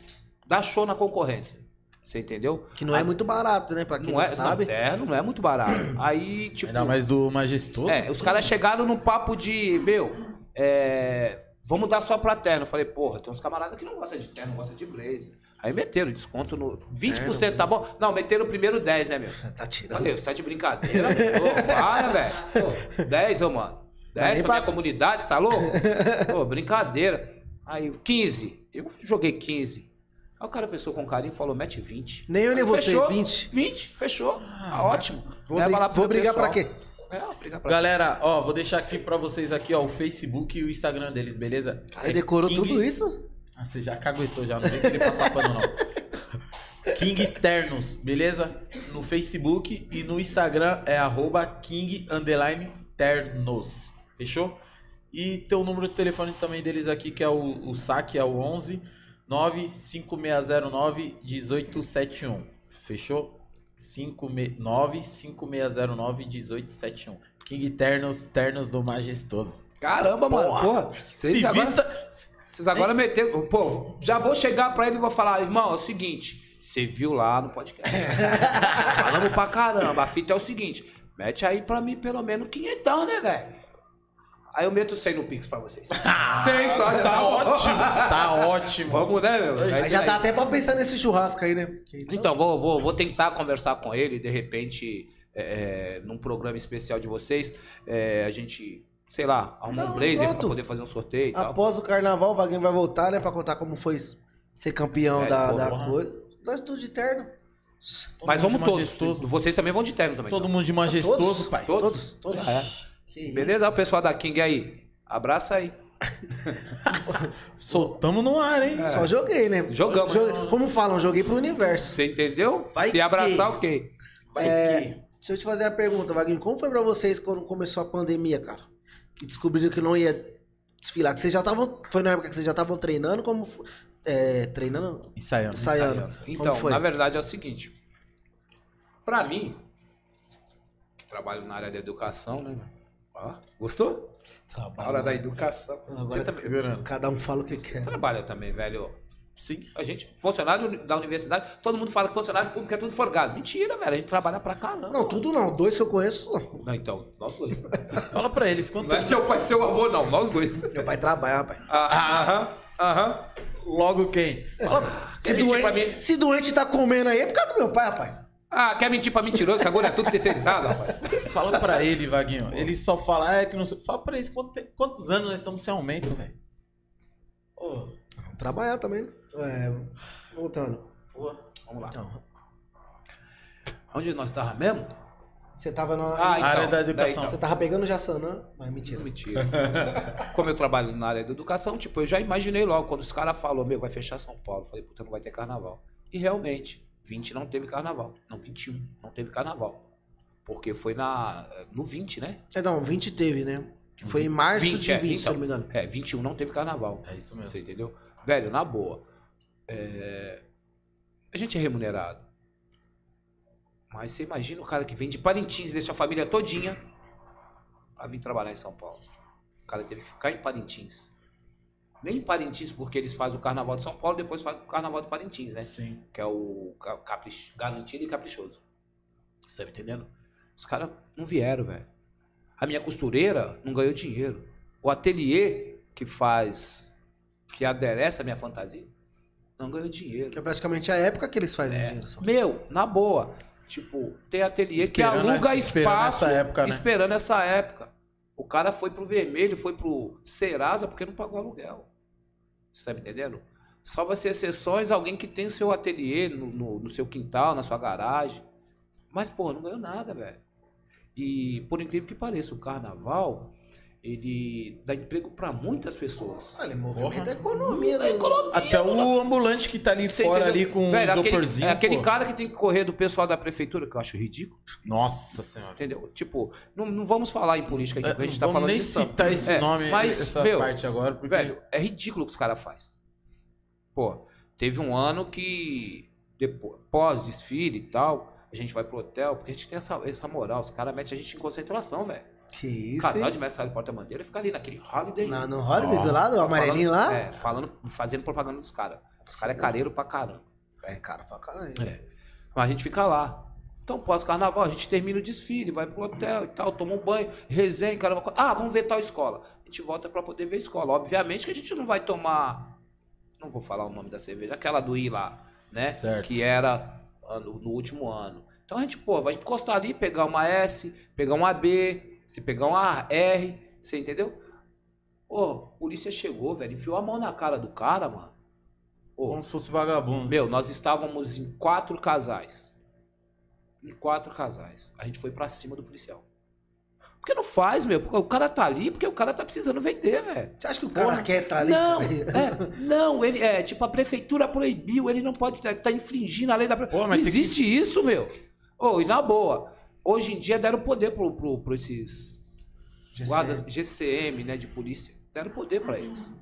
[SPEAKER 1] dá show na concorrência. Você entendeu?
[SPEAKER 2] Que não é muito barato, né? Pra quem não,
[SPEAKER 1] é,
[SPEAKER 2] sabe.
[SPEAKER 1] Não, é, não é muito barato. Aí, tipo.
[SPEAKER 3] Ainda mais do majestoso.
[SPEAKER 1] É, os caras chegaram no papo de, meu, é, vamos dar só pra terno. Eu falei, porra, tem uns camaradas que não gostam de terno, gostam de blazer. Aí meteram desconto no 20%,
[SPEAKER 2] né?
[SPEAKER 1] tá bom? Não, meteram o primeiro 10, né, meu?
[SPEAKER 2] Tá tirando.
[SPEAKER 1] Falei, você tá de brincadeira, meu? Ô, para, velho. Pô, 10, ô, mano. 10
[SPEAKER 2] Tá nem
[SPEAKER 1] pra minha
[SPEAKER 2] pra-
[SPEAKER 1] comunidade, você tá louco? Pô, brincadeira. Aí, 15. Eu joguei 15. Aí o cara pensou com carinho e falou, mete 20.
[SPEAKER 2] Nem eu, nem
[SPEAKER 1] Aí,
[SPEAKER 2] você,
[SPEAKER 1] fechou,
[SPEAKER 2] 20.
[SPEAKER 1] 20, fechou. Ah, ótimo.
[SPEAKER 2] Vou,
[SPEAKER 1] Leva
[SPEAKER 2] bri-
[SPEAKER 1] lá pro
[SPEAKER 2] vou
[SPEAKER 1] teu
[SPEAKER 2] brigar pra
[SPEAKER 1] pessoal.
[SPEAKER 2] quê?
[SPEAKER 1] É, vou brigar pra quê?
[SPEAKER 3] Galera, ó, vou deixar aqui pra vocês aqui, ó, o Facebook e o Instagram deles, beleza?
[SPEAKER 1] É
[SPEAKER 2] Cara, decorou
[SPEAKER 3] King-
[SPEAKER 2] tudo isso?
[SPEAKER 3] Ah, você já caguetou já, não vem querer passar pano não. King Ternos, beleza? No Facebook e no Instagram é arroba King underline Ternos, fechou? E tem o número de telefone também deles aqui, que é o, o saque, é o 11 95609 1871, fechou? 9 5609 1871. King Ternos, Ternos do Majestoso.
[SPEAKER 1] Caramba, mano. Porra, vocês
[SPEAKER 3] Se
[SPEAKER 1] agora,
[SPEAKER 3] vista...
[SPEAKER 1] vocês agora meteram. Pô, já vou chegar pra ele e vou falar, irmão, é o seguinte. Você viu lá no podcast. Falamos pra caramba. A fita é o seguinte. Mete aí pra mim pelo menos quinhentão, né, velho? Aí eu meto 100 no Pix pra vocês. 100 só.
[SPEAKER 3] Tá ótimo, tá ótimo.
[SPEAKER 1] Vamos, né, meu? É
[SPEAKER 2] Aí
[SPEAKER 1] isso
[SPEAKER 2] já tá-
[SPEAKER 1] aí.
[SPEAKER 2] dá até pra pensar nesse churrasco aí, né? Porque-
[SPEAKER 1] Então, vou, vou, vou tentar conversar com ele, de repente, é, é, num programa especial de vocês, é, a gente, sei lá, arrumar um
[SPEAKER 2] Não,
[SPEAKER 1] blazer pra
[SPEAKER 2] pronto. Ah,
[SPEAKER 1] poder fazer um sorteio e tal.
[SPEAKER 2] Após o carnaval, o Vaguinho vai voltar, né? Pra contar como foi ser campeão
[SPEAKER 1] É,
[SPEAKER 2] da,
[SPEAKER 1] porra.
[SPEAKER 2] da coisa. Nós tudo de terno.
[SPEAKER 3] Todo
[SPEAKER 1] Mas
[SPEAKER 3] mundo
[SPEAKER 1] vamos
[SPEAKER 3] de
[SPEAKER 1] todos.
[SPEAKER 3] majestoso.
[SPEAKER 1] Vocês também vão de terno também. então.
[SPEAKER 3] Todo mundo de majestoso,
[SPEAKER 2] Todos?
[SPEAKER 3] pai.
[SPEAKER 2] Todos, todos.
[SPEAKER 1] Ah, é.
[SPEAKER 2] Que isso.
[SPEAKER 1] Beleza, o pessoal da King aí. Abraça aí.
[SPEAKER 3] Soltamos no ar, hein?
[SPEAKER 1] É.
[SPEAKER 2] Só joguei, né?
[SPEAKER 1] Jogamos.
[SPEAKER 2] Joguei- Como falam, joguei pro universo.
[SPEAKER 1] Você entendeu?
[SPEAKER 3] Vai
[SPEAKER 1] Se abraçar, ok.
[SPEAKER 3] Vai que.
[SPEAKER 2] Deixa eu te fazer uma pergunta, Vaguinho. Como foi pra vocês quando começou a pandemia, cara? Que descobriram que não ia desfilar. Que vocês já estavam. Foi na época que vocês já estavam treinando? Como foi? É, treinando?
[SPEAKER 3] Ensaiando.
[SPEAKER 2] Ensaiando.
[SPEAKER 1] Então,
[SPEAKER 2] Como foi?
[SPEAKER 1] na verdade é o seguinte. Pra mim, que trabalho na área da educação, né? meu? Ó, gostou?
[SPEAKER 2] Trabalho.
[SPEAKER 1] Hora da educação.
[SPEAKER 2] Ah, Agora tá
[SPEAKER 1] Você também.
[SPEAKER 3] Segurando.
[SPEAKER 2] cada um fala o que quer.
[SPEAKER 1] Trabalha também, velho.
[SPEAKER 3] Sim.
[SPEAKER 1] A gente, funcionário da universidade, todo mundo fala que funcionário público é tudo forgado. Mentira, velho. A gente trabalha pra caramba.
[SPEAKER 2] Não, tudo não. Dois que eu conheço, não.
[SPEAKER 1] Não, então, nós dois.
[SPEAKER 3] Fala pra eles quanto
[SPEAKER 1] Não é seu pai, seu avô, não. Nós dois.
[SPEAKER 2] Meu pai trabalha, rapaz.
[SPEAKER 1] Ah, Aham, aham.
[SPEAKER 3] Logo quem?
[SPEAKER 1] Fala,
[SPEAKER 2] Se
[SPEAKER 1] quer mentir tipo, pra mim?
[SPEAKER 2] doente, se doente tá comendo aí é por causa do meu pai, rapaz.
[SPEAKER 1] Ah, quer mentir pra mentiroso, que agora é tudo terceirizado, rapaz.
[SPEAKER 3] Fala pra ele, Vaguinho. Ele só fala, ah, é que não sei. Fala pra eles quanto tem- quantos anos nós estamos sem aumento, velho. Ô,
[SPEAKER 2] Trabalhar também, né? É, voltando.
[SPEAKER 3] pô.
[SPEAKER 1] Vamos lá.
[SPEAKER 2] Então,
[SPEAKER 1] Onde nós tava mesmo?
[SPEAKER 2] você tava na.
[SPEAKER 1] Ah, então.
[SPEAKER 3] área da educação. tá
[SPEAKER 1] Daí,
[SPEAKER 2] Você tava pegando Jassanã, mas mentira.
[SPEAKER 1] então. Mentira. Como eu trabalho na área da educação, tipo, eu já imaginei logo, quando os caras falaram, meu, vai fechar São Paulo. Eu falei, puta, não vai ter carnaval. E realmente, 20 não teve carnaval. Não, 21 não teve carnaval. Porque foi na, no 20, né?
[SPEAKER 2] É, não, 20 teve, né? Que Foi em março
[SPEAKER 1] 20,
[SPEAKER 2] de
[SPEAKER 1] é,
[SPEAKER 2] 20, se eu
[SPEAKER 1] então.
[SPEAKER 2] não me engano.
[SPEAKER 1] É, 21 não teve carnaval.
[SPEAKER 3] É isso mesmo.
[SPEAKER 1] Você entendeu? Velho, na boa. é, A gente é remunerado. Mas você imagina o cara que vem de Parintins, deixa a família todinha pra vir trabalhar em São Paulo. O cara teve que ficar em Parintins. Nem em Parintins, porque eles fazem o carnaval de São Paulo, depois fazem o carnaval de Parintins, né?
[SPEAKER 3] Sim.
[SPEAKER 1] Que é o ca- caprich... garantido e caprichoso. Você tá me entendendo? Os caras não vieram, velho. A minha costureira não ganhou dinheiro. O ateliê que faz, que adereça a minha fantasia, não ganhou
[SPEAKER 2] Que
[SPEAKER 1] dinheiro.
[SPEAKER 2] é praticamente a época que eles
[SPEAKER 1] É.
[SPEAKER 2] fazem dinheiro só.
[SPEAKER 1] Meu, na boa. Tipo, tem ateliê
[SPEAKER 3] Esperando
[SPEAKER 1] que aluga
[SPEAKER 3] essa- esperando
[SPEAKER 1] espaço
[SPEAKER 3] essa época, né?
[SPEAKER 1] esperando essa época. O cara foi pro vermelho, foi pro Serasa porque não pagou aluguel. Você tá me entendendo? Salva-se exceções, alguém que tem o seu ateliê no, no- no seu quintal, na sua garagem. Mas, pô, não ganhou nada, velho. E, por incrível que pareça, o carnaval, ele dá emprego pra muitas pessoas.
[SPEAKER 2] Olha, movimento
[SPEAKER 3] Porra.
[SPEAKER 2] é economia, né?
[SPEAKER 3] Até o ambulante que tá ali
[SPEAKER 1] Você
[SPEAKER 3] fora,
[SPEAKER 1] entendeu?
[SPEAKER 3] ali com
[SPEAKER 1] Velho,
[SPEAKER 3] um
[SPEAKER 1] aquele,
[SPEAKER 3] isoporzinho.
[SPEAKER 1] é aquele
[SPEAKER 3] pô.
[SPEAKER 1] cara que tem que correr do pessoal da prefeitura, que eu acho ridículo,
[SPEAKER 3] Nossa senhora.
[SPEAKER 1] entendeu? Tipo, não, não vamos falar em política aqui,
[SPEAKER 3] É,
[SPEAKER 1] porque a gente
[SPEAKER 3] não
[SPEAKER 1] tá
[SPEAKER 3] vamos
[SPEAKER 1] falando
[SPEAKER 3] nem
[SPEAKER 1] de samba.
[SPEAKER 3] citar esse
[SPEAKER 1] É,
[SPEAKER 3] nome,
[SPEAKER 1] mas,
[SPEAKER 3] essa
[SPEAKER 1] meu,
[SPEAKER 3] parte agora, porque...
[SPEAKER 1] Velho, é ridículo o que os caras fazem. Pô, teve um ano que, depois, pós-desfile e tal, a gente vai pro hotel, porque a gente tem essa, essa moral. Os caras metem a gente em concentração, velho.
[SPEAKER 2] Que isso,
[SPEAKER 1] Casal
[SPEAKER 2] hein?
[SPEAKER 1] de mestre de porta-bandeira fica ali naquele holiday.
[SPEAKER 2] Na- no Holiday, do lado, o
[SPEAKER 1] Falando-
[SPEAKER 2] amarelinho lá.
[SPEAKER 1] É, falando, fazendo propaganda dos caras. Os caras é careiro pra caramba.
[SPEAKER 2] É, cara, pra caralho.
[SPEAKER 1] Mas a gente fica lá. Então, pós-carnaval, a gente termina o desfile, vai pro hotel e tal, toma um banho, resenha, caramba. Ah, vamos ver tal escola. A gente volta pra poder ver a escola. Obviamente que a gente não vai tomar. Não vou falar o nome da cerveja, aquela do I lá, né?
[SPEAKER 3] é Certo.
[SPEAKER 1] Que era ano- no último ano. Então a gente, pô, vai encostar ali, pegar uma S, pegar uma B, se pegar uma R, você entendeu? Ô, a polícia chegou, velho, enfiou a mão na cara do cara, mano. Ô,
[SPEAKER 3] Como se fosse vagabundo.
[SPEAKER 1] meu, nós estávamos em quatro casais. Em quatro casais. A gente foi pra cima do policial. Porque não faz, meu? Porque o cara tá ali, porque o cara tá precisando vender, velho.
[SPEAKER 2] Você acha que o cara
[SPEAKER 1] Porra.
[SPEAKER 2] quer tá ali?
[SPEAKER 1] não,
[SPEAKER 2] cara?
[SPEAKER 1] é, não, ele é tipo a prefeitura proibiu, ele não pode tá, tá infringindo a lei da. pre-
[SPEAKER 3] Pô,
[SPEAKER 1] não
[SPEAKER 3] mas tem que-
[SPEAKER 1] existe isso, meu. Ô, e na boa, hoje em dia deram poder pro, pro, pro esses
[SPEAKER 2] GCM.
[SPEAKER 1] guardas GCM, né, de polícia. Deram poder pra eles.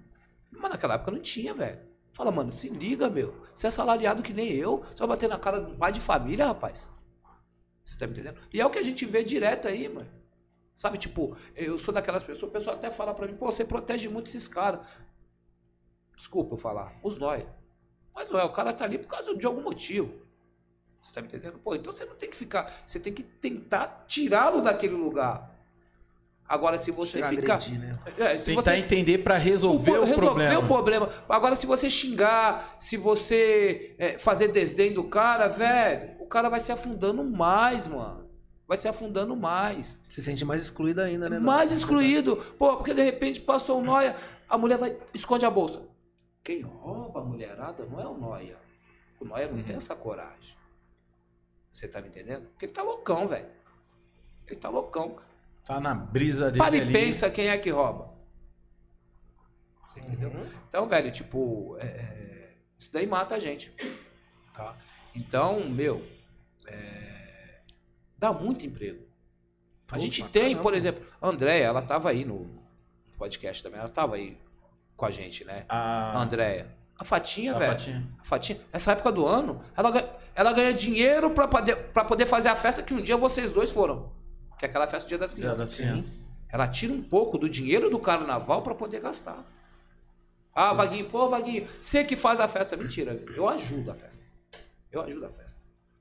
[SPEAKER 1] Mas naquela época não tinha, velho. Fala, mano, se liga, meu. Você é salariado que nem eu, você vai bater na cara de um pai de família, rapaz. Você tá me entendendo? E é o que a gente vê direto aí, mano. Sabe, tipo, eu sou daquelas pessoas, o pessoal até fala pra mim, pô, você protege muito esses caras. Desculpa eu falar, os nós. Mas não é, o cara tá ali por causa de algum motivo. Você tá me entendendo? Pô, então você não tem que ficar, você tem que tentar tirá-lo daquele lugar. Agora, se você
[SPEAKER 2] Chega a
[SPEAKER 1] ficar.
[SPEAKER 2] agredir, né?
[SPEAKER 1] É, se
[SPEAKER 3] Tentar
[SPEAKER 1] você
[SPEAKER 3] entender pra resolver o,
[SPEAKER 1] po- resolver
[SPEAKER 3] problema.
[SPEAKER 1] o problema. Agora, se você xingar, se você é, fazer desdém do cara, velho, o cara vai se afundando mais, mano. Vai se afundando mais.
[SPEAKER 2] Se sente mais excluído ainda, né?
[SPEAKER 1] mais
[SPEAKER 2] da-
[SPEAKER 1] excluído. Pô, porque de repente passou um noia, a mulher vai, esconde a bolsa. Quem rouba a mulherada não é o noia. O noia não
[SPEAKER 2] Uhum.
[SPEAKER 1] tem essa coragem. Você tá me entendendo? Porque ele tá loucão, velho. Ele tá loucão.
[SPEAKER 3] Tá na brisa dele
[SPEAKER 1] Para e
[SPEAKER 3] ali.
[SPEAKER 1] pensa quem é que rouba. Você entendeu?
[SPEAKER 2] Uhum.
[SPEAKER 1] Então, velho, tipo, é, é, isso daí mata a gente. Tá? Então, meu, é, dá muito emprego.
[SPEAKER 2] Pô,
[SPEAKER 1] a gente
[SPEAKER 2] pra
[SPEAKER 1] tem,
[SPEAKER 2] caramba.
[SPEAKER 1] por exemplo, a Andréia, ela tava aí no podcast também, ela tava aí com a gente, né? A
[SPEAKER 3] A,
[SPEAKER 1] Andréia. A Fatinha,
[SPEAKER 3] Ah. a
[SPEAKER 1] velho.
[SPEAKER 3] fatinha.
[SPEAKER 1] A Fatinha, essa época do ano, ela, ga- ela ganha dinheiro pra poder, pra poder fazer a festa que um dia vocês dois foram. Que é aquela festa do Dia das
[SPEAKER 3] Já tá
[SPEAKER 1] Crianças.
[SPEAKER 3] assim. das crianças.
[SPEAKER 1] Ela tira um pouco do dinheiro do carnaval pra poder gastar. Ah, Vaguinho, pô, Vaguinho, você que faz a festa. Mentira, eu ajudo a festa. Eu ajudo a festa.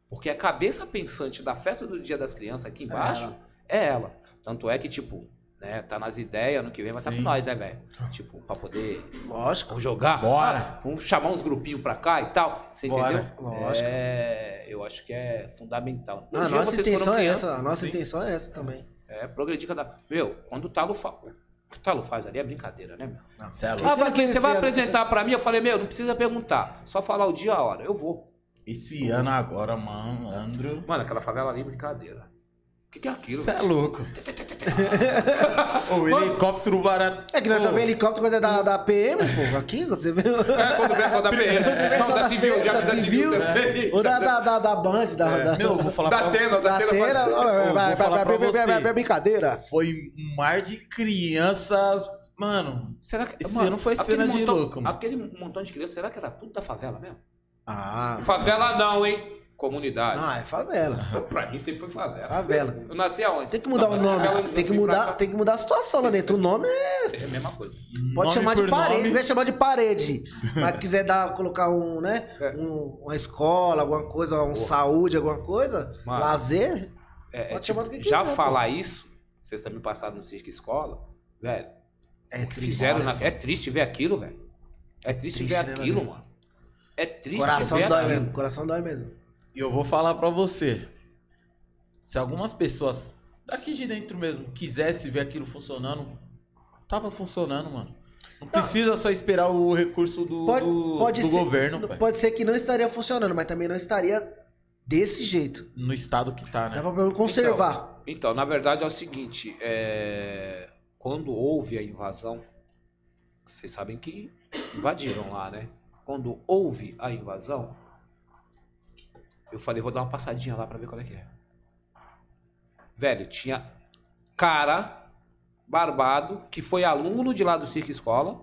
[SPEAKER 1] Porque a cabeça pensante da festa do Dia das Crianças aqui embaixo é ela. Tanto é que, tipo, né, tá nas ideias, ano que vem vai estar tá
[SPEAKER 3] Sim. Ah.
[SPEAKER 1] com nós, né, velho? Tipo, pra poder
[SPEAKER 2] Lógico,
[SPEAKER 1] jogar. ah,
[SPEAKER 3] Bora.
[SPEAKER 1] Vamos chamar uns grupinhos pra cá e tal. Você
[SPEAKER 3] Bora.
[SPEAKER 1] entendeu?
[SPEAKER 2] lógico.
[SPEAKER 1] É, eu acho que é fundamental. Um
[SPEAKER 2] Ah, a
[SPEAKER 1] dia
[SPEAKER 2] nossa
[SPEAKER 1] vocês
[SPEAKER 2] intenção
[SPEAKER 1] foram
[SPEAKER 2] é
[SPEAKER 1] crianças,
[SPEAKER 2] essa. A nossa
[SPEAKER 3] Sim.
[SPEAKER 2] intenção é essa também.
[SPEAKER 1] é, progredir cada. Meu, quando o Talo faz. O que o Talo faz ali é brincadeira, né, meu?
[SPEAKER 3] Cê é louco.
[SPEAKER 1] Ah,
[SPEAKER 2] Ele
[SPEAKER 1] Vaguinho, você vai
[SPEAKER 2] ofereceu.
[SPEAKER 1] apresentar pra mim? Eu falei, meu, não precisa perguntar. Só falar o dia e a hora. Eu vou.
[SPEAKER 3] Esse ano agora, mano, Andrew.
[SPEAKER 1] Mano, aquela favela ali, é brincadeira. O que, que é aquilo?
[SPEAKER 3] Cê é louco. o helicóptero barato.
[SPEAKER 2] É que nós
[SPEAKER 3] Ô,
[SPEAKER 2] só vê helicóptero quando é da, da PM, pô. Aqui, quando você vê.
[SPEAKER 1] É, quando vem só da PM.
[SPEAKER 2] Só
[SPEAKER 1] Não, da civil, já
[SPEAKER 2] da
[SPEAKER 1] fiz da civil também.
[SPEAKER 2] Ou da, da, da, da Band, da. da...
[SPEAKER 3] é. Meu, eu vou falar
[SPEAKER 1] Da
[SPEAKER 3] pra...
[SPEAKER 1] Atena, da
[SPEAKER 2] Da
[SPEAKER 1] Atena.
[SPEAKER 2] Tera,
[SPEAKER 1] faz-
[SPEAKER 2] vai,
[SPEAKER 3] Ô,
[SPEAKER 2] vai,
[SPEAKER 3] vou falar
[SPEAKER 2] vai,
[SPEAKER 3] pra
[SPEAKER 2] vai, vai, vai,
[SPEAKER 3] você.
[SPEAKER 2] vai, brincadeira.
[SPEAKER 3] Foi um mar de crianças. Mano,
[SPEAKER 1] Será que.
[SPEAKER 3] Esse ano foi
[SPEAKER 1] aquele
[SPEAKER 3] cena de
[SPEAKER 1] montão-
[SPEAKER 3] louco, mano.
[SPEAKER 1] Aquele montão de criança, será que era tudo da favela mesmo?
[SPEAKER 2] Ah,
[SPEAKER 1] Favela não, hein? Comunidade.
[SPEAKER 2] não, é favela.
[SPEAKER 1] Pra mim sempre foi favela.
[SPEAKER 2] Favela.
[SPEAKER 1] Eu nasci aonde?
[SPEAKER 2] Ah. Tem que mudar
[SPEAKER 1] Não,
[SPEAKER 2] o
[SPEAKER 1] mas favela,
[SPEAKER 2] nome.
[SPEAKER 1] eu
[SPEAKER 2] Tem que
[SPEAKER 1] vim pra
[SPEAKER 2] mudar,
[SPEAKER 1] cá,
[SPEAKER 2] tem que mudar a situação lá dentro. O nome é.
[SPEAKER 1] É a mesma coisa.
[SPEAKER 3] nome
[SPEAKER 2] Pode chamar de
[SPEAKER 3] por
[SPEAKER 2] parede,
[SPEAKER 3] nome,
[SPEAKER 2] né? Chamar de parede. Mas quiser dar, colocar um, né?
[SPEAKER 1] É.
[SPEAKER 2] um- uma escola, alguma coisa, um saúde, alguma coisa.
[SPEAKER 1] Mano.
[SPEAKER 2] Lazer.
[SPEAKER 1] É, é,
[SPEAKER 2] Pode
[SPEAKER 1] tipo,
[SPEAKER 2] chamar do que
[SPEAKER 1] já
[SPEAKER 2] quiser, pô.
[SPEAKER 1] falar isso, vocês também passaram no Cisca Escola, velho.
[SPEAKER 2] É
[SPEAKER 1] O que
[SPEAKER 2] triste.
[SPEAKER 1] fizeram na- É triste ver aquilo, velho. É triste,
[SPEAKER 2] triste,
[SPEAKER 1] ver
[SPEAKER 2] né,
[SPEAKER 1] aquilo,
[SPEAKER 2] mano?
[SPEAKER 1] mano. É triste
[SPEAKER 2] Coração
[SPEAKER 1] ver
[SPEAKER 2] dói né,
[SPEAKER 1] aquilo.
[SPEAKER 2] mesmo. Coração dói mesmo.
[SPEAKER 3] E eu vou falar pra você. Se algumas pessoas daqui de dentro mesmo quisesse ver aquilo funcionando, tava funcionando, mano. Não precisa só esperar o recurso do,
[SPEAKER 2] Tá. Pode,
[SPEAKER 3] do,
[SPEAKER 2] pode
[SPEAKER 3] do
[SPEAKER 2] ser,
[SPEAKER 3] governo, pai.
[SPEAKER 2] Pode ser que não estaria funcionando, mas também não estaria desse jeito.
[SPEAKER 3] No estado que tá, né?
[SPEAKER 2] Dá pra pelo menos conservar.
[SPEAKER 1] É. Então, na verdade é o seguinte, é, quando houve a invasão, vocês sabem que invadiram lá, né? Quando houve a invasão, eu falei, vou dar uma passadinha lá pra ver qual é que é. Velho, tinha cara barbado que foi aluno de lá do Circo Escola.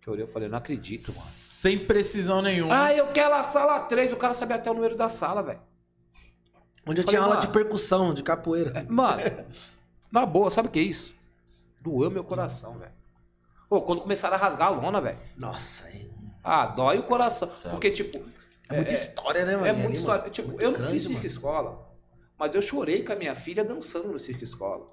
[SPEAKER 1] Que eu olhei e falei, não acredito, mano.
[SPEAKER 3] Sem precisão nenhuma.
[SPEAKER 1] Ah, eu quero a sala 3. O cara sabia até o número da sala, velho.
[SPEAKER 2] Onde eu
[SPEAKER 1] Falei,
[SPEAKER 2] tinha aula
[SPEAKER 1] "Mano, é.
[SPEAKER 2] de percussão, de capoeira.
[SPEAKER 1] Mano, na boa, sabe o que é isso? Doeu meu coração, velho. Ô, quando começaram a rasgar a lona, velho.
[SPEAKER 2] Nossa, é,
[SPEAKER 1] Ah, dói o coração. Porque, tipo,
[SPEAKER 2] é muita história, né, mano?
[SPEAKER 1] é
[SPEAKER 2] Ali,
[SPEAKER 1] muito
[SPEAKER 2] mano,
[SPEAKER 1] história. Tipo,
[SPEAKER 2] muito
[SPEAKER 1] eu não
[SPEAKER 2] grande,
[SPEAKER 1] fiz circo
[SPEAKER 2] mano.
[SPEAKER 1] escola, mas eu chorei com a minha filha dançando no circo escola.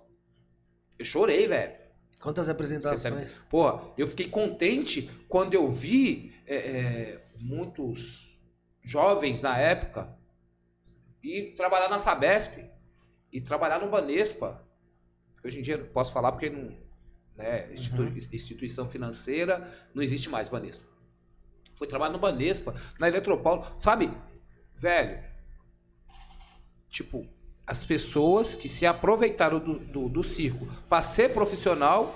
[SPEAKER 1] Eu chorei, velho.
[SPEAKER 2] Quantas
[SPEAKER 1] Você
[SPEAKER 2] apresentações?
[SPEAKER 1] sabe- Porra, eu fiquei contente quando eu vi é, é, muitos jovens na época ir trabalhar na Sabesp e trabalhar no Banespa. Hoje em dia eu não posso falar porque não, né, institu- instituição financeira não existe mais Banespa. Foi trabalhar no Banespa, na Eletropaulo, sabe? Velho, tipo, as pessoas que se aproveitaram do, do, do circo para ser profissional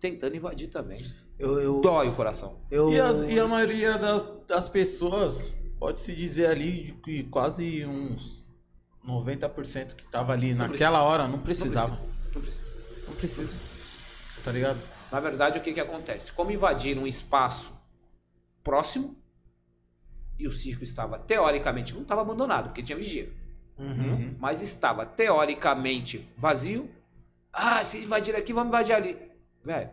[SPEAKER 1] tentando invadir também.
[SPEAKER 2] Eu, eu,
[SPEAKER 1] Dói o coração.
[SPEAKER 2] eu,
[SPEAKER 3] E, as- e a maioria da- das, pessoas, pode-se dizer ali que quase uns 90% que tava ali naquela hora não precisava.
[SPEAKER 1] Não precisa.
[SPEAKER 3] Não precisa. Tá ligado?
[SPEAKER 1] Na verdade, o que, que acontece? Como invadiram um espaço próximo e o circo estava teoricamente, não estava abandonado, porque tinha vigia, Hum?
[SPEAKER 2] Uhum.
[SPEAKER 1] mas estava teoricamente vazio. Ah, se invadir aqui, vamos invadir ali. Velho,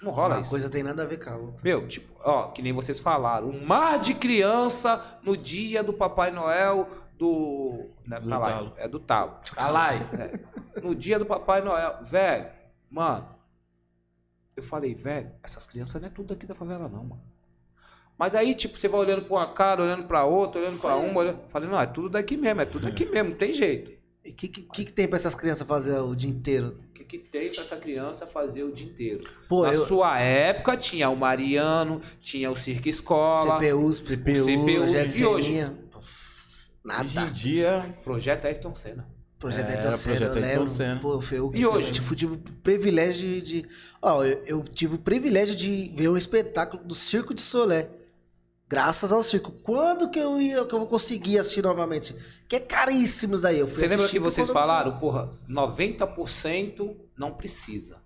[SPEAKER 1] não rola
[SPEAKER 2] Uma
[SPEAKER 1] isso.
[SPEAKER 2] coisa tem nada a ver com a outra.
[SPEAKER 1] Meu, tipo, ó, que nem vocês falaram, um mar de criança no dia do Papai Noel do. Não,
[SPEAKER 3] Do
[SPEAKER 1] tá lá,
[SPEAKER 3] talo.
[SPEAKER 1] É do talo.
[SPEAKER 3] Alai.
[SPEAKER 1] No dia do Papai Noel, velho, mano. Eu falei, velho, essas crianças não é tudo daqui da favela, não, mano. Mas aí, tipo, você vai olhando pra uma cara, olhando pra outra, olhando pra uma, olhando... falei, não, é tudo daqui mesmo, é tudo daqui mesmo, não tem jeito.
[SPEAKER 2] E o que, que, que que tem pra essas crianças fazer o dia inteiro?
[SPEAKER 1] O que, que tem pra essa criança fazer o dia inteiro?
[SPEAKER 2] Pô,
[SPEAKER 1] Na
[SPEAKER 2] eu.
[SPEAKER 1] sua época tinha o Mariano, tinha o Circo Escola,
[SPEAKER 2] CPUs,
[SPEAKER 1] CPU,
[SPEAKER 2] Projeto
[SPEAKER 1] e hoje?
[SPEAKER 2] Serrinha. Puf,
[SPEAKER 3] Hoje em
[SPEAKER 2] Nada.
[SPEAKER 3] dia.
[SPEAKER 1] Projeto Ayrton Senna.
[SPEAKER 2] Projeto
[SPEAKER 3] Era
[SPEAKER 2] Ayrton Senna, né? eu
[SPEAKER 3] Projeto Ayrton
[SPEAKER 2] lembro.
[SPEAKER 3] Senna.
[SPEAKER 2] Pô, foi eu
[SPEAKER 1] E hoje?
[SPEAKER 2] Eu tive o privilégio de. Ó, eu, eu tive o privilégio de ver um espetáculo do Circo de Solé. Graças ao circo. Quando que eu ia, que eu vou conseguir assistir novamente? Que é caríssimo isso daí. Eu fui
[SPEAKER 1] Você lembra
[SPEAKER 2] assistir
[SPEAKER 1] que
[SPEAKER 2] por
[SPEAKER 1] vocês
[SPEAKER 2] conta do circo.
[SPEAKER 1] falaram, porra, 90% não precisa.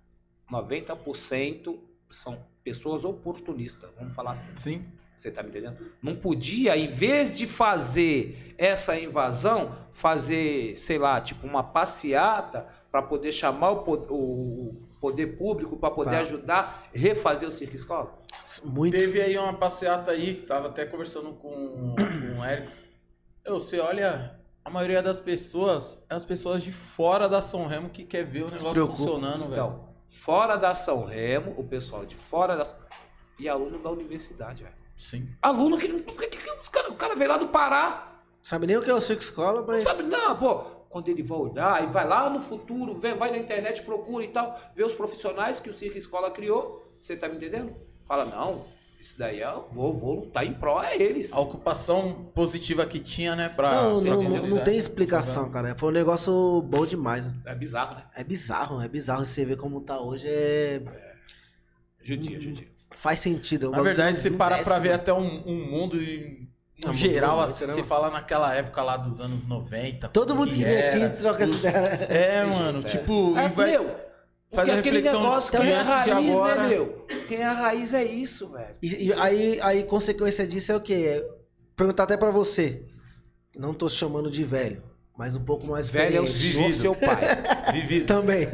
[SPEAKER 1] 90% são pessoas oportunistas, vamos falar assim.
[SPEAKER 3] Sim.
[SPEAKER 1] Você tá me entendendo? Não podia, em vez de fazer essa invasão, fazer, sei lá, tipo uma passeata para poder chamar o po- o poder público para poder
[SPEAKER 2] Tá.
[SPEAKER 1] ajudar refazer o circo escola.
[SPEAKER 2] Muito.
[SPEAKER 3] Teve aí uma passeata aí, tava até conversando com, com o Erickson. Eu, você olha, a maioria das pessoas é as pessoas de fora da São Remo que quer ver o
[SPEAKER 2] Se
[SPEAKER 3] negócio
[SPEAKER 2] preocupa.
[SPEAKER 3] funcionando, velho.
[SPEAKER 1] Então, fora da São Remo, o pessoal de fora da e aluno da universidade, velho.
[SPEAKER 3] Sim.
[SPEAKER 1] Aluno que, não- que, que, que os cara, o cara veio lá do Pará,
[SPEAKER 2] Sabe nem o que é o circo escola, mas.
[SPEAKER 1] Sabe, não, pô. Quando ele vai olhar e vai lá no futuro, vê, vai na internet, procura e tal, vê os profissionais que o Circo Escola criou, você tá me entendendo? Fala, não, isso daí eu vou, vou lutar em pró a eles.
[SPEAKER 3] A ocupação positiva que tinha, né? Pra,
[SPEAKER 2] não,
[SPEAKER 3] pra
[SPEAKER 1] é
[SPEAKER 2] não, não,
[SPEAKER 3] comunidade.
[SPEAKER 2] não tem
[SPEAKER 1] Uhum.
[SPEAKER 2] explicação, cara. Foi um negócio bom demais.
[SPEAKER 1] É bizarro, né?
[SPEAKER 2] É bizarro, é bizarro você ver como tá hoje. É...
[SPEAKER 3] Uhum.
[SPEAKER 1] Judia, judia.
[SPEAKER 2] Faz sentido. é um
[SPEAKER 3] Na
[SPEAKER 2] bagulho
[SPEAKER 3] verdade, se
[SPEAKER 2] muito
[SPEAKER 3] parar pra
[SPEAKER 2] décimo.
[SPEAKER 3] ver até um, um mundo em no
[SPEAKER 2] Ah,
[SPEAKER 3] geral,
[SPEAKER 2] mudou
[SPEAKER 3] assim,
[SPEAKER 2] muito, né,
[SPEAKER 3] você
[SPEAKER 2] mano?
[SPEAKER 3] fala naquela época lá dos anos 90.
[SPEAKER 2] Todo
[SPEAKER 3] como
[SPEAKER 2] mundo que vem
[SPEAKER 3] era.
[SPEAKER 2] aqui troca essa ideia.
[SPEAKER 3] É, mano,
[SPEAKER 1] É.
[SPEAKER 3] tipo,
[SPEAKER 2] Ah,
[SPEAKER 1] É,
[SPEAKER 3] e vai
[SPEAKER 1] meu,
[SPEAKER 3] faz
[SPEAKER 1] porque
[SPEAKER 3] a
[SPEAKER 1] aquele
[SPEAKER 3] reflexão
[SPEAKER 1] negócio,
[SPEAKER 3] de
[SPEAKER 1] quem é a
[SPEAKER 3] antes de
[SPEAKER 1] raiz,
[SPEAKER 3] agora.
[SPEAKER 1] né, meu? Quem é a raiz é isso, velho.
[SPEAKER 2] E, e aí, aí, consequência disso é o quê? É Perguntar até pra você. Não tô chamando de velho, mas um pouco mais
[SPEAKER 1] Velho é o
[SPEAKER 2] experiente.
[SPEAKER 1] seu, seu pai.
[SPEAKER 3] vivido.
[SPEAKER 2] Também.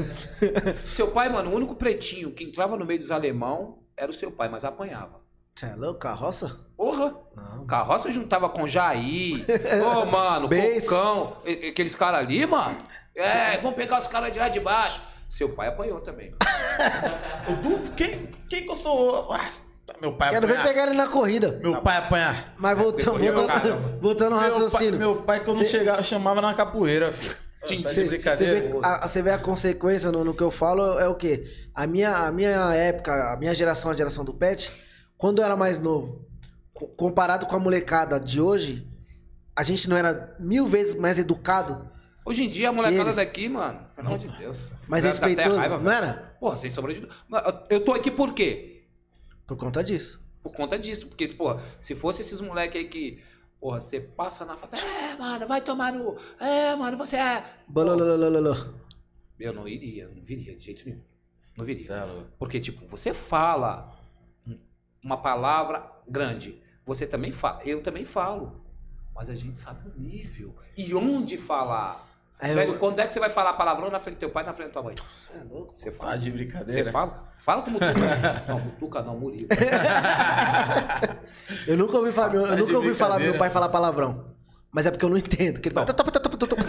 [SPEAKER 1] seu pai, mano, o único pretinho que entrava no meio dos alemão era o seu pai, mas apanhava.
[SPEAKER 2] Você é louco? Carroça?
[SPEAKER 1] Porra!
[SPEAKER 2] Não.
[SPEAKER 1] Carroça juntava com Jair. Ô, mano,
[SPEAKER 2] Beijo.
[SPEAKER 1] Cocão. e- e Aqueles caras ali, mano. É, vão pegar os caras de lá de baixo. Seu pai apanhou também.
[SPEAKER 3] O Du- quem, quem que eu sou? Ah, meu pai
[SPEAKER 2] Quero ver
[SPEAKER 3] apanhar.
[SPEAKER 2] pegar ele na corrida.
[SPEAKER 3] Meu pai apanhar.
[SPEAKER 2] Mas voltando,
[SPEAKER 1] corrida,
[SPEAKER 2] voltando,
[SPEAKER 1] caramba.
[SPEAKER 2] voltando ao
[SPEAKER 3] Meu pai,
[SPEAKER 2] raciocínio.
[SPEAKER 3] meu pai, quando chegava, chamava na capoeira, filho.
[SPEAKER 1] Sim,
[SPEAKER 3] Tá de
[SPEAKER 2] Cê-
[SPEAKER 3] brincadeira.
[SPEAKER 2] cê vê a- a- Você vê, a consequência no, no que eu falo é o quê? A minha, a minha época, a minha geração, a geração do Pet, quando eu era mais novo, co- comparado com a molecada de hoje, a gente não era mil vezes mais educado,
[SPEAKER 1] Hoje em dia, a molecada
[SPEAKER 2] eles-
[SPEAKER 1] daqui, mano, pelo amor de Deus.
[SPEAKER 2] mais
[SPEAKER 1] Dá- dá até
[SPEAKER 2] respeitoso, né?
[SPEAKER 1] raiva,
[SPEAKER 2] não
[SPEAKER 1] velho.
[SPEAKER 2] era?
[SPEAKER 1] Porra, sem sombra de dúvida. Mas, ó, Eu tô aqui por quê?
[SPEAKER 2] Por conta disso.
[SPEAKER 1] Por conta disso. Porque, porra, se fosse esses moleque aí que, porra, você passa na favela. É, mano, vai tomar no. É, mano, você é.
[SPEAKER 2] Bololololololô.
[SPEAKER 1] Eu não iria, não viria de jeito nenhum. Não viria.
[SPEAKER 3] Cê é louco.
[SPEAKER 1] Porque, tipo, você fala uma palavra grande. Você também fala. Eu também falo. Mas a gente sabe o nível. E onde falar.
[SPEAKER 2] É,
[SPEAKER 1] Velho,
[SPEAKER 2] eu-
[SPEAKER 1] Quando é que você vai falar palavrão na frente do teu pai e na frente da tua mãe?
[SPEAKER 2] Você é louco.
[SPEAKER 1] Você fala.
[SPEAKER 3] Tá de
[SPEAKER 1] Você
[SPEAKER 3] brincadeira.
[SPEAKER 1] fala? Fala com o Mutuca. não, Mutuca não, Murilo.
[SPEAKER 2] Eu nunca ouvi, falar, eu
[SPEAKER 3] Tá de
[SPEAKER 2] nunca ouvi falar
[SPEAKER 3] brincadeira.
[SPEAKER 2] meu pai falar palavrão. Mas é porque eu não entendo. Que ele fala. "Tup, tup, tup, tup, tup".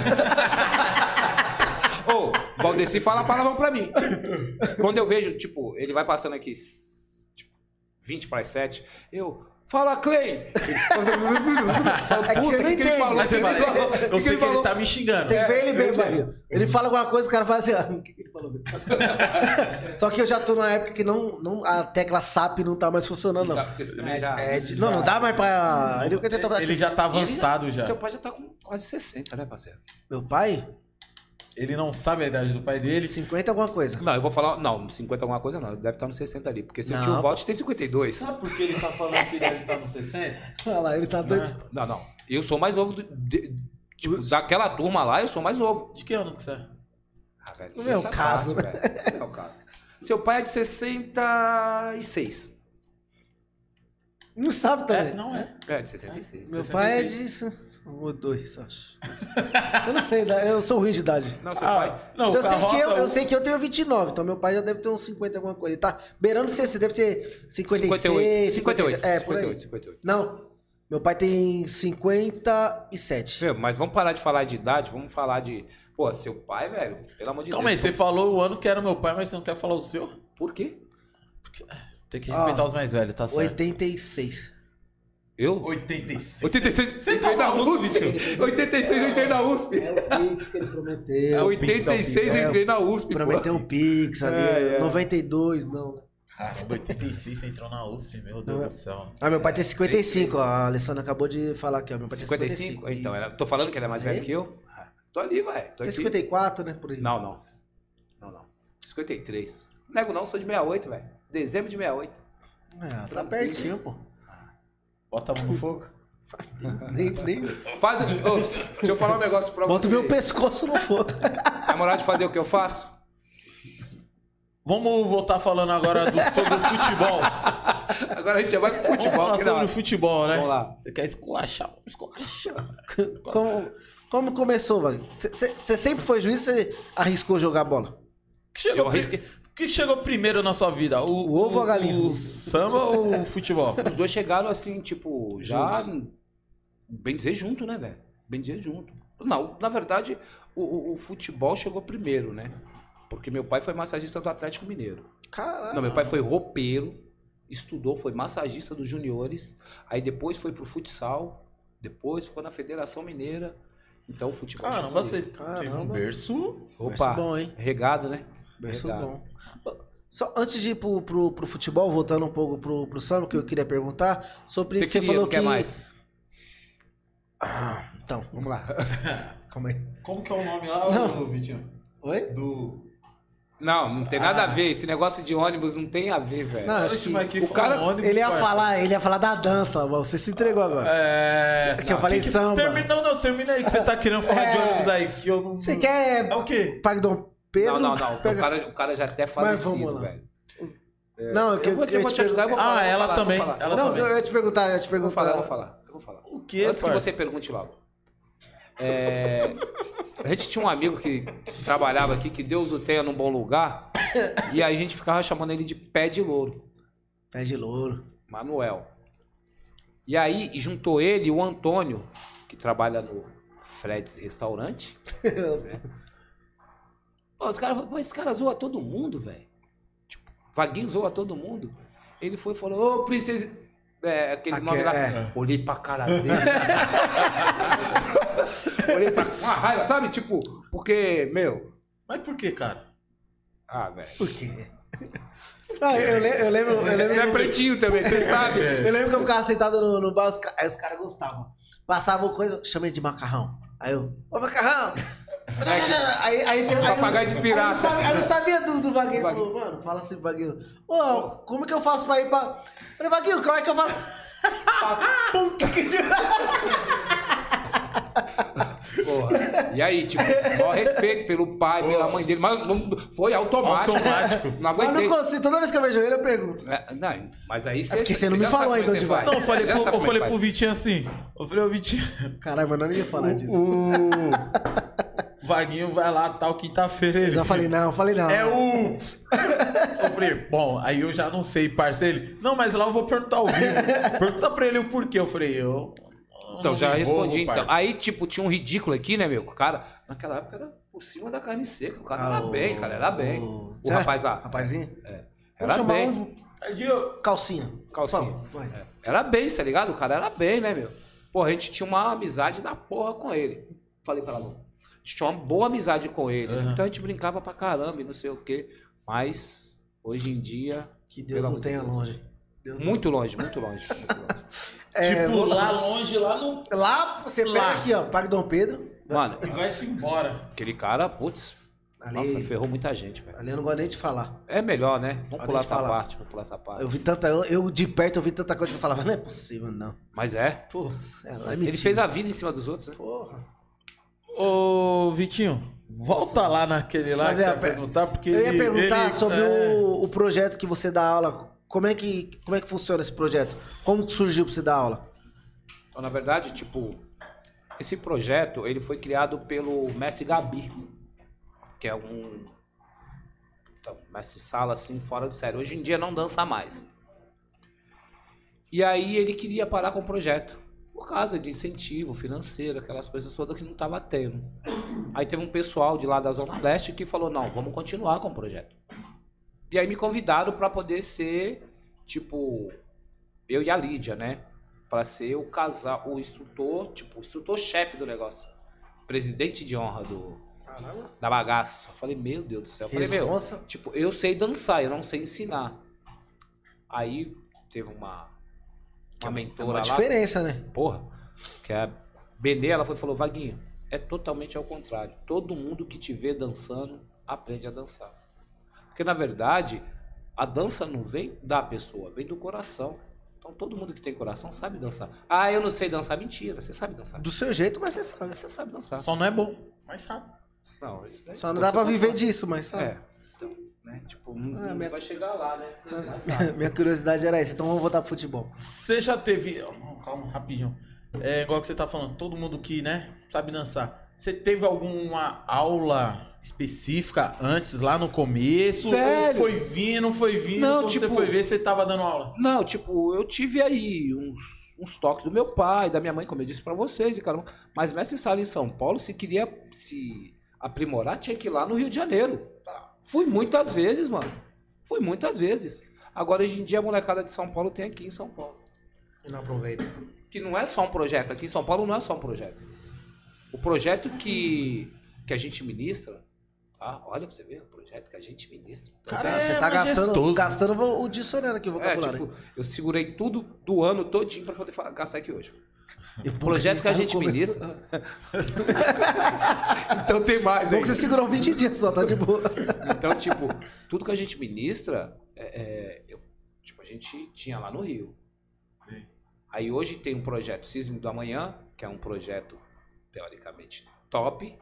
[SPEAKER 1] Ô, Valdeci fala palavrão pra mim. Quando eu vejo, tipo, ele vai passando aqui, tipo, 20 para 7, eu. Fala, Clay!
[SPEAKER 2] É que você não entende,
[SPEAKER 3] Mas
[SPEAKER 2] Você
[SPEAKER 3] você
[SPEAKER 2] vai-
[SPEAKER 3] fala, né? "Eu
[SPEAKER 2] que
[SPEAKER 3] sei que ele, tá me xingando.
[SPEAKER 2] Tem que ver ele bem, Bahia. Ele fala alguma coisa, o cara fala assim, ah, o que que ele falou? mesmo?" Só que eu já tô numa época que não, não, a tecla SAP não tá mais funcionando, não. É, é de- não, não dá mais pra. Ele,
[SPEAKER 3] Ele já tá avançado já.
[SPEAKER 1] Seu pai já tá com quase 60, né, parceiro?
[SPEAKER 2] Meu pai?
[SPEAKER 3] Ele não sabe a idade do pai dele.
[SPEAKER 2] 50 alguma coisa.
[SPEAKER 1] Não, eu vou falar. Não, 50 alguma coisa não. Ele deve estar nos 60 ali. Porque se o
[SPEAKER 2] Não.
[SPEAKER 1] tio Valt tem 52.
[SPEAKER 3] Sabe por que ele tá falando que a idade tá nos 60?
[SPEAKER 2] Olha lá, ele tá doido.
[SPEAKER 1] Não, não. Eu sou mais novo. do- de- tipo, daquela turma lá, eu sou mais novo.
[SPEAKER 3] De que ano que você é?
[SPEAKER 1] Ah, velho,
[SPEAKER 2] Não é o
[SPEAKER 1] essa
[SPEAKER 2] caso,
[SPEAKER 1] parte, velho. Não é o caso. Seu pai é de 66.
[SPEAKER 2] Não sabe também.
[SPEAKER 3] não é.
[SPEAKER 1] É, de 66.
[SPEAKER 2] Meu pai é de. Ou dois, acho. eu não sei, né? eu sou ruim de idade.
[SPEAKER 1] Não, é um seu pai.
[SPEAKER 3] Ah, não,
[SPEAKER 2] Eu sei, que eu,
[SPEAKER 3] Carroça,
[SPEAKER 2] eu sei que eu tenho 29, então meu pai já deve ter uns 50 alguma coisa. Ele tá beirando 60, deve ter 56,
[SPEAKER 1] 58. 58.
[SPEAKER 2] É, por aí.
[SPEAKER 1] 58, 58.
[SPEAKER 2] Não, meu pai tem 57.
[SPEAKER 1] Meu, mas vamos parar de falar de idade, vamos falar de. Pô, seu pai, velho, pelo amor de
[SPEAKER 3] Calma aí,
[SPEAKER 1] Deus.
[SPEAKER 3] você falou o ano que era meu pai, mas você não quer falar o seu?
[SPEAKER 1] Por quê?
[SPEAKER 3] Tem que respeitar
[SPEAKER 2] Ah,
[SPEAKER 3] os mais velhos, tá certo?
[SPEAKER 2] 86.
[SPEAKER 1] Eu?
[SPEAKER 3] 86.
[SPEAKER 1] 86,
[SPEAKER 3] Você
[SPEAKER 1] entrei
[SPEAKER 3] tá
[SPEAKER 1] na
[SPEAKER 3] maluco?
[SPEAKER 1] USP. 86, eu entrei na USP.
[SPEAKER 2] É o Pix que ele
[SPEAKER 1] É,
[SPEAKER 2] prometeu.
[SPEAKER 1] 86, eu entrei na USP, pô.
[SPEAKER 2] Prometeu um o Pix ali.
[SPEAKER 1] É, é.
[SPEAKER 2] 92, não.
[SPEAKER 3] Caramba, 86 você entrou na USP, meu Deus do céu.
[SPEAKER 2] Ah, meu pai tem 55, ó. A Alessandra acabou de falar aqui, ó. Meu pai
[SPEAKER 1] 55?
[SPEAKER 2] tem 55.
[SPEAKER 1] Então,
[SPEAKER 2] isso.
[SPEAKER 1] era, tô falando que ele é mais
[SPEAKER 2] Aí.
[SPEAKER 1] velho que eu? Ah, Tô ali, vai. Tô
[SPEAKER 2] Tem
[SPEAKER 1] aqui.
[SPEAKER 2] 54, né? Por aí.
[SPEAKER 1] Não, não. Não, não. 53. Nego não, sou de 68, velho. Dezembro de 68.
[SPEAKER 2] Ah, tá pertinho, pô.
[SPEAKER 3] Bota a mão no fogo.
[SPEAKER 2] Nem, nem...
[SPEAKER 1] Faz. Ô, deixa eu falar um negócio pra
[SPEAKER 2] Bota o
[SPEAKER 1] você.
[SPEAKER 2] meu pescoço no fogo.
[SPEAKER 1] Na moral de fazer o que eu faço?
[SPEAKER 3] Vamos voltar falando agora do- sobre o futebol.
[SPEAKER 1] Agora a gente já vai pro
[SPEAKER 3] Vamos
[SPEAKER 1] futebol.
[SPEAKER 3] falar
[SPEAKER 1] que
[SPEAKER 3] sobre
[SPEAKER 1] da-
[SPEAKER 3] o futebol, né?
[SPEAKER 1] Vamos lá.
[SPEAKER 3] Você quer esculachar? Vamos esculachar.
[SPEAKER 2] Como, como começou, Wagner? Você sempre foi juiz ou você arriscou jogar bola?
[SPEAKER 3] O que chegou,
[SPEAKER 1] Eu
[SPEAKER 3] pri-
[SPEAKER 1] arrisquei.
[SPEAKER 3] o que chegou primeiro na sua vida? O,
[SPEAKER 2] O ovo ou a galinha?
[SPEAKER 3] O samba ou o futebol?
[SPEAKER 1] Os dois chegaram assim, tipo, já. Bem dizer junto, né, velho? Bem dizer junto. Não, na verdade, o, o- o futebol chegou primeiro, né? Porque meu pai foi massagista do Atlético Mineiro.
[SPEAKER 2] Caralho.
[SPEAKER 1] Não, meu pai foi roupeiro, estudou, foi massagista dos juniores, aí depois foi pro futsal, depois ficou na Federação Mineira. Então o futebol.
[SPEAKER 3] Caramba,
[SPEAKER 1] chegou
[SPEAKER 3] você
[SPEAKER 1] ali.
[SPEAKER 3] teve um
[SPEAKER 2] Caramba.
[SPEAKER 3] berço.
[SPEAKER 1] Opa,
[SPEAKER 2] Berço bom, hein?
[SPEAKER 1] regado, né?
[SPEAKER 2] Berço
[SPEAKER 1] Verdade.
[SPEAKER 2] bom. Só antes de ir pro, pro, pro futebol, voltando um pouco pro, pro samba, que eu queria perguntar, sobre você,
[SPEAKER 1] queria,
[SPEAKER 2] falou
[SPEAKER 1] não
[SPEAKER 2] que.
[SPEAKER 1] quer mais.
[SPEAKER 2] Ah, então,
[SPEAKER 1] Vamos lá.
[SPEAKER 2] calma aí.
[SPEAKER 3] Como que é o nome lá,
[SPEAKER 2] Não.
[SPEAKER 3] Vitinho?
[SPEAKER 2] Oi?
[SPEAKER 3] Do.
[SPEAKER 1] Não, não tem nada a ver. Esse negócio de ônibus não tem a ver, velho.
[SPEAKER 2] Ah. Não, acho
[SPEAKER 3] Oxe,
[SPEAKER 2] que
[SPEAKER 3] mas que
[SPEAKER 1] o cara-
[SPEAKER 3] foi um ônibus,
[SPEAKER 2] Ele ia
[SPEAKER 3] parça.
[SPEAKER 2] falar, ele ia falar da dança, mas você se entregou agora.
[SPEAKER 3] É.
[SPEAKER 2] que eu falei
[SPEAKER 3] fica-
[SPEAKER 2] samba.
[SPEAKER 3] termina- não, não, termina aí que você tá querendo falar de
[SPEAKER 2] É.
[SPEAKER 3] ônibus aí. que eu não-
[SPEAKER 2] Você quer
[SPEAKER 3] É o quê?
[SPEAKER 2] Parque Dom Pedro?
[SPEAKER 1] não, não, não.
[SPEAKER 2] Pega-
[SPEAKER 1] O, cara, o cara já é até
[SPEAKER 2] Mas vamos
[SPEAKER 1] falecido,
[SPEAKER 2] lá.
[SPEAKER 1] velho.
[SPEAKER 2] Não, eu, que-
[SPEAKER 1] Eu vou,
[SPEAKER 2] eu
[SPEAKER 1] eu vou
[SPEAKER 2] te
[SPEAKER 1] te ajudar, eu
[SPEAKER 2] pergunto-
[SPEAKER 1] vou
[SPEAKER 3] Ah,
[SPEAKER 1] falar. eu vou
[SPEAKER 3] ela
[SPEAKER 1] falar,
[SPEAKER 3] também,
[SPEAKER 1] Eu vou falar,
[SPEAKER 3] ela
[SPEAKER 1] eu
[SPEAKER 2] Não,
[SPEAKER 3] também.
[SPEAKER 2] eu ia te perguntar, eu ia te
[SPEAKER 1] vou falar, eu vou
[SPEAKER 2] perguntar.
[SPEAKER 1] falar. Eu vou falar.
[SPEAKER 3] O quê,
[SPEAKER 1] Antes que
[SPEAKER 3] parça?
[SPEAKER 1] você pergunte logo. É, a gente tinha um amigo que trabalhava aqui, que Deus o tenha num bom lugar, e a gente ficava chamando ele de pé de louro,
[SPEAKER 2] Pé de louro.
[SPEAKER 1] Manuel. E aí juntou ele e o Antônio, que trabalha no Fred's Restaurante. né? Pô, os caras falam, "Pô, esse cara zoa todo mundo, velho. Tipo, Vaguinho zoa todo mundo. Ele foi e falou, ô princesa. É, aquele
[SPEAKER 2] Aque-
[SPEAKER 1] nome lá.
[SPEAKER 2] é.
[SPEAKER 1] Olhei pra cara dele. né? Olhei pra com uma raiva, sabe? Tipo, porque, meu.
[SPEAKER 3] Mas por que, cara?
[SPEAKER 1] Ah, velho.
[SPEAKER 2] Por quê? Não, eu, eu le- eu lembro, eu lembro.
[SPEAKER 1] Você é pretinho também, você sabe.
[SPEAKER 2] Eu lembro que eu ficava sentado no, no bar, os, ca- aí os caras gostavam. Passavam coisa, chamei de macarrão. Aí eu, ô macarrão! Aí, aí tem
[SPEAKER 1] É Papagaio de pirata.
[SPEAKER 2] Aí eu sabia, aí eu sabia do, do Vaguinho.
[SPEAKER 1] Vaguinho.
[SPEAKER 2] Falou, mano, fala assim pro Vaguinho. Ô, como que eu faço pra ir pra. Eu falei, Vaguinho, como é que eu faço? Pra puta que de-
[SPEAKER 4] Porra.
[SPEAKER 1] E aí, tipo, maior respeito pelo pai, pela mãe dele, mas não- foi automático.
[SPEAKER 3] Automático.
[SPEAKER 1] Não
[SPEAKER 2] Mas
[SPEAKER 1] aguentei.
[SPEAKER 2] não consigo, toda vez que eu vejo ele, eu pergunto.
[SPEAKER 1] É, não, mas aí você.
[SPEAKER 2] porque você não me
[SPEAKER 1] já sabe
[SPEAKER 2] falou
[SPEAKER 1] como
[SPEAKER 2] ainda
[SPEAKER 1] é que
[SPEAKER 2] onde vai.
[SPEAKER 1] faz.
[SPEAKER 3] Não, eu falei,
[SPEAKER 1] Já
[SPEAKER 3] pro,
[SPEAKER 1] sabe
[SPEAKER 3] eu
[SPEAKER 1] como
[SPEAKER 3] falei
[SPEAKER 1] é que
[SPEAKER 3] pro
[SPEAKER 1] faz.
[SPEAKER 3] Vitinho assim. Eu falei, ô Vitinho,
[SPEAKER 2] Caralho, mas eu não ia falar disso.
[SPEAKER 3] o Vaguinho vai lá tal quinta-feira.
[SPEAKER 2] Eu
[SPEAKER 3] ele-
[SPEAKER 2] já falei, "Ah." não, falei não.
[SPEAKER 3] É o. Eu falei, bom, aí eu já não sei, parceiro. Ele, Não, mas lá eu vou perguntar ao vivo. Pergunta pra ele o porquê. Eu falei, eu. eu
[SPEAKER 1] Então,
[SPEAKER 3] não
[SPEAKER 1] já
[SPEAKER 3] me envolvo,
[SPEAKER 1] respondi. Então.
[SPEAKER 3] parça.
[SPEAKER 1] Aí, tipo, tinha um ridículo aqui, né, meu? O cara, naquela época era por cima da carne seca. O cara era
[SPEAKER 2] Ah,
[SPEAKER 1] bem, cara, era bem.
[SPEAKER 2] o-
[SPEAKER 1] O rapaz lá.
[SPEAKER 2] Rapazinho? Vamos
[SPEAKER 1] Era
[SPEAKER 2] chamar
[SPEAKER 1] bem.
[SPEAKER 2] um
[SPEAKER 3] Tadinho,
[SPEAKER 2] calcinha.
[SPEAKER 1] Calcinha.
[SPEAKER 2] Vamos, vai.
[SPEAKER 1] É, Era bem, tá ligado? O cara era bem, né, meu? Porra, a gente tinha uma amizade da porra com ele. Falei pra ela, "Lu, a gente tinha uma boa amizade com ele.
[SPEAKER 3] Aham.
[SPEAKER 1] Então a gente brincava pra caramba e não sei o quê. Mas, hoje em dia,
[SPEAKER 2] Que Deus
[SPEAKER 1] Pelo
[SPEAKER 2] não
[SPEAKER 1] amor de
[SPEAKER 2] tenha
[SPEAKER 1] Deus.
[SPEAKER 2] longe. Deus
[SPEAKER 1] muito longe, muito longe. muito longe.
[SPEAKER 2] É,
[SPEAKER 3] tipo,
[SPEAKER 2] vou-
[SPEAKER 3] lá longe, lá não.
[SPEAKER 2] Lá, você
[SPEAKER 3] Lá.
[SPEAKER 2] pega aqui, ó, Parque Dom Pedro.
[SPEAKER 1] Mano,
[SPEAKER 3] E vai-se embora.
[SPEAKER 1] aquele cara, putz,
[SPEAKER 2] Ali,
[SPEAKER 1] nossa, ferrou muita gente, velho.
[SPEAKER 2] ali eu não gosto nem de falar.
[SPEAKER 1] É melhor, né? Vamos
[SPEAKER 2] Pode
[SPEAKER 1] pular essa
[SPEAKER 2] falar.
[SPEAKER 1] parte, vamos pular essa parte.
[SPEAKER 2] Eu vi tanta. Eu, eu de perto eu vi tanta coisa que eu falava, não é possível, não.
[SPEAKER 1] Mas é.
[SPEAKER 2] Porra, é lá, é
[SPEAKER 1] Ele
[SPEAKER 2] mentira.
[SPEAKER 1] fez a vida em cima dos outros, né?
[SPEAKER 2] Porra.
[SPEAKER 3] Ô, Vitinho, volta lá naquele lá
[SPEAKER 2] Fazer
[SPEAKER 3] que
[SPEAKER 2] é, a
[SPEAKER 3] você vai
[SPEAKER 2] pe-
[SPEAKER 3] perguntar, porque.
[SPEAKER 2] Eu ia perguntar
[SPEAKER 3] ele-
[SPEAKER 2] sobre
[SPEAKER 3] é,
[SPEAKER 2] o, o projeto que você dá aula. Como é que, como é que funciona esse projeto? Como que surgiu pra você dar aula?
[SPEAKER 1] Então, na verdade, tipo, esse projeto, ele foi criado pelo mestre Gabi, que é um então, mestre sala, assim, fora do sério. Hoje em dia não dança mais. E aí ele queria parar com o projeto, por causa de incentivo financeiro, aquelas coisas todas que não tava tendo. Aí teve um pessoal de lá da Zona Leste que falou, não, vamos continuar com o projeto. E aí me convidaram para poder ser, tipo, eu e a Lídia, né? Pra ser o casal, o instrutor, tipo, o instrutor-chefe do negócio. Presidente de honra do,
[SPEAKER 2] Caramba.
[SPEAKER 1] da bagaça. Eu falei, meu Deus do céu. Eu falei, meu,
[SPEAKER 2] Responsa.
[SPEAKER 1] tipo, eu sei dançar, eu não sei ensinar. Aí teve uma,
[SPEAKER 2] É
[SPEAKER 1] uma mentora
[SPEAKER 2] uma
[SPEAKER 1] lá,
[SPEAKER 2] diferença, né?
[SPEAKER 1] porra, que é a Benê, ela foi e falou, Vaguinho, é totalmente ao contrário. Todo mundo que te vê dançando, aprende a dançar. Porque, na verdade, a dança não vem da pessoa, vem do coração. Então, todo mundo que tem coração sabe dançar. Ah, eu não sei dançar. Mentira, você sabe dançar.
[SPEAKER 2] Do seu jeito, mas você sabe.
[SPEAKER 1] Você sabe dançar.
[SPEAKER 3] Só não é bom, mas sabe.
[SPEAKER 1] Não, isso daí-
[SPEAKER 2] Só não dá pra
[SPEAKER 1] Você tá
[SPEAKER 2] viver
[SPEAKER 1] dançar.
[SPEAKER 2] disso, mas sabe.
[SPEAKER 1] É. Então, né, tipo, não,
[SPEAKER 2] Ah,
[SPEAKER 1] não
[SPEAKER 2] minha- Ah.
[SPEAKER 1] vai chegar lá, né?
[SPEAKER 2] Minha curiosidade era essa, então vamos voltar pro futebol.
[SPEAKER 3] Você já teve. oh, não, calma, rapidinho. É igual que você tá falando, todo mundo que, né, sabe dançar. Você teve alguma aula específica antes, lá no começo? Ou
[SPEAKER 1] Velho.
[SPEAKER 3] foi vindo, não foi vindo?
[SPEAKER 1] Não,
[SPEAKER 3] quando você
[SPEAKER 1] tipo-
[SPEAKER 3] foi ver, você tava dando aula.
[SPEAKER 1] Não, tipo, eu tive aí uns, uns toques do meu pai, da minha mãe, como eu disse pra vocês, e caramba. Mas mestre sala em São Paulo, se queria se aprimorar, tinha que ir lá no Rio de Janeiro. Fui muitas vezes, mano. Fui muitas vezes. Agora, hoje em dia, a molecada de São Paulo tem aqui em São Paulo.
[SPEAKER 2] E não aproveita.
[SPEAKER 1] que não é só um projeto. Aqui em São Paulo não é só um projeto. O projeto que, que a gente ministra, tá? olha pra você ver, o projeto que a gente ministra.
[SPEAKER 2] Você
[SPEAKER 3] Cara,
[SPEAKER 2] tá,
[SPEAKER 3] é
[SPEAKER 2] você tá gastando,
[SPEAKER 1] assim,
[SPEAKER 3] majestoso.
[SPEAKER 2] gastando vo- o dicionário aqui, o
[SPEAKER 1] É,
[SPEAKER 2] vocabulário.
[SPEAKER 1] tipo, eu segurei tudo do ano todinho pra poder fa- gastar aqui hoje.
[SPEAKER 2] E bom
[SPEAKER 1] O projeto que a gente
[SPEAKER 2] tá no começo.
[SPEAKER 1] ministra. então tem mais,
[SPEAKER 2] Bom
[SPEAKER 1] hein?
[SPEAKER 2] que você segurou 20 dias só, tá de boa.
[SPEAKER 1] Então, tipo, tudo que a gente ministra, é, é, eu- tipo, a gente tinha lá no Rio.
[SPEAKER 3] Sim.
[SPEAKER 1] Aí hoje tem um projeto Cisne do Amanhã, que é um projeto teoricamente top.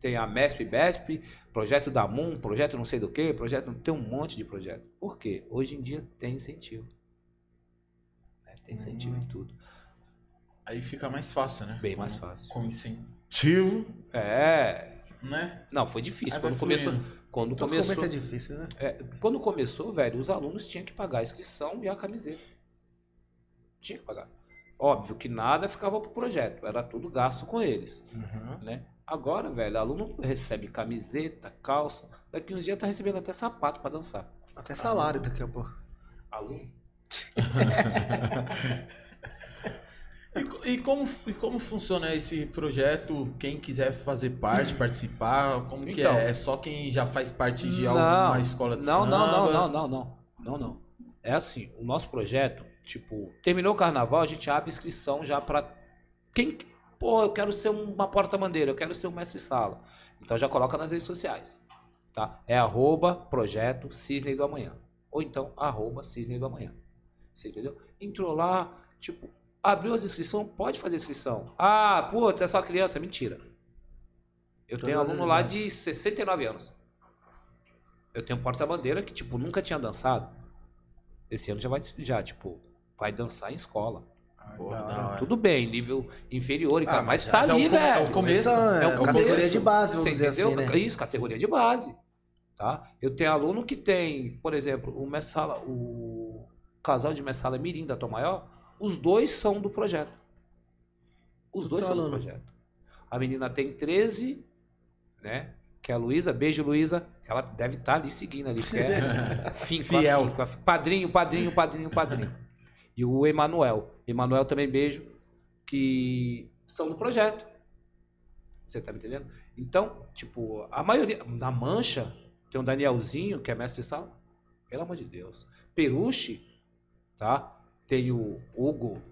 [SPEAKER 1] Tem a MESP BESP, projeto da MUN, projeto não sei do que, projeto. Tem um monte de projeto. Por quê? Hoje em dia tem incentivo. Né? Tem incentivo
[SPEAKER 3] Hum.
[SPEAKER 1] em tudo.
[SPEAKER 3] Aí fica mais fácil, né?
[SPEAKER 1] Bem mais fácil.
[SPEAKER 3] Com incentivo,
[SPEAKER 1] É.
[SPEAKER 3] né?
[SPEAKER 1] Não, foi difícil.
[SPEAKER 3] Aí
[SPEAKER 1] Quando
[SPEAKER 3] vai
[SPEAKER 1] começou,
[SPEAKER 3] fluindo.
[SPEAKER 1] quando
[SPEAKER 2] Todo
[SPEAKER 1] começou.
[SPEAKER 2] começo é difícil, né?
[SPEAKER 1] É, quando começou, velho, os alunos tinham que pagar a inscrição e a camiseta. Tinha que pagar. Óbvio que nada ficava pro projeto, era tudo gasto com eles, né? Agora, velho, aluno recebe camiseta, calça, daqui uns dias tá recebendo até sapato pra dançar.
[SPEAKER 2] Até salário daqui a pouco.
[SPEAKER 1] Aluno?
[SPEAKER 3] E, co- e como, e como funciona esse projeto? Quem quiser fazer parte, participar, como que
[SPEAKER 1] Então.
[SPEAKER 3] é? É só quem já faz parte de alguma
[SPEAKER 1] Não,
[SPEAKER 3] é escola de
[SPEAKER 1] não,
[SPEAKER 3] samba?
[SPEAKER 1] não, não, não, não, não, não, não. É assim, o nosso projeto, tipo, terminou o carnaval, a gente abre inscrição já pra quem, pô, eu quero ser uma porta-bandeira, eu quero ser um mestre-sala. Então já coloca nas redes sociais, tá? É arroba projeto Cisne do Amanhã. Ou então, arroba Cisne do Amanhã. Você entendeu? Entrou lá, tipo, abriu as inscrições, pode fazer inscrição. Ah, putz, é só criança, mentira. Eu
[SPEAKER 2] Todas
[SPEAKER 1] tenho
[SPEAKER 2] as
[SPEAKER 1] aluno lá
[SPEAKER 2] idades.
[SPEAKER 1] de 69 anos. Eu tenho um porta-bandeira que, tipo, nunca tinha dançado. Esse ano já vai, já, tipo, vai dançar em escola.
[SPEAKER 3] Porra,
[SPEAKER 2] da
[SPEAKER 3] da hora.
[SPEAKER 1] Tudo bem, nível inferior e
[SPEAKER 2] Ah,
[SPEAKER 1] tal,
[SPEAKER 2] mas
[SPEAKER 1] mas,
[SPEAKER 2] já-
[SPEAKER 1] tá
[SPEAKER 3] já é
[SPEAKER 1] ali,
[SPEAKER 3] o com- é o
[SPEAKER 1] velho.
[SPEAKER 3] começo,
[SPEAKER 2] Essa
[SPEAKER 3] é o
[SPEAKER 2] é
[SPEAKER 3] começo.
[SPEAKER 2] categoria de base, vamos
[SPEAKER 1] um Você
[SPEAKER 2] dizer
[SPEAKER 1] entendeu?
[SPEAKER 2] assim, né?
[SPEAKER 1] Isso, categoria de base. Tá? Eu tenho aluno que tem, por exemplo, o Messala, o casal de Messala Mirim da Tom Maior, os dois são do projeto. Os dois
[SPEAKER 2] Seu
[SPEAKER 1] são do
[SPEAKER 2] aluno.
[SPEAKER 1] projeto. A menina tem 13, né? Que é a Luísa, beijo Luísa, que ela deve estar ali seguindo ali, que é finco,
[SPEAKER 3] Fiel.
[SPEAKER 1] afinco, afinco. padrinho, padrinho, padrinho, padrinho. E o Emanuel, Emanuel também beijo, que são do projeto. Você tá me entendendo? Então, tipo, a maioria. Na Mancha, tem um Danielzinho, que é mestre de sala. Pelo amor de Deus. Peruche, tá? Tem o Hugo.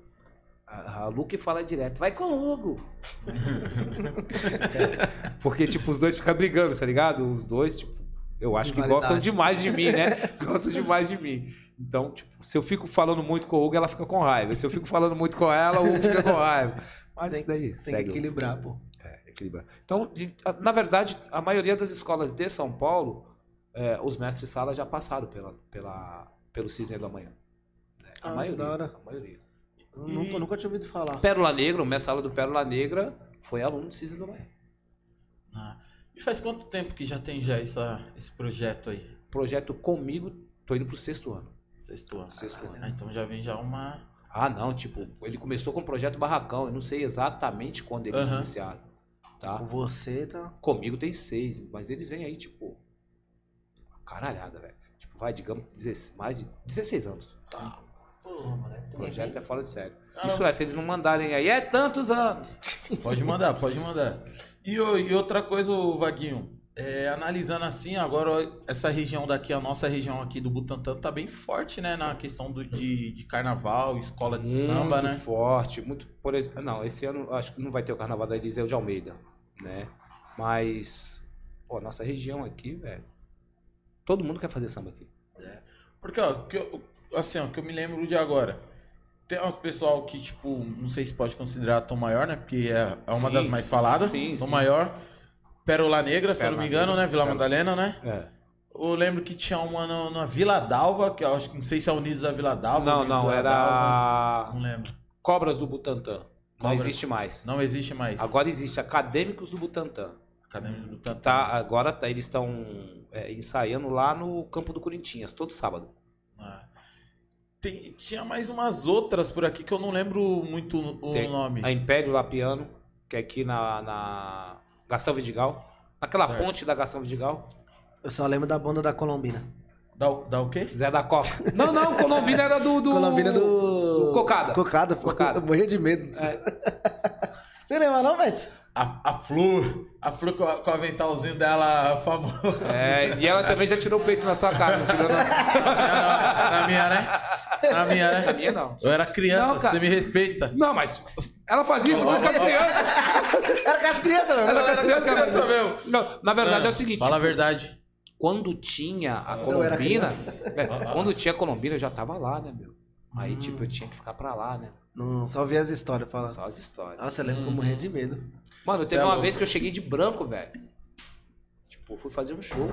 [SPEAKER 1] A, a Lu que fala direto, vai com o Hugo. Porque, tipo, os dois ficam brigando, tá ligado? Os dois, tipo, eu acho que gostam
[SPEAKER 2] Rivalidade.
[SPEAKER 1] demais de mim, né? gostam demais de mim. Então, tipo, se eu fico falando muito com o Hugo, ela fica com raiva. Se eu fico falando muito com ela, o Hugo fica com raiva. Mas
[SPEAKER 2] Tem-
[SPEAKER 1] isso
[SPEAKER 2] Tem que
[SPEAKER 1] daí, é. segue o-
[SPEAKER 2] equilibrar, pô.
[SPEAKER 1] equilibrar. Então, de- a- na verdade, a maioria das escolas de São Paulo, eh, os mestres de sala já passaram pela, pela, pelo Cisne da Manhã. né? A,
[SPEAKER 2] Ah, que
[SPEAKER 1] maioria,
[SPEAKER 2] da hora.
[SPEAKER 1] a maioria.
[SPEAKER 2] Eu Nunca, nunca tinha ouvido falar.
[SPEAKER 1] Pérola Negra, o mestre de sala do Pérola Negra foi aluno do Cisne da Manhã.
[SPEAKER 3] Ah, E faz quanto tempo que já tem já essa, esse projeto aí?
[SPEAKER 1] Projeto comigo, tô indo pro sexto ano.
[SPEAKER 3] Sexto ano.
[SPEAKER 1] Sexto ano.
[SPEAKER 3] Ah, então já vem já uma.
[SPEAKER 1] Ah, não, tipo, ele começou com o projeto Barracão, eu não sei exatamente quando eles
[SPEAKER 3] Aham.
[SPEAKER 1] iniciaram. Tá?
[SPEAKER 2] Com você, tá?
[SPEAKER 1] Comigo tem seis, mas eles vêm aí, tipo, uma caralhada, velho. Tipo, vai, digamos, 16 mais de 16 anos.
[SPEAKER 3] Tá.
[SPEAKER 2] Porra, moleque.
[SPEAKER 1] O projeto é fora de sério.
[SPEAKER 3] Uhum. Ah,
[SPEAKER 1] Isso é, se eles não mandarem aí, é tantos anos.
[SPEAKER 3] Pode mandar, pode mandar. E, ô, e outra coisa, ô, Vaguinho, é, analisando assim, agora ó, essa região daqui, a nossa região aqui do Butantã tá bem forte, né? Na questão do, de, de carnaval, escola de samba, né?
[SPEAKER 1] forte, muito. Por exemplo, não, esse ano acho que não vai ter o carnaval da Eliseu de Almeida, né? Mas, pô, nossa região aqui, velho. Todo mundo quer fazer samba aqui.
[SPEAKER 3] Porque, ó, que eu, assim, ó, que eu me lembro de agora. Tem umas pessoal que, tipo, não sei se pode considerar a Tom Maior, né? Porque é, é uma
[SPEAKER 1] Sim,
[SPEAKER 3] das mais faladas.
[SPEAKER 1] sim,
[SPEAKER 3] Tom
[SPEAKER 1] sim.
[SPEAKER 3] Maior, Pérola Negra, se eu não me
[SPEAKER 1] Pérola
[SPEAKER 3] engano,
[SPEAKER 1] Negra,
[SPEAKER 3] né? Vila
[SPEAKER 1] Pérola.
[SPEAKER 3] Madalena, né?
[SPEAKER 1] É.
[SPEAKER 3] Eu lembro que tinha uma na, na Vila Dalva, que eu acho que não sei se é Unidos da Vila Dalva.
[SPEAKER 1] Não,
[SPEAKER 3] Unidos
[SPEAKER 1] não,
[SPEAKER 3] da Dalva,
[SPEAKER 1] era.
[SPEAKER 3] Não lembro.
[SPEAKER 1] Cobras do Butantã. Não
[SPEAKER 3] Cobras.
[SPEAKER 1] existe mais.
[SPEAKER 3] Não existe mais.
[SPEAKER 1] Agora existe Acadêmicos do Butantã.
[SPEAKER 3] Acadêmia do Tantã.
[SPEAKER 1] Tá, agora tá, eles estão é, ensaiando lá no campo do Corinthians, todo sábado.
[SPEAKER 3] Ah. Tem- tinha mais umas outras por aqui que eu não lembro muito o
[SPEAKER 1] Tem.
[SPEAKER 3] nome.
[SPEAKER 1] A Império Lapiano, que é aqui na, na Gastão Vidigal. Naquela
[SPEAKER 3] Certo.
[SPEAKER 1] ponte da Gastão Vidigal.
[SPEAKER 2] Eu só lembro da banda da Colombina.
[SPEAKER 3] Dá, o- dá o quê?
[SPEAKER 1] Zé da Copa. Não, não, Colombina era do. do
[SPEAKER 2] Colombina do...
[SPEAKER 1] do Cocada.
[SPEAKER 2] Cocada, pô.
[SPEAKER 1] Cocada.
[SPEAKER 2] Eu morria de medo.
[SPEAKER 1] É.
[SPEAKER 2] Você lembra não, Beth?
[SPEAKER 3] A, a Flor. A Flor com, a- com o aventalzinho dela famoso.
[SPEAKER 1] É, e ela também já tirou o peito na sua cara, não tirou na
[SPEAKER 3] Na, na minha, né? Na minha,
[SPEAKER 1] na
[SPEAKER 3] né?
[SPEAKER 1] minha, não.
[SPEAKER 3] Eu era criança,
[SPEAKER 1] Não, cara.
[SPEAKER 3] você me respeita.
[SPEAKER 1] Não, mas ela fazia isso quando era criança.
[SPEAKER 2] Era com as crianças, velho.
[SPEAKER 1] Ela era é criança, ela
[SPEAKER 3] criança
[SPEAKER 1] fazia.
[SPEAKER 3] mesmo.
[SPEAKER 1] Não, na verdade é
[SPEAKER 3] Ah,
[SPEAKER 1] o seguinte,
[SPEAKER 3] Fala a verdade.
[SPEAKER 1] quando tinha a
[SPEAKER 2] Quando eu era
[SPEAKER 1] Colombina, é, quando tinha a Colombina eu já tava lá, né, meu?
[SPEAKER 3] Hum.
[SPEAKER 1] Aí, tipo, eu tinha que ficar pra lá, né?
[SPEAKER 2] Não, só vi as histórias falando.
[SPEAKER 1] Só as histórias.
[SPEAKER 2] Nossa, eu lembro que eu morria de medo.
[SPEAKER 1] Mano, teve
[SPEAKER 3] é
[SPEAKER 1] uma
[SPEAKER 3] louco.
[SPEAKER 1] vez que eu cheguei de branco, velho. Tipo, eu fui fazer um show.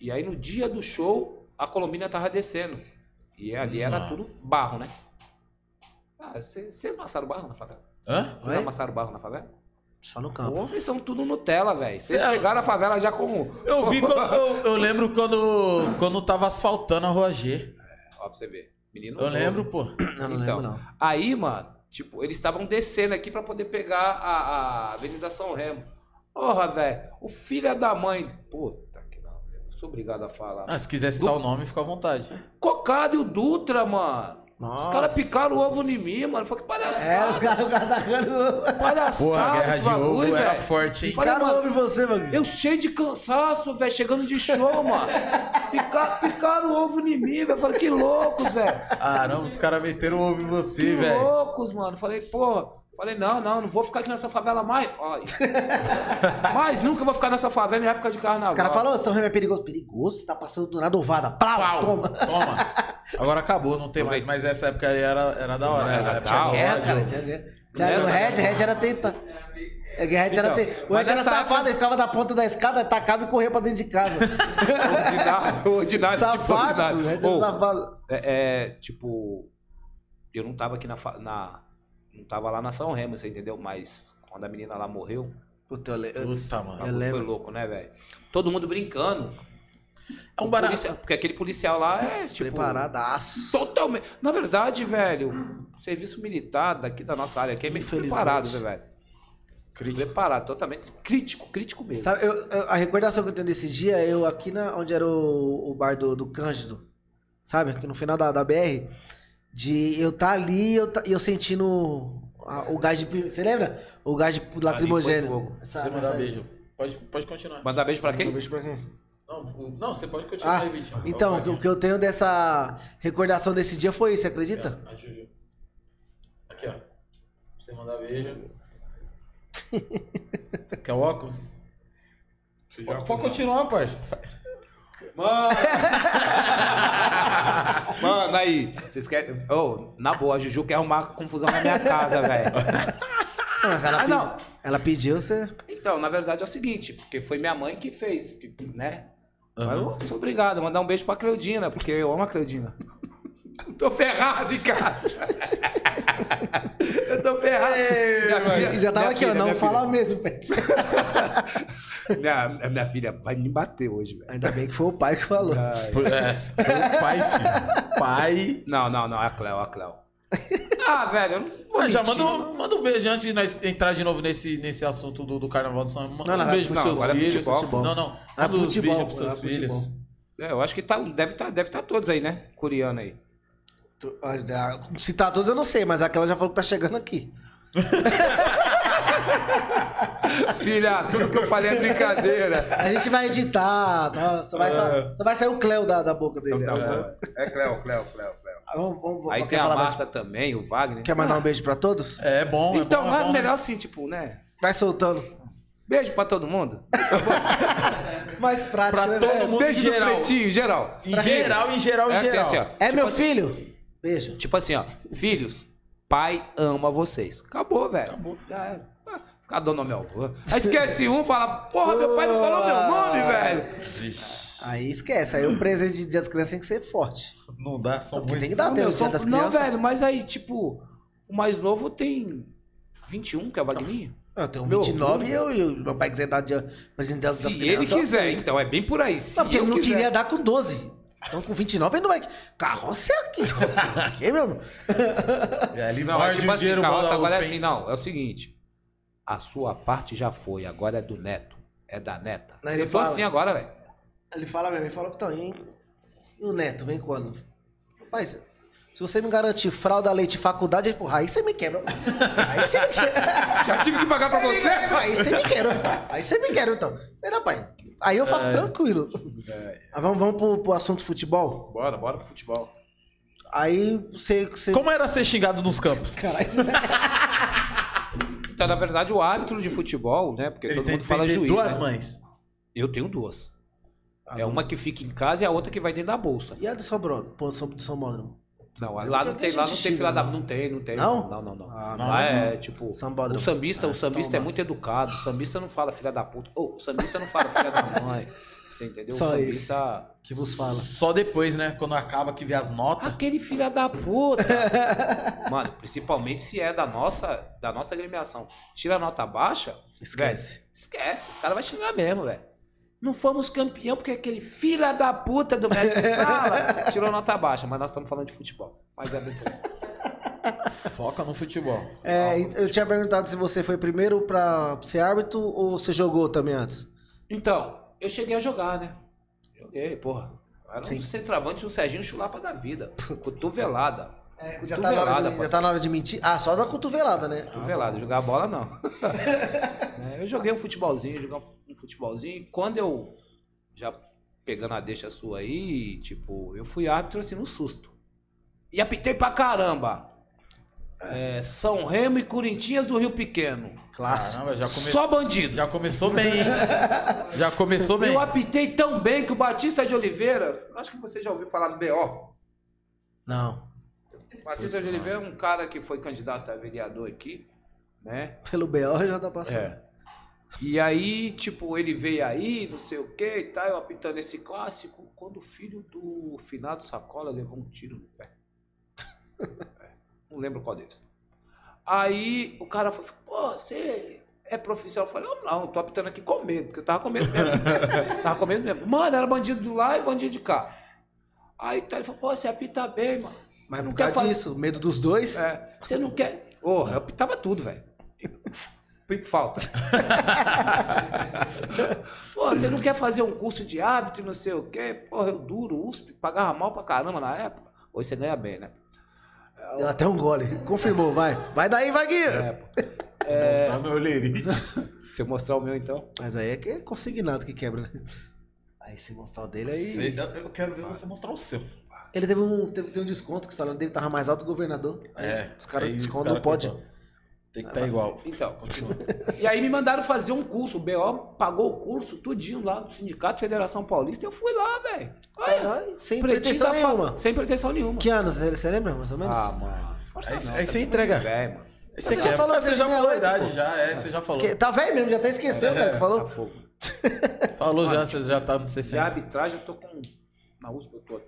[SPEAKER 1] E aí no dia do show, a Colombina tava descendo. E ali era
[SPEAKER 3] Nossa.
[SPEAKER 1] tudo barro, né? Ah, vocês amassaram barro na favela?
[SPEAKER 3] Hã?
[SPEAKER 1] Vocês
[SPEAKER 2] Oi?
[SPEAKER 1] amassaram barro na favela?
[SPEAKER 2] Só no campo.
[SPEAKER 1] Pô, vocês são tudo Nutella, velho. Vocês
[SPEAKER 3] Sério?
[SPEAKER 1] pegaram a favela já com.
[SPEAKER 3] é Eu vi quando. Eu, eu lembro quando. Quando tava asfaltando a rua G.
[SPEAKER 1] Ó, pra você ver. Menino.
[SPEAKER 3] Eu
[SPEAKER 1] novo.
[SPEAKER 3] lembro, pô.
[SPEAKER 2] Eu não
[SPEAKER 1] Então.
[SPEAKER 2] lembro, não.
[SPEAKER 1] Aí, mano, tipo, eles estavam descendo aqui pra poder pegar a, a Avenida São Remo. Porra, velho, o filho da mãe. Puta que não, eu sou obrigado a falar.
[SPEAKER 3] Ah, se quiser citar o nome, fica à vontade.
[SPEAKER 1] Cocado e o Dutra, mano.
[SPEAKER 2] Nossa.
[SPEAKER 1] Os caras picaram o ovo em mim, mano. Foi que
[SPEAKER 2] É, os
[SPEAKER 1] palhaçada.
[SPEAKER 2] caras ficaram atacando.
[SPEAKER 3] Porra, a
[SPEAKER 1] palhaçada
[SPEAKER 3] guerra
[SPEAKER 1] esse
[SPEAKER 3] de ovo
[SPEAKER 1] bagulho,
[SPEAKER 3] era
[SPEAKER 1] velho.
[SPEAKER 3] forte, hein?
[SPEAKER 1] Falei,
[SPEAKER 2] Picaram o
[SPEAKER 1] mano,
[SPEAKER 2] ovo em você, mano.
[SPEAKER 1] Eu cheio de cansaço, velho, chegando de show, mano. Pica, picaram o ovo em mim, velho. Falei, que loucos, velho.
[SPEAKER 3] Caramba, os caras meteram o ovo em você,
[SPEAKER 1] Que
[SPEAKER 3] velho.
[SPEAKER 1] loucos, mano. Falei, porra. Falei, não, não, não vou ficar aqui nessa favela mais. Olha. mais nunca vou ficar nessa favela em época de carnaval.
[SPEAKER 2] Os caras falam, "Ô, São Remo é perigoso. Perigoso? Você tá passando do nada ovada. Pau,
[SPEAKER 3] Pau!
[SPEAKER 2] toma.
[SPEAKER 3] Toma! Agora acabou, não tem mais. Mas essa época aí era, era da hora. né?
[SPEAKER 1] Era da hora.
[SPEAKER 3] Era época de
[SPEAKER 2] Tinha
[SPEAKER 3] ódio.
[SPEAKER 2] guerra, cara. Tinha guerra. Tinha
[SPEAKER 1] Nessa-
[SPEAKER 2] o Red, Red era tentar. É que a gente era
[SPEAKER 1] Então,
[SPEAKER 2] te- O
[SPEAKER 1] mas
[SPEAKER 2] Ed era
[SPEAKER 1] nessa
[SPEAKER 2] safado,
[SPEAKER 1] época-
[SPEAKER 2] ele ficava da ponta da escada, tacava e corria pra dentro de casa.
[SPEAKER 1] Ordinário, ordinário, tipo
[SPEAKER 2] safado,
[SPEAKER 1] ordinário.
[SPEAKER 2] o Ed era
[SPEAKER 1] Ou,
[SPEAKER 2] safado.
[SPEAKER 1] é, é, tipo, eu não tava aqui na, fa- na- Não tava lá na São Remo, você entendeu? Mas quando a menina lá morreu,
[SPEAKER 2] Puta, eu, le- eu-
[SPEAKER 3] Puta,
[SPEAKER 1] o
[SPEAKER 3] mano.
[SPEAKER 1] bagulho foi
[SPEAKER 2] lembro.
[SPEAKER 1] louco, né, velho? Todo mundo brincando.
[SPEAKER 3] É um
[SPEAKER 1] O
[SPEAKER 3] barato.
[SPEAKER 1] policial- porque aquele policial lá é, tipo...
[SPEAKER 2] preparadaço.
[SPEAKER 1] Totalmente. Na verdade, velho, o serviço militar daqui da nossa área aqui é meio
[SPEAKER 2] Infelizmente.
[SPEAKER 1] preparado, né, velho?
[SPEAKER 3] Crítico.
[SPEAKER 1] Preparado, totalmente. Crítico, crítico mesmo.
[SPEAKER 2] Sabe, eu- eu- a recordação que eu tenho desse dia, é eu aqui na, onde era o, o bar do, do Cândido, sabe? Aqui no final da, da BR, de eu tá ali e eu, tá- e eu sentindo a- o gás de pimenta. Você lembra? O gás de
[SPEAKER 1] Ali foi
[SPEAKER 2] lacrimogênio.
[SPEAKER 1] fogo.
[SPEAKER 2] Essa-
[SPEAKER 3] Você mandar
[SPEAKER 2] essa-
[SPEAKER 3] beijo. Pode, pode continuar.
[SPEAKER 1] Mandar beijo pra
[SPEAKER 2] Um
[SPEAKER 1] quem?
[SPEAKER 2] beijo pra quem?
[SPEAKER 3] Não, o- não, você pode continuar
[SPEAKER 2] Ah,
[SPEAKER 3] aí, Vitinho.
[SPEAKER 2] então, o
[SPEAKER 3] Pode.
[SPEAKER 2] que- o que eu tenho dessa recordação desse dia foi isso, você
[SPEAKER 1] É.
[SPEAKER 2] acredita?
[SPEAKER 3] A Juju. Aqui, ó. Pra você mandar beijo. Quer o óculos? Pode, pode continuar, parça. Mano,
[SPEAKER 1] Mano, aí, vocês querem. Ô, na boa, a Juju quer arrumar confusão na minha casa, velho.
[SPEAKER 2] Não, mas ela,
[SPEAKER 1] Ah,
[SPEAKER 2] pe-
[SPEAKER 1] não.
[SPEAKER 2] ela pediu, você.
[SPEAKER 1] Então, na verdade é o seguinte, porque foi minha mãe que fez, que- né? Mas eu sou obrigado, mandar um beijo pra Cleudina, porque eu amo a Cleudina. tô ferrado em casa. eu tô ferrado. Minha filha-
[SPEAKER 2] E já tava
[SPEAKER 1] minha
[SPEAKER 2] aqui, ó.
[SPEAKER 1] filha,
[SPEAKER 2] Não
[SPEAKER 1] minha
[SPEAKER 2] fala mesmo, Pet.
[SPEAKER 1] filha. Minha, minha filha vai me bater hoje, velho.
[SPEAKER 2] Ainda bem que foi o pai que falou.
[SPEAKER 3] é, foi pai, filho. Pai.
[SPEAKER 1] Não, não, não, é a Cléo, é a Cléo. Ah, velho, eu não vou
[SPEAKER 3] Mas já
[SPEAKER 1] mentir.
[SPEAKER 3] manda, um- manda um beijo antes de nós entrar de novo nesse, nesse assunto do, do Carnaval do São Paulo. Manda
[SPEAKER 2] Não, não,
[SPEAKER 3] um beijo
[SPEAKER 1] não,
[SPEAKER 3] pros
[SPEAKER 1] agora
[SPEAKER 3] seus
[SPEAKER 1] é
[SPEAKER 3] filhos.
[SPEAKER 1] futebol.
[SPEAKER 3] Não, não.
[SPEAKER 2] Ah,
[SPEAKER 3] Manda uns
[SPEAKER 2] futebol,
[SPEAKER 3] beijos pros
[SPEAKER 2] ah,
[SPEAKER 3] seus filhos.
[SPEAKER 2] futebol.
[SPEAKER 1] É, eu acho que tá, deve estar deve tá todos aí, né? Coreano aí.
[SPEAKER 2] Tu- ah, Se tá todos, eu não sei, mas aquela já falou que tá chegando aqui.
[SPEAKER 1] Filha, tudo que eu falei é brincadeira.
[SPEAKER 2] A gente vai editar, tá? só, vai, sa- só vai sair o Cleo da, da boca dele.
[SPEAKER 1] É. Então
[SPEAKER 2] Ah,
[SPEAKER 1] tá bom. É Cléo, Cléo, Cléo, Cléo.
[SPEAKER 2] Vamos, vamos,
[SPEAKER 1] Aí
[SPEAKER 2] quer,
[SPEAKER 1] tem a
[SPEAKER 2] falar mais-
[SPEAKER 1] Marta também, o Wagner.
[SPEAKER 2] quer mandar um beijo pra todos?
[SPEAKER 3] É bom, é
[SPEAKER 1] Então,
[SPEAKER 3] bom,
[SPEAKER 1] é
[SPEAKER 3] bom,
[SPEAKER 1] melhor assim, tipo, né?
[SPEAKER 2] Vai soltando.
[SPEAKER 1] Beijo pra todo mundo.
[SPEAKER 2] Mais prático,
[SPEAKER 3] Pra
[SPEAKER 2] né,
[SPEAKER 3] todo
[SPEAKER 2] velho?
[SPEAKER 3] mundo
[SPEAKER 1] Beijo
[SPEAKER 3] em
[SPEAKER 1] no
[SPEAKER 3] geral.
[SPEAKER 1] pretinho, geral.
[SPEAKER 3] né? Em geral, em geral, em
[SPEAKER 1] É assim,
[SPEAKER 3] geral.
[SPEAKER 1] assim, ó.
[SPEAKER 2] É meu filho? Beijo.
[SPEAKER 1] Tipo assim, ó. Filhos, pai ama vocês. Acabou, velho. Acabou. Já era. Ah, Ficar dando nome ao avô. Aí esquece um, fala, porra, meu pai não falou meu nome,
[SPEAKER 2] Ah,
[SPEAKER 1] velho.
[SPEAKER 2] Aí esquece, aí o presente de Dia das Crianças tem que ser forte.
[SPEAKER 3] Não dá, são
[SPEAKER 2] Então, porque
[SPEAKER 3] muitos.
[SPEAKER 2] tem que dar
[SPEAKER 1] Não,
[SPEAKER 2] tempo
[SPEAKER 1] meu,
[SPEAKER 2] o Dia
[SPEAKER 1] só-
[SPEAKER 2] das
[SPEAKER 1] não,
[SPEAKER 2] Crianças.
[SPEAKER 1] velho, mas aí, tipo, o mais novo tem 21, que é o Wagninho.
[SPEAKER 2] Eu tenho
[SPEAKER 1] Meu
[SPEAKER 2] 29 e eu, e o meu pai quiser dar dia, presente das, das
[SPEAKER 1] Se ele
[SPEAKER 2] crianças. eu
[SPEAKER 1] quiser,
[SPEAKER 2] aceito.
[SPEAKER 1] então é bem por aí. Se
[SPEAKER 2] Não, porque
[SPEAKER 1] eu
[SPEAKER 2] ele não
[SPEAKER 1] quiser.
[SPEAKER 2] queria dar com 12. Então com 29 ele não vai. Carroça é aqui. O quê, meu irmão?
[SPEAKER 3] É, ali
[SPEAKER 1] Não, é
[SPEAKER 3] morde
[SPEAKER 1] tipo
[SPEAKER 3] o
[SPEAKER 1] assim,
[SPEAKER 3] dinheiro,
[SPEAKER 1] carroça
[SPEAKER 3] bola
[SPEAKER 1] agora é
[SPEAKER 3] USP,
[SPEAKER 1] assim,
[SPEAKER 3] hein?
[SPEAKER 1] não. É o seguinte. A sua parte já foi, agora é do neto. É da neta.
[SPEAKER 2] Não, ele
[SPEAKER 1] eu tô
[SPEAKER 2] fala.
[SPEAKER 1] assim agora, velho.
[SPEAKER 2] Ele fala mesmo, ele fala, então, hein? E o neto, vem quando? Pai, se se você me garantir fralda, leite e faculdade, ele fala, aí você me quebra. Aí você me quebra.
[SPEAKER 1] Já tive que pagar pra
[SPEAKER 2] Ele
[SPEAKER 1] você?
[SPEAKER 2] vai, Aí você me quebra, então. Aí você me quebra, então. Falei, não, pai. Aí eu
[SPEAKER 1] É.
[SPEAKER 2] faço tranquilo. Ah, vamos vamos pro, pro assunto futebol?
[SPEAKER 1] Bora, bora pro futebol.
[SPEAKER 2] Aí você. você...
[SPEAKER 3] Como era ser xingado nos campos?
[SPEAKER 2] Caralho,
[SPEAKER 1] Então, na verdade, o árbitro de futebol, né? Porque todo mundo fala juiz.
[SPEAKER 3] duas
[SPEAKER 1] né?
[SPEAKER 3] mães.
[SPEAKER 1] Eu tenho duas.
[SPEAKER 2] Ah,
[SPEAKER 1] é
[SPEAKER 2] não.
[SPEAKER 1] uma que fica em casa e a outra que vai dentro da bolsa.
[SPEAKER 2] E a do São Bruno? Pô, São, do São Bruno.
[SPEAKER 1] Não, é lá não
[SPEAKER 2] que
[SPEAKER 1] tem,
[SPEAKER 2] a gente
[SPEAKER 1] lá não tem
[SPEAKER 2] xinga,
[SPEAKER 1] fila da.
[SPEAKER 2] não?
[SPEAKER 1] Não tem, não tem.
[SPEAKER 2] Não?
[SPEAKER 1] Não, não, não.
[SPEAKER 2] Ah, não,
[SPEAKER 1] lá
[SPEAKER 2] mas
[SPEAKER 1] é tipo.
[SPEAKER 2] Sambódromo. Ah, então
[SPEAKER 1] O sambista, o sambista é
[SPEAKER 2] toma.
[SPEAKER 1] muito educado. O sambista não fala filha da puta. Ou, o sambista não fala filha da mãe. Você entendeu?
[SPEAKER 2] Só
[SPEAKER 1] o sambista.
[SPEAKER 2] Que vos fala.
[SPEAKER 3] Só depois, né? Quando acaba que vê as notas.
[SPEAKER 1] Aquele filha da puta. Mano, principalmente se é da nossa, da nossa agremiação. Tira a nota baixa,
[SPEAKER 2] Esquece.
[SPEAKER 1] esquece. Os caras vão xingar mesmo, velho. Não fomos campeão porque aquele filha da puta do mestre de sala tirou nota baixa, mas nós estamos falando de futebol. Mas é brincadeira.
[SPEAKER 3] Foca no futebol.
[SPEAKER 2] É, e eu tinha perguntado se você foi primeiro pra ser árbitro ou você jogou também antes?
[SPEAKER 1] Então, eu cheguei a jogar, né? Joguei, porra. Eu Era
[SPEAKER 2] Sim.
[SPEAKER 1] um centroavante, um Serginho Chulapa da vida. Cotovelada.
[SPEAKER 2] É, já, tá na hora
[SPEAKER 1] Cotovelada,
[SPEAKER 2] de, já tá na hora de mentir? Ah, só da cotovelada, né?
[SPEAKER 1] Cotovelada, jogar bola não. É, eu joguei um futebolzinho, joguei um fu- um futebolzinho. Quando eu, já pegando a deixa sua aí, tipo, eu fui árbitro assim no susto. E apitei pra caramba. É, São Remo e Corintinhas do Rio Pequeno. Ah,
[SPEAKER 2] Clássico.
[SPEAKER 3] Caramba, já, come...
[SPEAKER 1] Só bandido.
[SPEAKER 3] já começou bem, hein? já começou bem.
[SPEAKER 1] Eu apitei tão bem que o Batista de Oliveira, acho que você já ouviu falar no B.O.
[SPEAKER 2] Não,
[SPEAKER 1] Batista de Oliveira é um cara que foi candidato a vereador aqui, né?
[SPEAKER 2] pelo BO já tá passando.
[SPEAKER 1] É. E aí, tipo, ele veio aí, não sei o que e tal, eu apitando esse clássico, quando o filho do finado Sacola levou um tiro no pé. É, Não lembro qual deles. Aí o cara falou, pô, você é profissional? Eu falei, eu não, tô apitando aqui com medo, porque eu tava com medo mesmo. tava com medo mesmo. Mano, era bandido de lá e bandido de cá. Aí tá, ele falou, pô, você apita bem, mano.
[SPEAKER 2] Mas
[SPEAKER 1] Não
[SPEAKER 2] por
[SPEAKER 1] quer
[SPEAKER 2] causa
[SPEAKER 1] fazer-
[SPEAKER 2] disso, medo dos dois.
[SPEAKER 1] É, você não quer. Ô, eu pitava tudo, velho. Pico falta. Pô, você não quer fazer um curso de hábito, não sei o quê? Porra, eu duro, USP, pagava mal pra caramba na época. Hoje você ganha bem, né?
[SPEAKER 2] Deu até um gole. Confirmou, vai. Vai daí, Vaguinho.
[SPEAKER 1] É, pô.
[SPEAKER 3] Mostrar meu olerite.
[SPEAKER 1] se eu mostrar o meu então.
[SPEAKER 2] Mas aí é que é consignado que quebra, né? Aí se mostrar o dele aí.
[SPEAKER 3] Sei, eu- Eu quero ver você mostrar o seu.
[SPEAKER 2] Ele teve um, teve, teve um desconto, que o salário dele tava mais alto que o governador.
[SPEAKER 3] É.
[SPEAKER 2] Os caras
[SPEAKER 3] aí os
[SPEAKER 2] descontam,
[SPEAKER 3] caras
[SPEAKER 2] não pode.
[SPEAKER 3] contam. Tem que estar igual.
[SPEAKER 1] Então.
[SPEAKER 3] Continua.
[SPEAKER 1] E aí me mandaram fazer um curso. O BO pagou o curso tudinho lá do Sindicato Federação Paulista. Eu fui lá, velho. Olha,
[SPEAKER 2] Caralho, Tá, sem
[SPEAKER 1] pretinho
[SPEAKER 2] pretensão
[SPEAKER 1] da fa-
[SPEAKER 2] nenhuma.
[SPEAKER 1] Sem pretensão nenhuma.
[SPEAKER 2] Que anos? Você você lembra, mais ou menos?
[SPEAKER 1] Ah, mano. Força
[SPEAKER 3] Aí-
[SPEAKER 1] não,
[SPEAKER 3] aí
[SPEAKER 1] tá
[SPEAKER 3] você
[SPEAKER 1] muito
[SPEAKER 3] entrega.
[SPEAKER 1] velho, mano.
[SPEAKER 2] Você já falou
[SPEAKER 3] É, você
[SPEAKER 2] desde
[SPEAKER 3] já falou a
[SPEAKER 2] 68,
[SPEAKER 3] idade,
[SPEAKER 2] pô.
[SPEAKER 3] já, é, você já falou.
[SPEAKER 2] Esque- Tá velho mesmo, já até esqueceu, cara, que
[SPEAKER 1] Tá
[SPEAKER 2] falou.
[SPEAKER 1] fogo.
[SPEAKER 2] é
[SPEAKER 3] Falou já, você já tá no 60.
[SPEAKER 1] De arbitragem, eu tô com. Na USP, eu tô há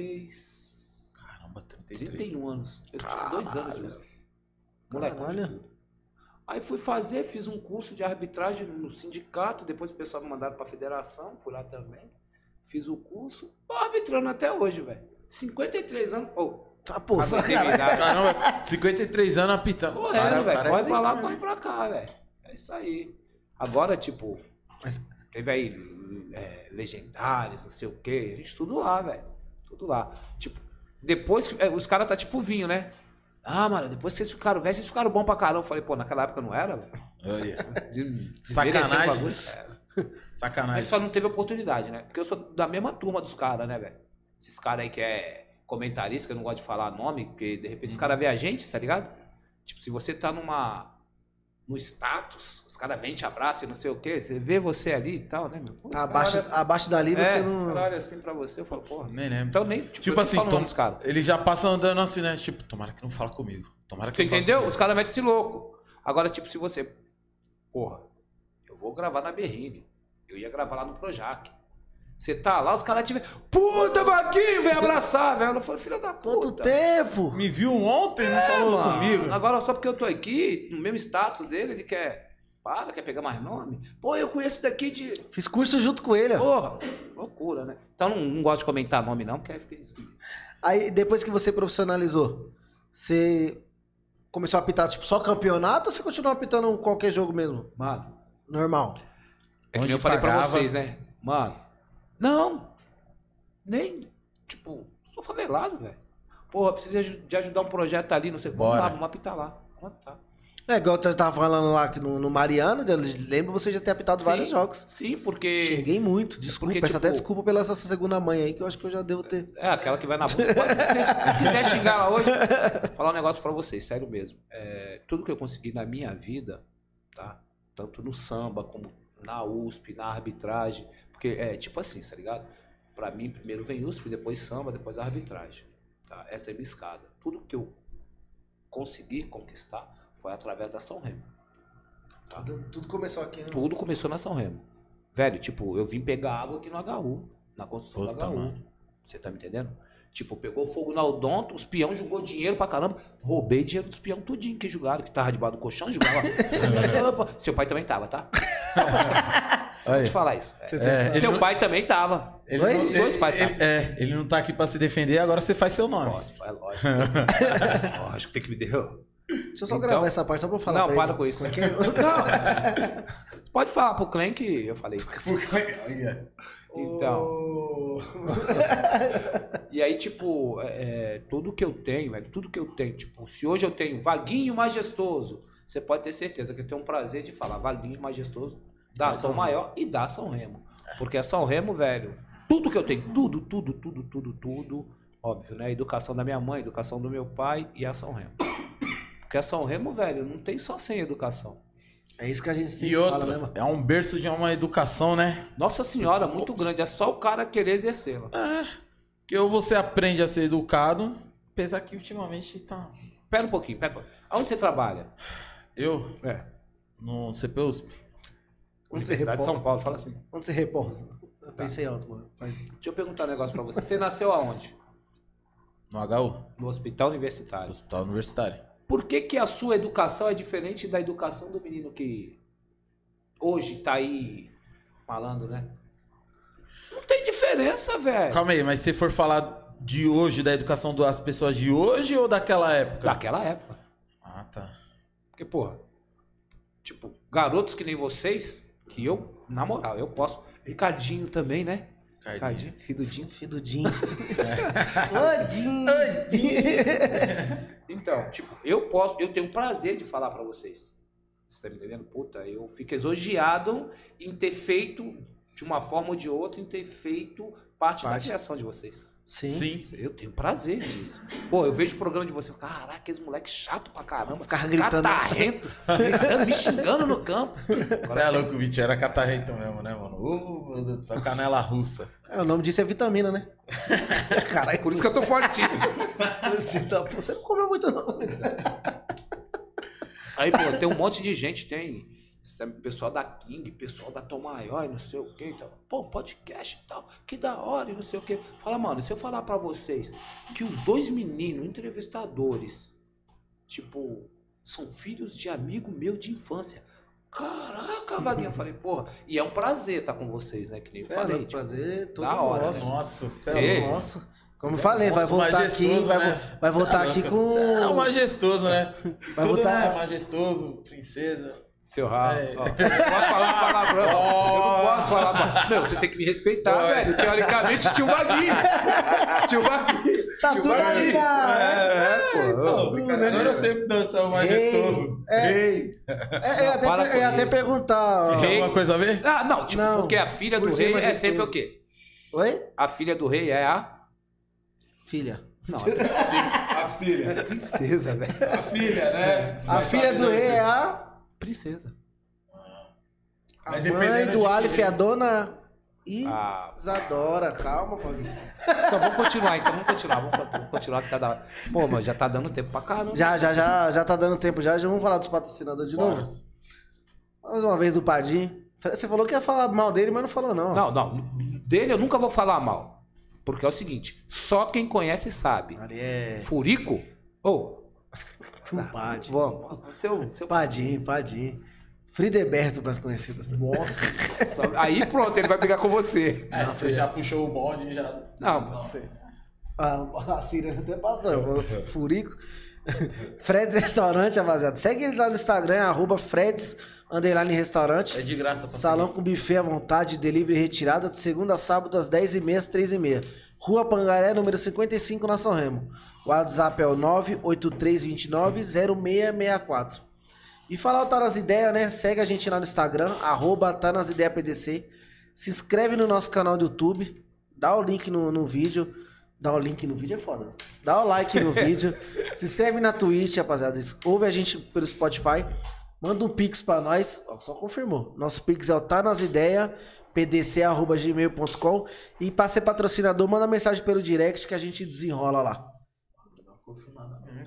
[SPEAKER 1] 33.
[SPEAKER 3] Caramba, 33.
[SPEAKER 1] 31 anos. Eu tinha dois anos de USP.
[SPEAKER 2] Caralho.
[SPEAKER 1] Moleque. Aí fui fazer, fiz um curso de arbitragem no sindicato. Depois o pessoal me mandaram pra federação, fui lá também. Fiz o curso. Tô arbitrando até hoje, velho. 53 anos. Ô,
[SPEAKER 2] Tá, pô.
[SPEAKER 1] aguentei minha idade.
[SPEAKER 3] Caramba, 53 anos apitando. Caralho,
[SPEAKER 1] Correndo, velho.
[SPEAKER 3] cara, é
[SPEAKER 1] Corre pra lá,
[SPEAKER 3] zica,
[SPEAKER 1] corre
[SPEAKER 3] né?
[SPEAKER 1] pra cá, velho. É isso aí. Agora, tipo,
[SPEAKER 2] Mas-
[SPEAKER 1] teve aí é, legendários, não sei o quê. A gente tudo lá, velho. Tudo lá. Tipo, depois que. é, os caras tá tipo vinho, né? Ah, mano, depois que vocês ficaram velhos, vocês ficaram bom pra caramba. Eu falei, pô, naquela época não era, velho.
[SPEAKER 3] Olha,
[SPEAKER 1] De- desmereceu
[SPEAKER 3] Sacanagem.
[SPEAKER 1] o bagulho. É. A gente
[SPEAKER 3] Sacanagem.
[SPEAKER 1] só não teve oportunidade, né? Porque eu sou da mesma turma dos caras, né, velho? Esses caras aí que é comentarista, que eu não gosto de falar nome, porque de
[SPEAKER 3] Uhum.
[SPEAKER 1] repente os caras veem a gente, tá ligado? Tipo, se você tá numa. no status, os caras vêm, te abraçam e não sei o quê, você vê você ali e tal, né, meu? Pô, os
[SPEAKER 2] Tá
[SPEAKER 1] cara
[SPEAKER 2] abaixo,
[SPEAKER 1] olha-
[SPEAKER 2] abaixo dali
[SPEAKER 1] é,
[SPEAKER 2] você
[SPEAKER 1] Os
[SPEAKER 2] não.
[SPEAKER 1] caras olham assim pra você, eu falo, porra.
[SPEAKER 3] Nem lembro.
[SPEAKER 1] Então nem. Tipo,
[SPEAKER 3] Tipo
[SPEAKER 1] eu
[SPEAKER 3] assim,
[SPEAKER 1] falo o nome
[SPEAKER 3] tom-
[SPEAKER 1] dos caras.
[SPEAKER 3] Ele já passa andando assim, né? Tipo, tomara que não fala comigo. Tomara que
[SPEAKER 1] Você
[SPEAKER 3] não fala
[SPEAKER 1] entendeu?
[SPEAKER 3] comigo.
[SPEAKER 1] Os caras metem esse louco. Agora, tipo, se você. Porra, eu vou gravar na Berrine. Eu ia gravar lá no Projac. Você tá lá, os caras tiver. Puta, Vaguinho, vem abraçar, velho. Eu falei, filha da puta.
[SPEAKER 2] Quanto tempo?
[SPEAKER 3] Me viu ontem, não falou
[SPEAKER 1] É, mano.
[SPEAKER 3] comigo.
[SPEAKER 1] Agora, só porque eu tô aqui, no mesmo status dele, ele quer. Para, quer pegar mais nome? Pô, eu conheço daqui de.
[SPEAKER 2] Fiz curso junto com ele. ó.
[SPEAKER 1] Porra, loucura, né? Então não, não gosto de comentar nome, não, porque aí fica esquisito.
[SPEAKER 2] Aí, depois que você profissionalizou, você começou a apitar tipo, só campeonato ou você continuou apitando qualquer jogo mesmo?
[SPEAKER 1] Mano,
[SPEAKER 2] Normal.
[SPEAKER 1] É que
[SPEAKER 3] Onde
[SPEAKER 1] nem eu falei pra
[SPEAKER 3] pagava.
[SPEAKER 1] vocês, né? Mano, não. Nem, tipo, sou favelado, velho. Porra, precisa de de ajudar um projeto ali, não sei.
[SPEAKER 3] Bora.
[SPEAKER 1] Vamos lá, vamos apitar lá. Vamos apitar.
[SPEAKER 2] É, igual eu tava falando lá que no, no Mariano, eu lembro você já ter apitado vários
[SPEAKER 1] Sim,
[SPEAKER 2] jogos.
[SPEAKER 1] Sim, porque...
[SPEAKER 2] Xinguei muito, desculpa.
[SPEAKER 1] porque,
[SPEAKER 2] Peço até
[SPEAKER 1] tipo-
[SPEAKER 2] desculpa pela essa segunda mãe aí, que eu acho que eu já devo ter.
[SPEAKER 1] É, aquela que vai na bolsa. Pode, se quiser xingar lá hoje, falar um negócio pra vocês, sério mesmo. É, tudo que eu consegui na minha vida, tá? Tanto no samba, como na USP, na arbitragem. Porque é tipo assim, tá ligado? Pra mim, primeiro vem USP, depois samba, depois arbitragem. Tá? Essa é a minha escada. Tudo que eu consegui conquistar foi através da São Remo. Tá.
[SPEAKER 2] Tudo, tudo começou aqui, né?
[SPEAKER 1] Tudo começou na São Remo. Velho, tipo, eu vim pegar água aqui no HU, na construção do
[SPEAKER 3] Puta,
[SPEAKER 1] HU.
[SPEAKER 3] mano.
[SPEAKER 1] Você tá me entendendo? Tipo, pegou fogo na Odonto, os peão jogou dinheiro pra caramba. Roubei dinheiro dos peão tudinho que jogaram, que tava debaixo do colchão, jogava. Opa, Seu pai também tava, tá? Vou te
[SPEAKER 3] Olha,
[SPEAKER 1] falar isso.
[SPEAKER 2] Você tem
[SPEAKER 3] É,
[SPEAKER 2] essa-
[SPEAKER 1] Seu
[SPEAKER 3] não-
[SPEAKER 1] pai também tava.
[SPEAKER 3] ele
[SPEAKER 2] Oi?
[SPEAKER 3] não-
[SPEAKER 1] Os dois
[SPEAKER 3] ele-
[SPEAKER 1] pais, tá?
[SPEAKER 3] ele- É, ele não tá aqui pra se defender, agora você faz seu nome.
[SPEAKER 1] Lógico, é lógico. você- É lógico que tem que me derrubar.
[SPEAKER 2] Deixa eu só
[SPEAKER 1] Então-
[SPEAKER 2] gravar essa parte só pra eu falar.
[SPEAKER 1] Não,
[SPEAKER 2] pra
[SPEAKER 1] para
[SPEAKER 2] ele.
[SPEAKER 1] com isso.
[SPEAKER 2] Como é que é?
[SPEAKER 1] Não. Pode falar pro Clem que eu falei isso.
[SPEAKER 3] Olha.
[SPEAKER 1] Então.
[SPEAKER 2] Ô,
[SPEAKER 1] E aí, tipo, é, é, tudo que eu tenho, velho, tudo que eu tenho, tipo, se hoje eu tenho Vaguinho Majestoso, você pode ter certeza que eu tenho um prazer de falar Vaguinho Majestoso da São Maior e da São Remo. Porque a São Remo, velho, tudo que eu tenho, tudo, tudo, tudo, tudo, tudo, óbvio, né? Educação da minha mãe, educação do meu pai e a São Remo. Porque a São Remo, velho, não tem só sem educação.
[SPEAKER 2] É isso que a gente sempre
[SPEAKER 3] E
[SPEAKER 2] fala, né, mano?
[SPEAKER 3] outra, é um berço de uma educação, né?
[SPEAKER 1] Nossa Senhora, muito grande, é só o cara querer exercê-la.
[SPEAKER 3] Que ou você aprende a ser educado, apesar que ultimamente tá.
[SPEAKER 1] Pera um pouquinho, pera um pouquinho. Aonde você trabalha?
[SPEAKER 3] Eu,
[SPEAKER 1] É.
[SPEAKER 3] no CPUSP.
[SPEAKER 2] Onde você
[SPEAKER 4] É, Universidade de
[SPEAKER 2] repousa?
[SPEAKER 4] São Paulo, fala assim.
[SPEAKER 2] Onde você repousa? Eu
[SPEAKER 1] Tá.
[SPEAKER 2] pensei alto, mano.
[SPEAKER 1] Deixa eu perguntar um negócio pra você. Você nasceu aonde?
[SPEAKER 3] No HU,
[SPEAKER 1] No hospital universitário.
[SPEAKER 3] Hospital Universitário.
[SPEAKER 1] Por que, que a sua educação é diferente da educação do menino que hoje tá aí falando, né? Não tem diferença,
[SPEAKER 2] É.
[SPEAKER 1] velho.
[SPEAKER 3] Calma aí, mas se for falar de hoje, da educação das pessoas de hoje ou daquela época?
[SPEAKER 1] Daquela época.
[SPEAKER 3] Ah, tá.
[SPEAKER 1] Porque, porra, tipo, garotos que nem vocês, que eu, na moral, eu posso. Ricardinho também, né? Ricardinho, Fidudinho.
[SPEAKER 2] Fidudinho. Odinho.
[SPEAKER 1] Então, tipo, eu posso, eu tenho prazer de falar pra vocês. Você tá me entendendo? Puta, eu fico exogiado em ter feito, de uma forma ou de outra, em ter feito parte, da
[SPEAKER 2] Parte.
[SPEAKER 1] criação de vocês.
[SPEAKER 2] Sim.
[SPEAKER 3] Sim.
[SPEAKER 1] Eu tenho prazer disso. Pô, eu vejo o programa de vocês, caraca, esse moleque chato pra caramba.
[SPEAKER 2] Ficava gritando.
[SPEAKER 1] Catarrento, gritando, me xingando no campo.
[SPEAKER 3] Você é louco, Vitinho. Era catarrento mesmo, né, mano? Ô, meu Deus do céu, canela russa.
[SPEAKER 2] É, o nome disso é vitamina, né? Caralho,
[SPEAKER 1] Por isso que eu tô fortinho.
[SPEAKER 2] eu... você não comeu muito, não.
[SPEAKER 1] Aí, pô, tem um monte de gente, tem sabe, pessoal da King, pessoal da Tom Maior e não sei o que. Então, pô, podcast e tal, que da hora e não sei o que. Fala, mano, se eu falar pra vocês que os dois meninos entrevistadores, tipo, são filhos de amigo meu de infância. Caraca, Vaguinha, eu falei, porra, e é um prazer estar com vocês, né? Que nem eu falei.
[SPEAKER 2] Sério,
[SPEAKER 1] tipo,
[SPEAKER 2] é prazer todo
[SPEAKER 1] da hora,
[SPEAKER 2] nosso.
[SPEAKER 3] Nossa, você
[SPEAKER 1] Sim.
[SPEAKER 3] é louco.
[SPEAKER 2] Nossa. Como eu falei, vai voltar aqui,
[SPEAKER 3] majestoso,
[SPEAKER 2] vai,
[SPEAKER 3] né?
[SPEAKER 2] vo- vai voltar aqui com.
[SPEAKER 3] Você é um majestoso, né?
[SPEAKER 2] Vai
[SPEAKER 3] Tudo,
[SPEAKER 2] voltar-
[SPEAKER 3] né, majestoso, princesa.
[SPEAKER 1] Seu ralo.
[SPEAKER 3] É.
[SPEAKER 1] ó. Eu não posso falar palavrão. Eu não posso falar palavrão. Meu, vocês têm que me respeitar,
[SPEAKER 3] Ué.
[SPEAKER 1] velho. Teoricamente, tio Vaguinho. Tio Vaguinho.
[SPEAKER 2] Tá
[SPEAKER 1] tio
[SPEAKER 2] tudo aí,
[SPEAKER 1] Vaguinho.
[SPEAKER 2] cara.
[SPEAKER 1] É, pô.
[SPEAKER 3] Pô, né?
[SPEAKER 2] né?
[SPEAKER 3] agora eu sei não, você é um majestoso. Ei.
[SPEAKER 2] É, eu ia até,
[SPEAKER 1] para
[SPEAKER 2] per-
[SPEAKER 1] com
[SPEAKER 2] eu ia até
[SPEAKER 1] isso.
[SPEAKER 2] perguntar. ó.
[SPEAKER 1] Sim.
[SPEAKER 3] Tem alguma coisa a ver?
[SPEAKER 1] Ah, não, tipo,
[SPEAKER 2] Não.
[SPEAKER 1] porque a filha do
[SPEAKER 2] Porque
[SPEAKER 1] rei é
[SPEAKER 2] majestoso.
[SPEAKER 1] sempre o quê?
[SPEAKER 2] Oi?
[SPEAKER 1] A filha do rei é a.
[SPEAKER 2] Filha.
[SPEAKER 1] Não, é
[SPEAKER 3] A filha.
[SPEAKER 4] Princesa, velho.
[SPEAKER 3] A filha, né?
[SPEAKER 2] A filha do rei é a.
[SPEAKER 1] princesa.
[SPEAKER 2] A
[SPEAKER 3] Mas
[SPEAKER 2] mãe
[SPEAKER 3] dependendo
[SPEAKER 2] do
[SPEAKER 3] de
[SPEAKER 2] Aleph
[SPEAKER 3] quem.
[SPEAKER 2] é a dona
[SPEAKER 1] Ah.
[SPEAKER 2] Isadora. Calma, Paulinho.
[SPEAKER 1] Então vamos continuar, então vamos continuar, vamos continuar, vamos continuar que tá da hora. Pô, mano, já tá dando tempo pra caramba.
[SPEAKER 2] Já, já, já, já tá dando tempo já. Já vamos falar dos patrocinadores de
[SPEAKER 3] Bora.
[SPEAKER 2] novo. Mais uma vez do Padim. Você falou que ia falar mal dele, mas não falou, não.
[SPEAKER 1] Não, não, dele eu nunca vou falar mal. Porque é o seguinte, só quem conhece sabe.
[SPEAKER 2] Ali é.
[SPEAKER 1] Furico? Ô,
[SPEAKER 2] Um Padim.
[SPEAKER 1] vamos. Seu, seu...
[SPEAKER 2] Padim, Padim. Frideberto, mais conhecido. assim.
[SPEAKER 1] Nossa. Aí pronto, ele vai brigar com você.
[SPEAKER 3] Aí você já puxou o bonde e já.
[SPEAKER 1] Não,
[SPEAKER 2] Ah, A, a sirene até passou. eu vou- Furico. Fred's Restaurante, rapaziada. Segue eles lá no Instagram, arroba Fred's Underline
[SPEAKER 3] É
[SPEAKER 2] Restaurante.
[SPEAKER 3] de graça pra
[SPEAKER 2] Salão com buffet à vontade, delivery e retirada de segunda a sábado das 10h30 às 3h30. Rua Pangaré, número 55, na São Remo. O WhatsApp é o 983290664. E falar o Tá Nas Ideias, né? Segue a gente lá no Instagram, arroba Tá Nas Ideias PDC. Se inscreve no nosso canal do YouTube. Dá o link no, no vídeo. Dá o link no vídeo é foda. Dá o like no vídeo. Se inscreve na Twitch, rapaziada. Ouve a gente pelo Spotify. Manda um pix pra nós. Ó, só confirmou. Nosso pix é o Tá Nas Ideias pdc.gmail.com e pra ser patrocinador, manda mensagem pelo direct que a gente desenrola lá.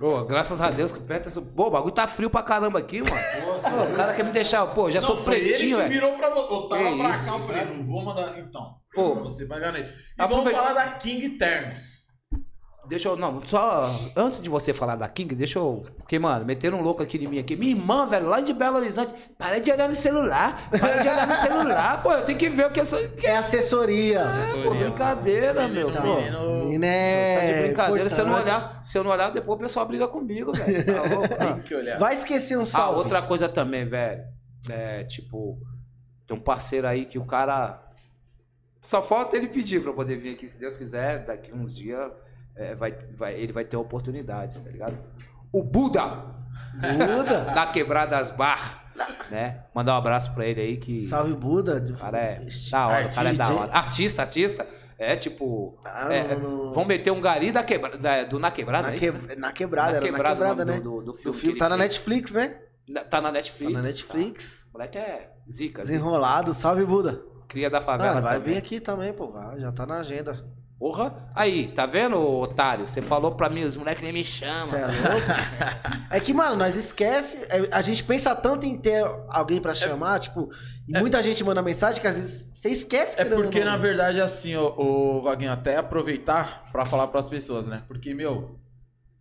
[SPEAKER 1] Ô, graças a Deus que o Peterson. Pô, o bagulho tá frio pra caramba aqui, mano. Pô, o cara quer me deixar. Pô, já
[SPEAKER 3] Não,
[SPEAKER 1] sou
[SPEAKER 3] foi
[SPEAKER 1] pretinho,
[SPEAKER 3] ele que
[SPEAKER 1] velho.
[SPEAKER 3] virou pra você. Eu tava
[SPEAKER 1] Que
[SPEAKER 3] pra
[SPEAKER 1] isso.
[SPEAKER 3] cá, eu falei, não vou mandar. Então,
[SPEAKER 1] Ô.
[SPEAKER 3] pra você pagar nele. E vamos
[SPEAKER 1] Aproveita-
[SPEAKER 3] falar da King Termos.
[SPEAKER 1] Deixa eu. Não, só. Antes de você falar da King, deixa eu. Porque, mano, meteram um louco aqui de mim aqui. Minha irmã, velho, lá de Belo Horizonte. Para de olhar no celular. Para de olhar no celular, pô. Eu tenho que ver o que é isso. Que
[SPEAKER 2] É assessoria. Então,
[SPEAKER 1] é, pô, brincadeira, Ah, meu.
[SPEAKER 3] Menino,
[SPEAKER 1] pô.
[SPEAKER 3] menino.
[SPEAKER 2] Menino
[SPEAKER 1] Tá de
[SPEAKER 2] é
[SPEAKER 1] brincadeira. Se eu, não
[SPEAKER 2] importante.
[SPEAKER 1] olhar, se eu não olhar, depois o pessoal briga comigo, velho. Tá louco? Ah.
[SPEAKER 3] Tem que olhar.
[SPEAKER 2] Vai esquecer um
[SPEAKER 1] Ah,
[SPEAKER 2] salve.
[SPEAKER 1] outra coisa também, velho. É, tipo, tem um parceiro aí que o cara. Só falta ele pedir pra eu poder vir aqui, se Deus quiser, daqui uns dias é, vai, vai- ele vai ter oportunidades, tá ligado? O Buda,
[SPEAKER 2] Buda.
[SPEAKER 1] da Quebradas Bar, né? Mandar um abraço pra ele aí que.
[SPEAKER 2] Salve, Buda.
[SPEAKER 1] O cara é da hora, o cara é da
[SPEAKER 2] Artista.
[SPEAKER 1] hora. Artista, artista. É tipo.
[SPEAKER 2] Ah,
[SPEAKER 1] é,
[SPEAKER 2] no- no-
[SPEAKER 1] Vão meter um gari da quebra, da- do Na Quebrada,
[SPEAKER 2] Na,
[SPEAKER 1] é
[SPEAKER 2] que-
[SPEAKER 1] isso, né?
[SPEAKER 2] na quebrada, era na
[SPEAKER 1] o
[SPEAKER 2] quebrada,
[SPEAKER 1] nome
[SPEAKER 2] né?
[SPEAKER 1] Do, do- do
[SPEAKER 2] Do
[SPEAKER 1] filme que
[SPEAKER 2] filme
[SPEAKER 1] ele
[SPEAKER 2] tá na
[SPEAKER 1] fez.
[SPEAKER 2] Netflix, né?
[SPEAKER 1] Na- Tá na
[SPEAKER 2] Tá
[SPEAKER 1] Netflix.
[SPEAKER 2] na Netflix.
[SPEAKER 1] O moleque é zica, zica.
[SPEAKER 2] Desenrolado. Salve, Buda.
[SPEAKER 1] Cria da
[SPEAKER 2] Ah,
[SPEAKER 1] favela.
[SPEAKER 2] ele vai
[SPEAKER 1] também.
[SPEAKER 2] vir aqui também, pô. Vai, já tá na agenda.
[SPEAKER 1] Porra. Aí, tá vendo, otário? Você falou pra mim, os moleques nem me chamam.
[SPEAKER 2] Você é louco? É que, mano, nós esquece. é, A gente pensa tanto em ter alguém
[SPEAKER 1] É
[SPEAKER 2] pra chamar, tipo, e muita gente manda mensagem que às vezes você esquece que
[SPEAKER 3] É porque, na verdade, assim, ó, ô, Vaguinho, até aproveitar pra falar pras pessoas, né? Porque, meu,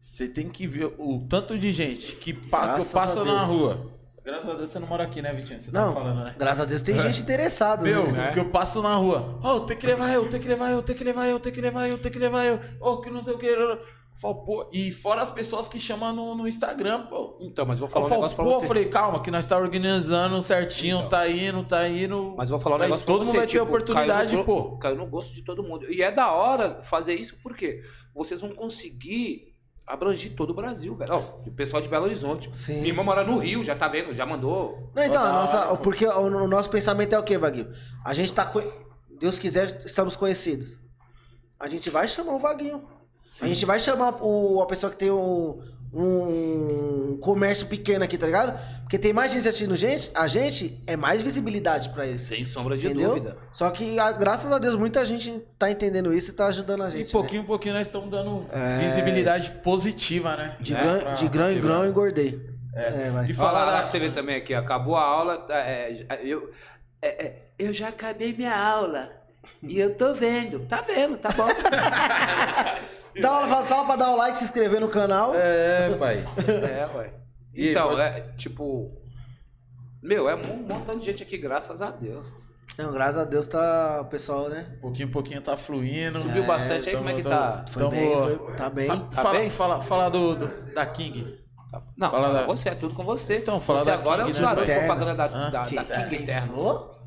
[SPEAKER 3] você tem que ver o tanto de gente que, pa que
[SPEAKER 2] Graças
[SPEAKER 3] passa
[SPEAKER 2] a
[SPEAKER 3] na
[SPEAKER 2] Deus.
[SPEAKER 3] rua. Graças a Deus você não mora aqui, né, Vitinho? Você
[SPEAKER 2] Não,
[SPEAKER 3] tá falando, né?
[SPEAKER 2] graças a Deus
[SPEAKER 1] É.
[SPEAKER 2] tem gente interessada.
[SPEAKER 3] Meu, é.
[SPEAKER 2] né?
[SPEAKER 3] que eu passo na rua. Ó, eu tenho que levar eu, tenho que levar eu, tenho que levar eu, tenho que levar eu, tenho que levar eu. Ó, que não sei o que. Eu falo, pô, e fora as pessoas que chamam no, no Instagram, pô.
[SPEAKER 1] Então, mas vou
[SPEAKER 3] Eu
[SPEAKER 1] falar um
[SPEAKER 3] falo,
[SPEAKER 1] negócio pra
[SPEAKER 3] pô,
[SPEAKER 1] você.
[SPEAKER 3] falei, calma, que nós tá organizando certinho,
[SPEAKER 1] Então.
[SPEAKER 3] tá indo, tá indo.
[SPEAKER 1] Mas vou falar um
[SPEAKER 3] Mas
[SPEAKER 1] negócio pra
[SPEAKER 3] todo
[SPEAKER 1] você.
[SPEAKER 3] mundo vai ter
[SPEAKER 1] tipo,
[SPEAKER 3] oportunidade,
[SPEAKER 1] caiu no,
[SPEAKER 3] pô.
[SPEAKER 1] Caiu no gosto de todo mundo. E é da hora fazer isso porque vocês vão conseguir abranger todo o Brasil, velho. Ó, e o pessoal de Belo Horizonte.
[SPEAKER 2] Sim.
[SPEAKER 1] Minha irmã mora no Rio, já tá vendo, já mandou.
[SPEAKER 2] Não, então, a
[SPEAKER 3] Toda
[SPEAKER 2] nossa,
[SPEAKER 3] hora, pô.
[SPEAKER 2] porque o, o nosso pensamento é o quê, Vaguinho? A gente tá. conhe- Deus quiser, estamos conhecidos. A gente vai chamar o Vaguinho. A gente vai chamar o, a pessoa que tem um, um comércio pequeno aqui, tá ligado? Porque tem mais gente assistindo gente, a gente é mais visibilidade pra eles.
[SPEAKER 1] Sem sombra de
[SPEAKER 2] entendeu?
[SPEAKER 1] dúvida.
[SPEAKER 2] Só que, a- graças a Deus, muita gente tá entendendo isso e tá ajudando a
[SPEAKER 3] E
[SPEAKER 2] gente. né?
[SPEAKER 3] pouquinho em pouquinho nós estamos dando visibilidade positiva, né?
[SPEAKER 2] É. De,
[SPEAKER 1] né,
[SPEAKER 2] grão,
[SPEAKER 3] pra-
[SPEAKER 2] de grão em
[SPEAKER 3] pra-
[SPEAKER 2] grão, eu engordei. É, vai.
[SPEAKER 3] E
[SPEAKER 1] Olha lá,
[SPEAKER 3] falar
[SPEAKER 1] lá pra
[SPEAKER 3] da...
[SPEAKER 1] você ver também aqui, ó, acabou a aula. tá, é, é, eu, é, é, eu já acabei minha aula. E eu tô vendo. Tá vendo, tá bom.
[SPEAKER 2] Dá uma- fala, fala pra dar o like, se inscrever no canal.
[SPEAKER 3] É, pai.
[SPEAKER 1] É, ué.
[SPEAKER 3] E
[SPEAKER 1] Então,
[SPEAKER 3] pode-
[SPEAKER 1] é tipo. Meu, é um montão de gente aqui, graças a Deus.
[SPEAKER 2] Não, graças a Deus tá o pessoal, né?
[SPEAKER 3] Pouquinho em pouquinho tá fluindo.
[SPEAKER 1] Subiu bastante aí, como é que tá?
[SPEAKER 2] Foi
[SPEAKER 3] Tamo-
[SPEAKER 2] bem, foi- tá bem.
[SPEAKER 1] Tá
[SPEAKER 3] fala,
[SPEAKER 1] bem?
[SPEAKER 3] Fala, fala do, do- da King.
[SPEAKER 1] Tá- Não,
[SPEAKER 3] Fala
[SPEAKER 1] fala,
[SPEAKER 3] da-
[SPEAKER 1] você, é tudo com você.
[SPEAKER 3] Então, fala
[SPEAKER 1] você
[SPEAKER 3] da
[SPEAKER 1] agora
[SPEAKER 3] King, Ah,
[SPEAKER 1] é o garoto de
[SPEAKER 2] né?
[SPEAKER 1] propaganda da,
[SPEAKER 3] Ternos.
[SPEAKER 1] da, da
[SPEAKER 2] já
[SPEAKER 1] King Ternos.
[SPEAKER 2] pensou?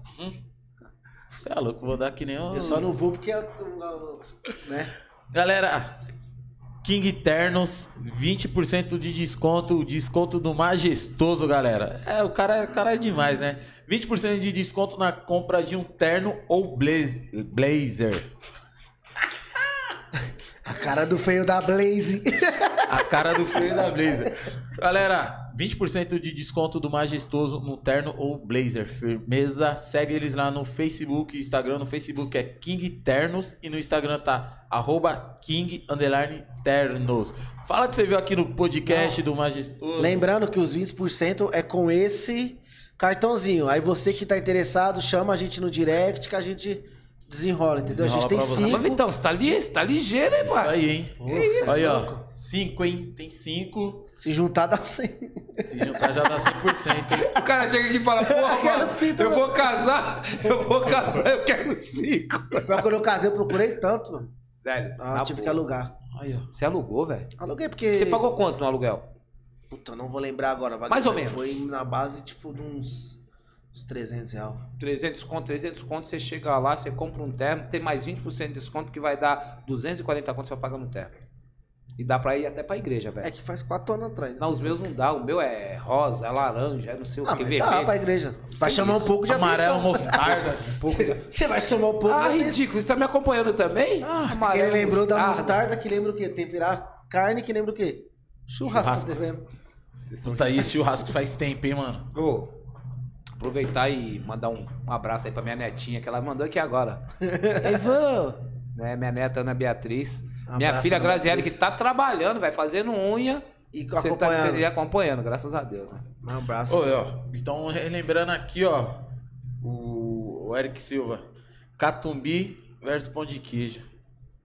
[SPEAKER 3] Você é louco, vou dar que nem um...
[SPEAKER 2] Eu só não vou porque. eu tô- Né?
[SPEAKER 3] Galera, King Ternos, 20% de desconto, o desconto do majestoso, galera. É, o cara, o cara é demais, né? 20% de desconto na compra de um terno ou blaze- blazer.
[SPEAKER 2] A cara do feio da Blaze.
[SPEAKER 3] A cara do freio da blazer. Galera, 20% de desconto do majestoso no terno ou blazer. Firmeza, segue eles lá no Facebook, Instagram. No Facebook é King Ternos e no Instagram tá arroba King underline Ternos. Fala que você viu aqui no podcast do majestoso.
[SPEAKER 2] Lembrando que os 20% é com esse cartãozinho. Aí você que tá interessado, chama a gente no direct que a gente desenrola, entendeu? a gente
[SPEAKER 3] Desenrola
[SPEAKER 2] tem
[SPEAKER 3] pra você.
[SPEAKER 1] Mas,
[SPEAKER 2] cinco.
[SPEAKER 1] Vitão, você tá, li, você tá ligeiro, hein,
[SPEAKER 3] Isso
[SPEAKER 1] mano?
[SPEAKER 3] aí, hein?
[SPEAKER 2] isso,
[SPEAKER 3] aí, ó.
[SPEAKER 2] louco.
[SPEAKER 3] 5, hein? Tem 5.
[SPEAKER 2] Se juntar dá 100.
[SPEAKER 3] Se juntar tá já dá 100%, hein?
[SPEAKER 1] O cara chega aqui e fala, porra,
[SPEAKER 2] quero
[SPEAKER 1] mano,
[SPEAKER 2] cinco, né?"
[SPEAKER 1] eu
[SPEAKER 2] mano.
[SPEAKER 1] vou casar, eu vou casar, eu quero cinco.
[SPEAKER 2] Pior quando eu casei, eu procurei tanto, mano.
[SPEAKER 1] Velho,
[SPEAKER 2] Ah,
[SPEAKER 1] na
[SPEAKER 2] tive
[SPEAKER 1] boa.
[SPEAKER 2] que alugar.
[SPEAKER 3] Aí, ó.
[SPEAKER 1] Você alugou, velho?
[SPEAKER 2] Aluguei porque.
[SPEAKER 1] Tá Você pagou quanto no aluguel?
[SPEAKER 2] Puta, não vou lembrar agora. Wagner,
[SPEAKER 1] Mais ou
[SPEAKER 2] mas
[SPEAKER 1] menos.
[SPEAKER 2] Foi na base, tipo, de uns, uns 300 reais.
[SPEAKER 1] 300 conto, 300 conto, você chega lá, você compra um terno, tem mais 20% de desconto que vai dar 240 conto você vai pagar no terno. E dá pra ir até pra igreja, velho.
[SPEAKER 2] É que faz 4 anos atrás. né?
[SPEAKER 1] Não, os meus não dá. O meu é rosa, é laranja, é não sei o
[SPEAKER 2] Ah,
[SPEAKER 1] que,
[SPEAKER 2] mas dá
[SPEAKER 1] vermelho.
[SPEAKER 2] pra igreja. Vai chamar um pouco de
[SPEAKER 3] Amarelo,
[SPEAKER 2] atenção.
[SPEAKER 3] mostarda.
[SPEAKER 2] Você vai chamar um pouco
[SPEAKER 1] Ah,
[SPEAKER 2] de atenção.
[SPEAKER 1] ridículo. Você tá me acompanhando também?
[SPEAKER 2] É Que
[SPEAKER 1] Ah, Amarelo,
[SPEAKER 2] ele lembrou da
[SPEAKER 1] mostarda.
[SPEAKER 2] mostarda, que lembra o quê? Temperar carne, que lembra o quê? Churrasco,
[SPEAKER 3] Churrasco.
[SPEAKER 2] tá vendo?
[SPEAKER 3] Puta, aí esse churrasco faz tempo, hein, mano?
[SPEAKER 1] Ô, aproveitar e mandar um, um abraço aí pra minha netinha, que ela mandou aqui agora. Ei, vô! Né, minha neta Ana Beatriz.
[SPEAKER 2] Um Abraço,
[SPEAKER 1] minha filha
[SPEAKER 2] Ana
[SPEAKER 1] Graziele, que
[SPEAKER 2] Beatriz.
[SPEAKER 1] tá trabalhando, vai fazendo unha.
[SPEAKER 2] E
[SPEAKER 1] Você tá
[SPEAKER 2] acompanhando.
[SPEAKER 1] entendendo? acompanhando, graças a Deus. Né?
[SPEAKER 2] Um abraço.
[SPEAKER 3] Ô, ó, então, relembrando aqui, ó, o, o Eric Silva. Catumbi versus Pão de Queijo.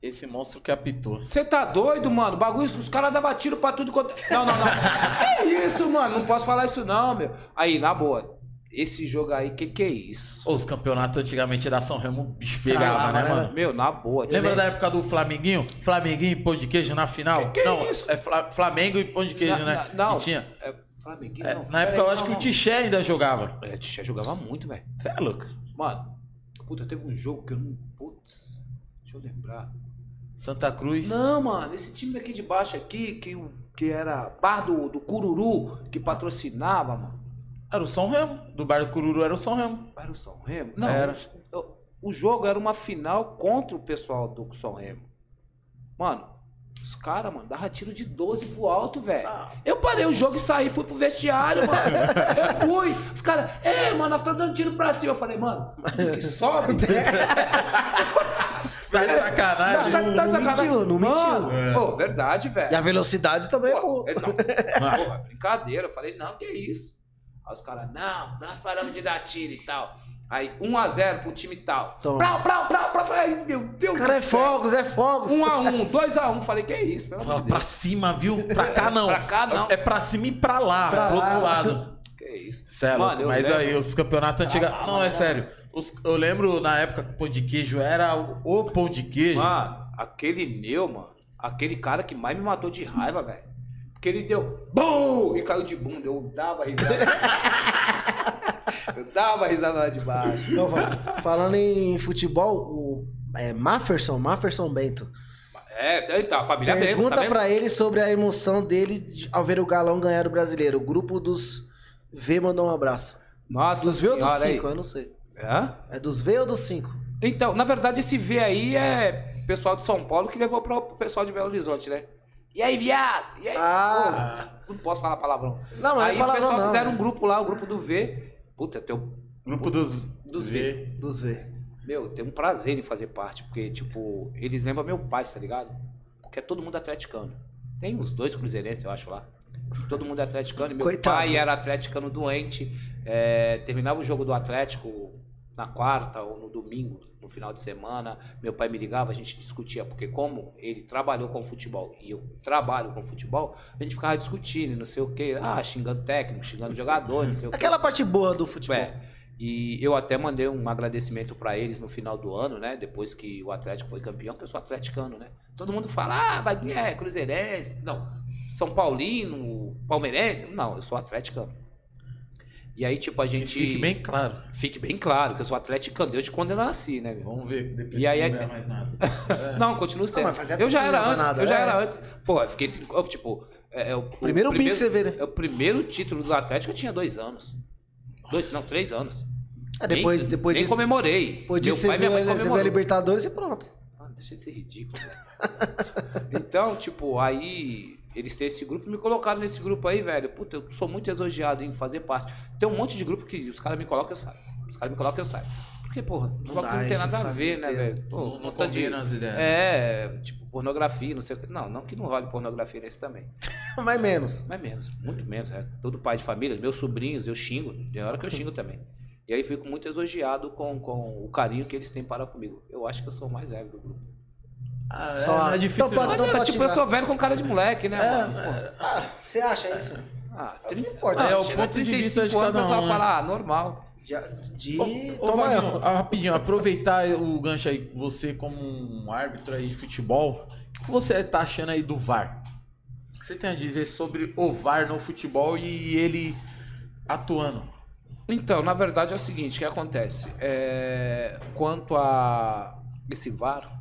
[SPEAKER 3] Esse monstro que apitou.
[SPEAKER 1] Você tá doido, mano? Bagulho, os caras davam tiro pra tudo quanto. Não, não, não. é isso, mano. Não posso falar isso, não, meu. Aí, na boa. Esse jogo aí, que que é isso?
[SPEAKER 3] Ô, os campeonatos antigamente da São Remo bicho,
[SPEAKER 2] Estralava,
[SPEAKER 3] pegava, né,
[SPEAKER 2] né,
[SPEAKER 3] mano?
[SPEAKER 2] mano?
[SPEAKER 1] Meu, na boa.
[SPEAKER 3] Lembra da época do Flamenguinho? Flamenguinho e Pão de Queijo na final?
[SPEAKER 1] Que que é
[SPEAKER 3] não,
[SPEAKER 1] isso?
[SPEAKER 3] é Fla- Flamengo e Pão de Queijo,
[SPEAKER 1] Na-
[SPEAKER 3] né?
[SPEAKER 1] na- não.
[SPEAKER 3] Que tinha.
[SPEAKER 1] É, Flamengo,
[SPEAKER 3] É,
[SPEAKER 1] não.
[SPEAKER 3] na época
[SPEAKER 1] Peraí,
[SPEAKER 3] eu acho
[SPEAKER 1] não,
[SPEAKER 3] que o
[SPEAKER 1] não.
[SPEAKER 3] Tiché ainda jogava.
[SPEAKER 1] É, o Tiché jogava muito, velho.
[SPEAKER 3] Você é louco.
[SPEAKER 1] Mano, puta, teve um jogo que eu não. Putz, deixa eu lembrar.
[SPEAKER 3] Santa Cruz.
[SPEAKER 1] Não, mano, esse time daqui de baixo aqui, que, o- que era bar do, do Cururu, que patrocinava, mano.
[SPEAKER 3] Era o São Remo. Do bar do Cururu era o São Remo.
[SPEAKER 1] Era o São Remo? Não,
[SPEAKER 3] Era.
[SPEAKER 1] O, o jogo era uma final contra o pessoal do São Remo. Mano, os caras, mano, dava tiro de 12 pro alto, velho. Eu parei o jogo e saí, fui pro vestiário, mano. Eu fui. Os caras, é, mano, nós tá dando tiro pra cima. Eu falei, mano, que sobe.
[SPEAKER 3] Tá de sacanagem.
[SPEAKER 2] tá, Não,
[SPEAKER 1] de sacanagem.
[SPEAKER 2] mentiu, não mentiu. É.
[SPEAKER 1] Mano, Pô, verdade, velho.
[SPEAKER 2] E a velocidade também, pô.
[SPEAKER 1] Pô, é, não. Porra, brincadeira. Eu falei, não, que isso. Aí os caras, não, nós paramos de dar tiro e tal. Aí, 1x0 pro time tal.
[SPEAKER 2] Toma.
[SPEAKER 1] Prau, prau, prau, prau. Falei, ai, meu Deus
[SPEAKER 2] O cara é
[SPEAKER 1] do céu.
[SPEAKER 2] fogos, é fogos.
[SPEAKER 1] 1x1, 2x1. Falei, que isso, pelo amor
[SPEAKER 3] Fala
[SPEAKER 1] de
[SPEAKER 3] pra
[SPEAKER 1] Deus.
[SPEAKER 3] cima, viu? Pra cá não.
[SPEAKER 1] Pra cá, não.
[SPEAKER 3] É pra cima e pra lá,
[SPEAKER 2] Pra
[SPEAKER 3] pro
[SPEAKER 2] lá.
[SPEAKER 3] outro lado.
[SPEAKER 1] Que isso.
[SPEAKER 3] Cê é louco,
[SPEAKER 1] eu
[SPEAKER 3] mas
[SPEAKER 1] lembro- Tá
[SPEAKER 3] aí, os campeonatos antigos.
[SPEAKER 2] Estrava,
[SPEAKER 3] Não, é
[SPEAKER 2] mano.
[SPEAKER 3] sério. Os- eu lembro na época que o pão de queijo era o o pão de queijo.
[SPEAKER 1] Mano, aquele meu, mano. Aquele cara que mais me matou de raiva, velho. Porque ele deu. BUM! E caiu de bunda. Eu dava risada. eu dava risada lá de baixo.
[SPEAKER 2] Não, fa- Então, falando em futebol, o é, Mafferson, Mafferson Bento.
[SPEAKER 1] É, então, a família Bento,
[SPEAKER 2] Pergunta
[SPEAKER 1] tá vendo?
[SPEAKER 2] pra ele sobre a emoção dele de- ao ver o Galão ganhar o brasileiro. O grupo dos V mandou um abraço.
[SPEAKER 1] Nossa
[SPEAKER 2] Dos V ou
[SPEAKER 1] senhora,
[SPEAKER 2] dos
[SPEAKER 1] aí.
[SPEAKER 2] 5? Eu não sei.
[SPEAKER 1] Hã?
[SPEAKER 2] É dos V ou dos 5?
[SPEAKER 1] Então, na verdade, esse V aí é pessoal de São Paulo que levou pro pro pessoal de Belo Horizonte, né? E aí, viado? E aí?
[SPEAKER 2] Ah.
[SPEAKER 1] Pô, não posso falar palavrão.
[SPEAKER 2] Não, mas não
[SPEAKER 1] aí
[SPEAKER 2] é
[SPEAKER 1] o
[SPEAKER 2] palavrão,
[SPEAKER 1] pessoal
[SPEAKER 2] não.
[SPEAKER 1] fizeram um grupo lá, o grupo do V. Puta, eu tenho,
[SPEAKER 3] Grupo dos, dos
[SPEAKER 1] V.
[SPEAKER 2] Dos V.
[SPEAKER 1] meu, eu tenho um prazer em fazer parte, porque, tipo, eles lembram meu pai, tá ligado? Porque é todo mundo atleticano. Tem uns dois cruzeirenses, eu acho, lá. Todo mundo é atleticano. e Meu
[SPEAKER 2] Coitado.
[SPEAKER 1] pai era atleticano doente. é, terminava o jogo do Atlético na quarta ou no domingo, no final de semana. Meu pai me ligava, a gente discutia, porque como ele trabalhou com futebol e eu trabalho com futebol, a gente ficava discutindo, e não sei o quê. Ah, xingando técnico, xingando jogador, não sei o quê.
[SPEAKER 2] Aquela parte boa do futebol.
[SPEAKER 1] É. E eu até mandei um agradecimento pra eles no final do ano, né? Depois que o Atlético foi campeão, que eu sou atleticano, né? Todo mundo fala, ah, vai é cruzeirense. Não, São Paulino, palmeirense. Não, eu sou atleticano. E aí, tipo, a gente...
[SPEAKER 3] Fique bem claro.
[SPEAKER 1] Fique bem claro que eu sou atleticano desde quando eu nasci, né, meu?
[SPEAKER 3] Vamos ver. Depois
[SPEAKER 1] E aí
[SPEAKER 3] não
[SPEAKER 1] é-
[SPEAKER 3] ganhar mais nada. É.
[SPEAKER 1] Não, continuo sendo.
[SPEAKER 2] mas fazia
[SPEAKER 1] eu já
[SPEAKER 2] tempo que
[SPEAKER 1] era
[SPEAKER 2] não
[SPEAKER 1] antes,
[SPEAKER 2] ganhava nada,
[SPEAKER 1] eu já
[SPEAKER 2] é.
[SPEAKER 1] era antes. Pô, eu fiquei... cinco- Tipo, é, é o,
[SPEAKER 2] Primeiro
[SPEAKER 1] o
[SPEAKER 2] bim que você vê, né?
[SPEAKER 1] É o primeiro título do Atlético, eu tinha dois anos. Dois, não, três anos.
[SPEAKER 2] É, depois,
[SPEAKER 1] nem,
[SPEAKER 2] depois
[SPEAKER 1] nem
[SPEAKER 2] disso.
[SPEAKER 1] comemorei.
[SPEAKER 2] Depois disso,
[SPEAKER 1] Meu
[SPEAKER 2] você
[SPEAKER 1] pai e minha
[SPEAKER 2] viu,
[SPEAKER 1] mãe
[SPEAKER 2] a- você viu a
[SPEAKER 1] comemoraram.
[SPEAKER 2] Libertadores e pronto.
[SPEAKER 1] Ah, deixa de ser ridículo. velho. então, tipo, aí eles têm esse grupo, me colocaram nesse grupo aí, velho. Puta, eu sou muito elogiado em fazer parte. Tem um monte de grupo que os caras me colocam e eu saio. Os caras me colocam e eu saio. Porque, porra, não,
[SPEAKER 2] dá,
[SPEAKER 1] não tem
[SPEAKER 2] isso
[SPEAKER 1] nada a
[SPEAKER 2] sabe
[SPEAKER 1] ver,
[SPEAKER 2] de
[SPEAKER 1] né,
[SPEAKER 2] ter.
[SPEAKER 1] velho? Pô,
[SPEAKER 3] Não, não
[SPEAKER 1] um tanto de-
[SPEAKER 3] combina né? as ideias.
[SPEAKER 1] É, tipo, pornografia, não sei o que. Não, não que não role pornografia nesse também.
[SPEAKER 2] Mais menos.
[SPEAKER 1] Mas menos, muito menos. É. Todo pai de família, meus sobrinhos, eu xingo. Tem hora que eu xingo também. E aí fico muito elogiado com, com o carinho que eles têm para comigo. Eu acho que eu sou o mais velho do grupo.
[SPEAKER 3] Ah, é,
[SPEAKER 2] Só-
[SPEAKER 3] não é difícil.
[SPEAKER 2] Então,
[SPEAKER 3] não.
[SPEAKER 1] Mas
[SPEAKER 2] Então
[SPEAKER 1] é,
[SPEAKER 2] pode
[SPEAKER 1] tipo,
[SPEAKER 2] xingar.
[SPEAKER 1] eu sou velho com cara de moleque, né,
[SPEAKER 3] É,
[SPEAKER 1] mano? Pô,
[SPEAKER 2] Ah, você acha isso?
[SPEAKER 1] Ah,
[SPEAKER 2] o que
[SPEAKER 1] 30,
[SPEAKER 2] importa.
[SPEAKER 1] ah,
[SPEAKER 3] É o
[SPEAKER 1] chega
[SPEAKER 3] ponto de
[SPEAKER 1] 35
[SPEAKER 3] vista de
[SPEAKER 1] anos,
[SPEAKER 3] cada
[SPEAKER 1] O pessoal
[SPEAKER 3] um, né?
[SPEAKER 1] fala, ah, normal.
[SPEAKER 2] De, de
[SPEAKER 3] Ô,
[SPEAKER 2] tomar
[SPEAKER 3] Vaguinho,
[SPEAKER 2] erro.
[SPEAKER 3] ah, rapidinho, aproveitar o gancho aí, você como um árbitro aí de futebol, o que você tá achando aí do VAR? O que você tem a dizer sobre o VAR no futebol e ele atuando?
[SPEAKER 1] Então, na verdade é o seguinte, o que acontece? É, quanto a esse VAR,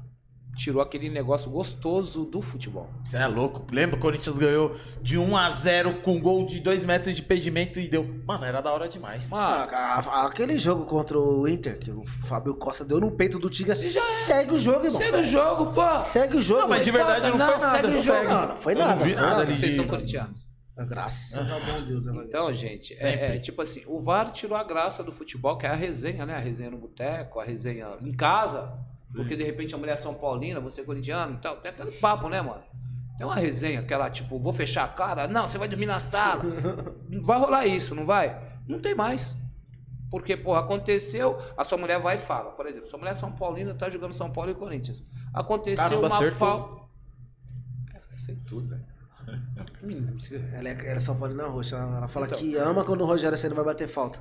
[SPEAKER 1] tirou aquele negócio gostoso do futebol.
[SPEAKER 3] Você é louco. Lembra o Corinthians ganhou de 1 a 0 com gol de 2 metros de impedimento e deu. Mano, era da hora demais.
[SPEAKER 1] Mano,
[SPEAKER 2] Ah, a- aquele jogo contra o Inter, que o Fábio Costa deu no peito do Tiga.
[SPEAKER 1] Você já é.
[SPEAKER 2] Segue o jogo, irmão.
[SPEAKER 1] segue o jogo, pô!
[SPEAKER 2] Segue o jogo.
[SPEAKER 3] Não, mas de verdade não,
[SPEAKER 1] Não,
[SPEAKER 3] foi nada.
[SPEAKER 1] segue o
[SPEAKER 3] sério.
[SPEAKER 1] jogo.
[SPEAKER 2] Não, não foi
[SPEAKER 3] Eu
[SPEAKER 2] nada,
[SPEAKER 3] Não vi
[SPEAKER 2] não foi
[SPEAKER 3] nada
[SPEAKER 2] nada.
[SPEAKER 3] ali.
[SPEAKER 1] Vocês
[SPEAKER 3] de-
[SPEAKER 1] são corintianos.
[SPEAKER 2] Graças ao bom Deus, né, Wagner?
[SPEAKER 1] Então, gente,
[SPEAKER 3] Sempre.
[SPEAKER 1] é, é, tipo assim, o VAR tirou a graça do futebol, que é a resenha, né? A resenha no boteco, a resenha em casa. Porque de repente a mulher é São Paulina, você é corintiano e tal. Tem aquele papo, né, mano? Tem uma resenha, aquela tipo, vou fechar a cara, não, você vai dormir na sala. vai rolar isso, não vai? Não tem mais. Porque, porra, aconteceu, a sua mulher vai e fala. Por exemplo, sua mulher é São Paulina, tá jogando São Paulo e Corinthians. Aconteceu
[SPEAKER 3] Caramba,
[SPEAKER 1] uma
[SPEAKER 3] acertou.
[SPEAKER 1] falta. É, sei tudo, velho. Menino, você-
[SPEAKER 2] Ela é, ela é São Paulina Roxa. Ela, ela fala
[SPEAKER 1] Então.
[SPEAKER 2] que ama quando o Rogério Senna vai bater falta.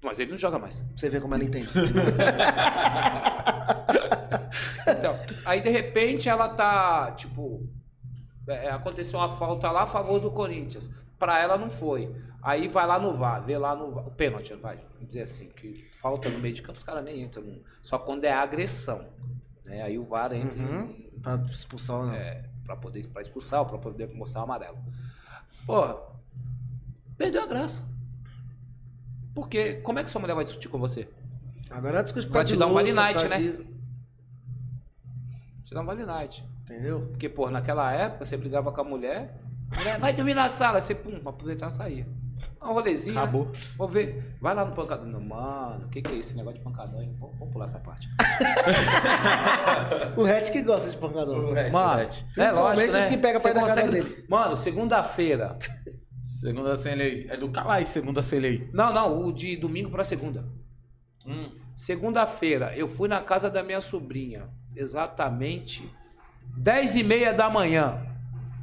[SPEAKER 2] Pra
[SPEAKER 1] Mas ele não joga mais.
[SPEAKER 2] você ver como ela entende.
[SPEAKER 1] Então, aí de repente ela tá, tipo, é, aconteceu uma falta lá a favor do Corinthians. Pra ela não foi. Aí vai lá no VAR, vê lá no VAR, o pênalti, vai vamos dizer assim, que falta no meio de campo, os caras nem entram. no- Só quando é agressão. Né? Aí o VAR entra
[SPEAKER 2] Uhum. pra expulsar,
[SPEAKER 1] É.
[SPEAKER 2] né?
[SPEAKER 1] pra poder pra expulsar ou pra poder mostrar o amarelo. Porra, perdeu a graça. Porque como é que sua mulher vai discutir com você?
[SPEAKER 2] Agora ela discute por
[SPEAKER 1] Vai
[SPEAKER 2] causa
[SPEAKER 1] te
[SPEAKER 2] de tá
[SPEAKER 1] dar um
[SPEAKER 2] louça, por
[SPEAKER 1] vale
[SPEAKER 2] causa
[SPEAKER 1] night, né?
[SPEAKER 2] disso,
[SPEAKER 1] Você dá um vale night.
[SPEAKER 2] Entendeu?
[SPEAKER 1] Porque, pô, naquela época você brigava com a mulher, a mulher vai dormir na sala, você pum, aproveitava e saía. Um rolezinho. né?
[SPEAKER 4] Acabou.
[SPEAKER 1] Vou ver. Vai lá no pancadão. Não, Mano, o que, que é esse negócio de pancadão? hein? Vamos, vamos pular essa parte.
[SPEAKER 2] É O Red que gosta de pancadão.
[SPEAKER 3] Moleque,
[SPEAKER 1] Mano,
[SPEAKER 3] moleque.
[SPEAKER 1] é
[SPEAKER 2] Principalmente
[SPEAKER 1] lógico,
[SPEAKER 2] os
[SPEAKER 1] né?
[SPEAKER 2] que pegam
[SPEAKER 1] Você
[SPEAKER 2] perto da casa
[SPEAKER 1] consegue-
[SPEAKER 2] dele.
[SPEAKER 1] Mano, segunda-feira.
[SPEAKER 3] Segunda CLI. É do Calai, segunda CLI.
[SPEAKER 1] Não, não, o de domingo pra segunda.
[SPEAKER 3] Hum.
[SPEAKER 1] Segunda-feira, eu fui na casa da minha sobrinha, exatamente 10 e meia da manhã.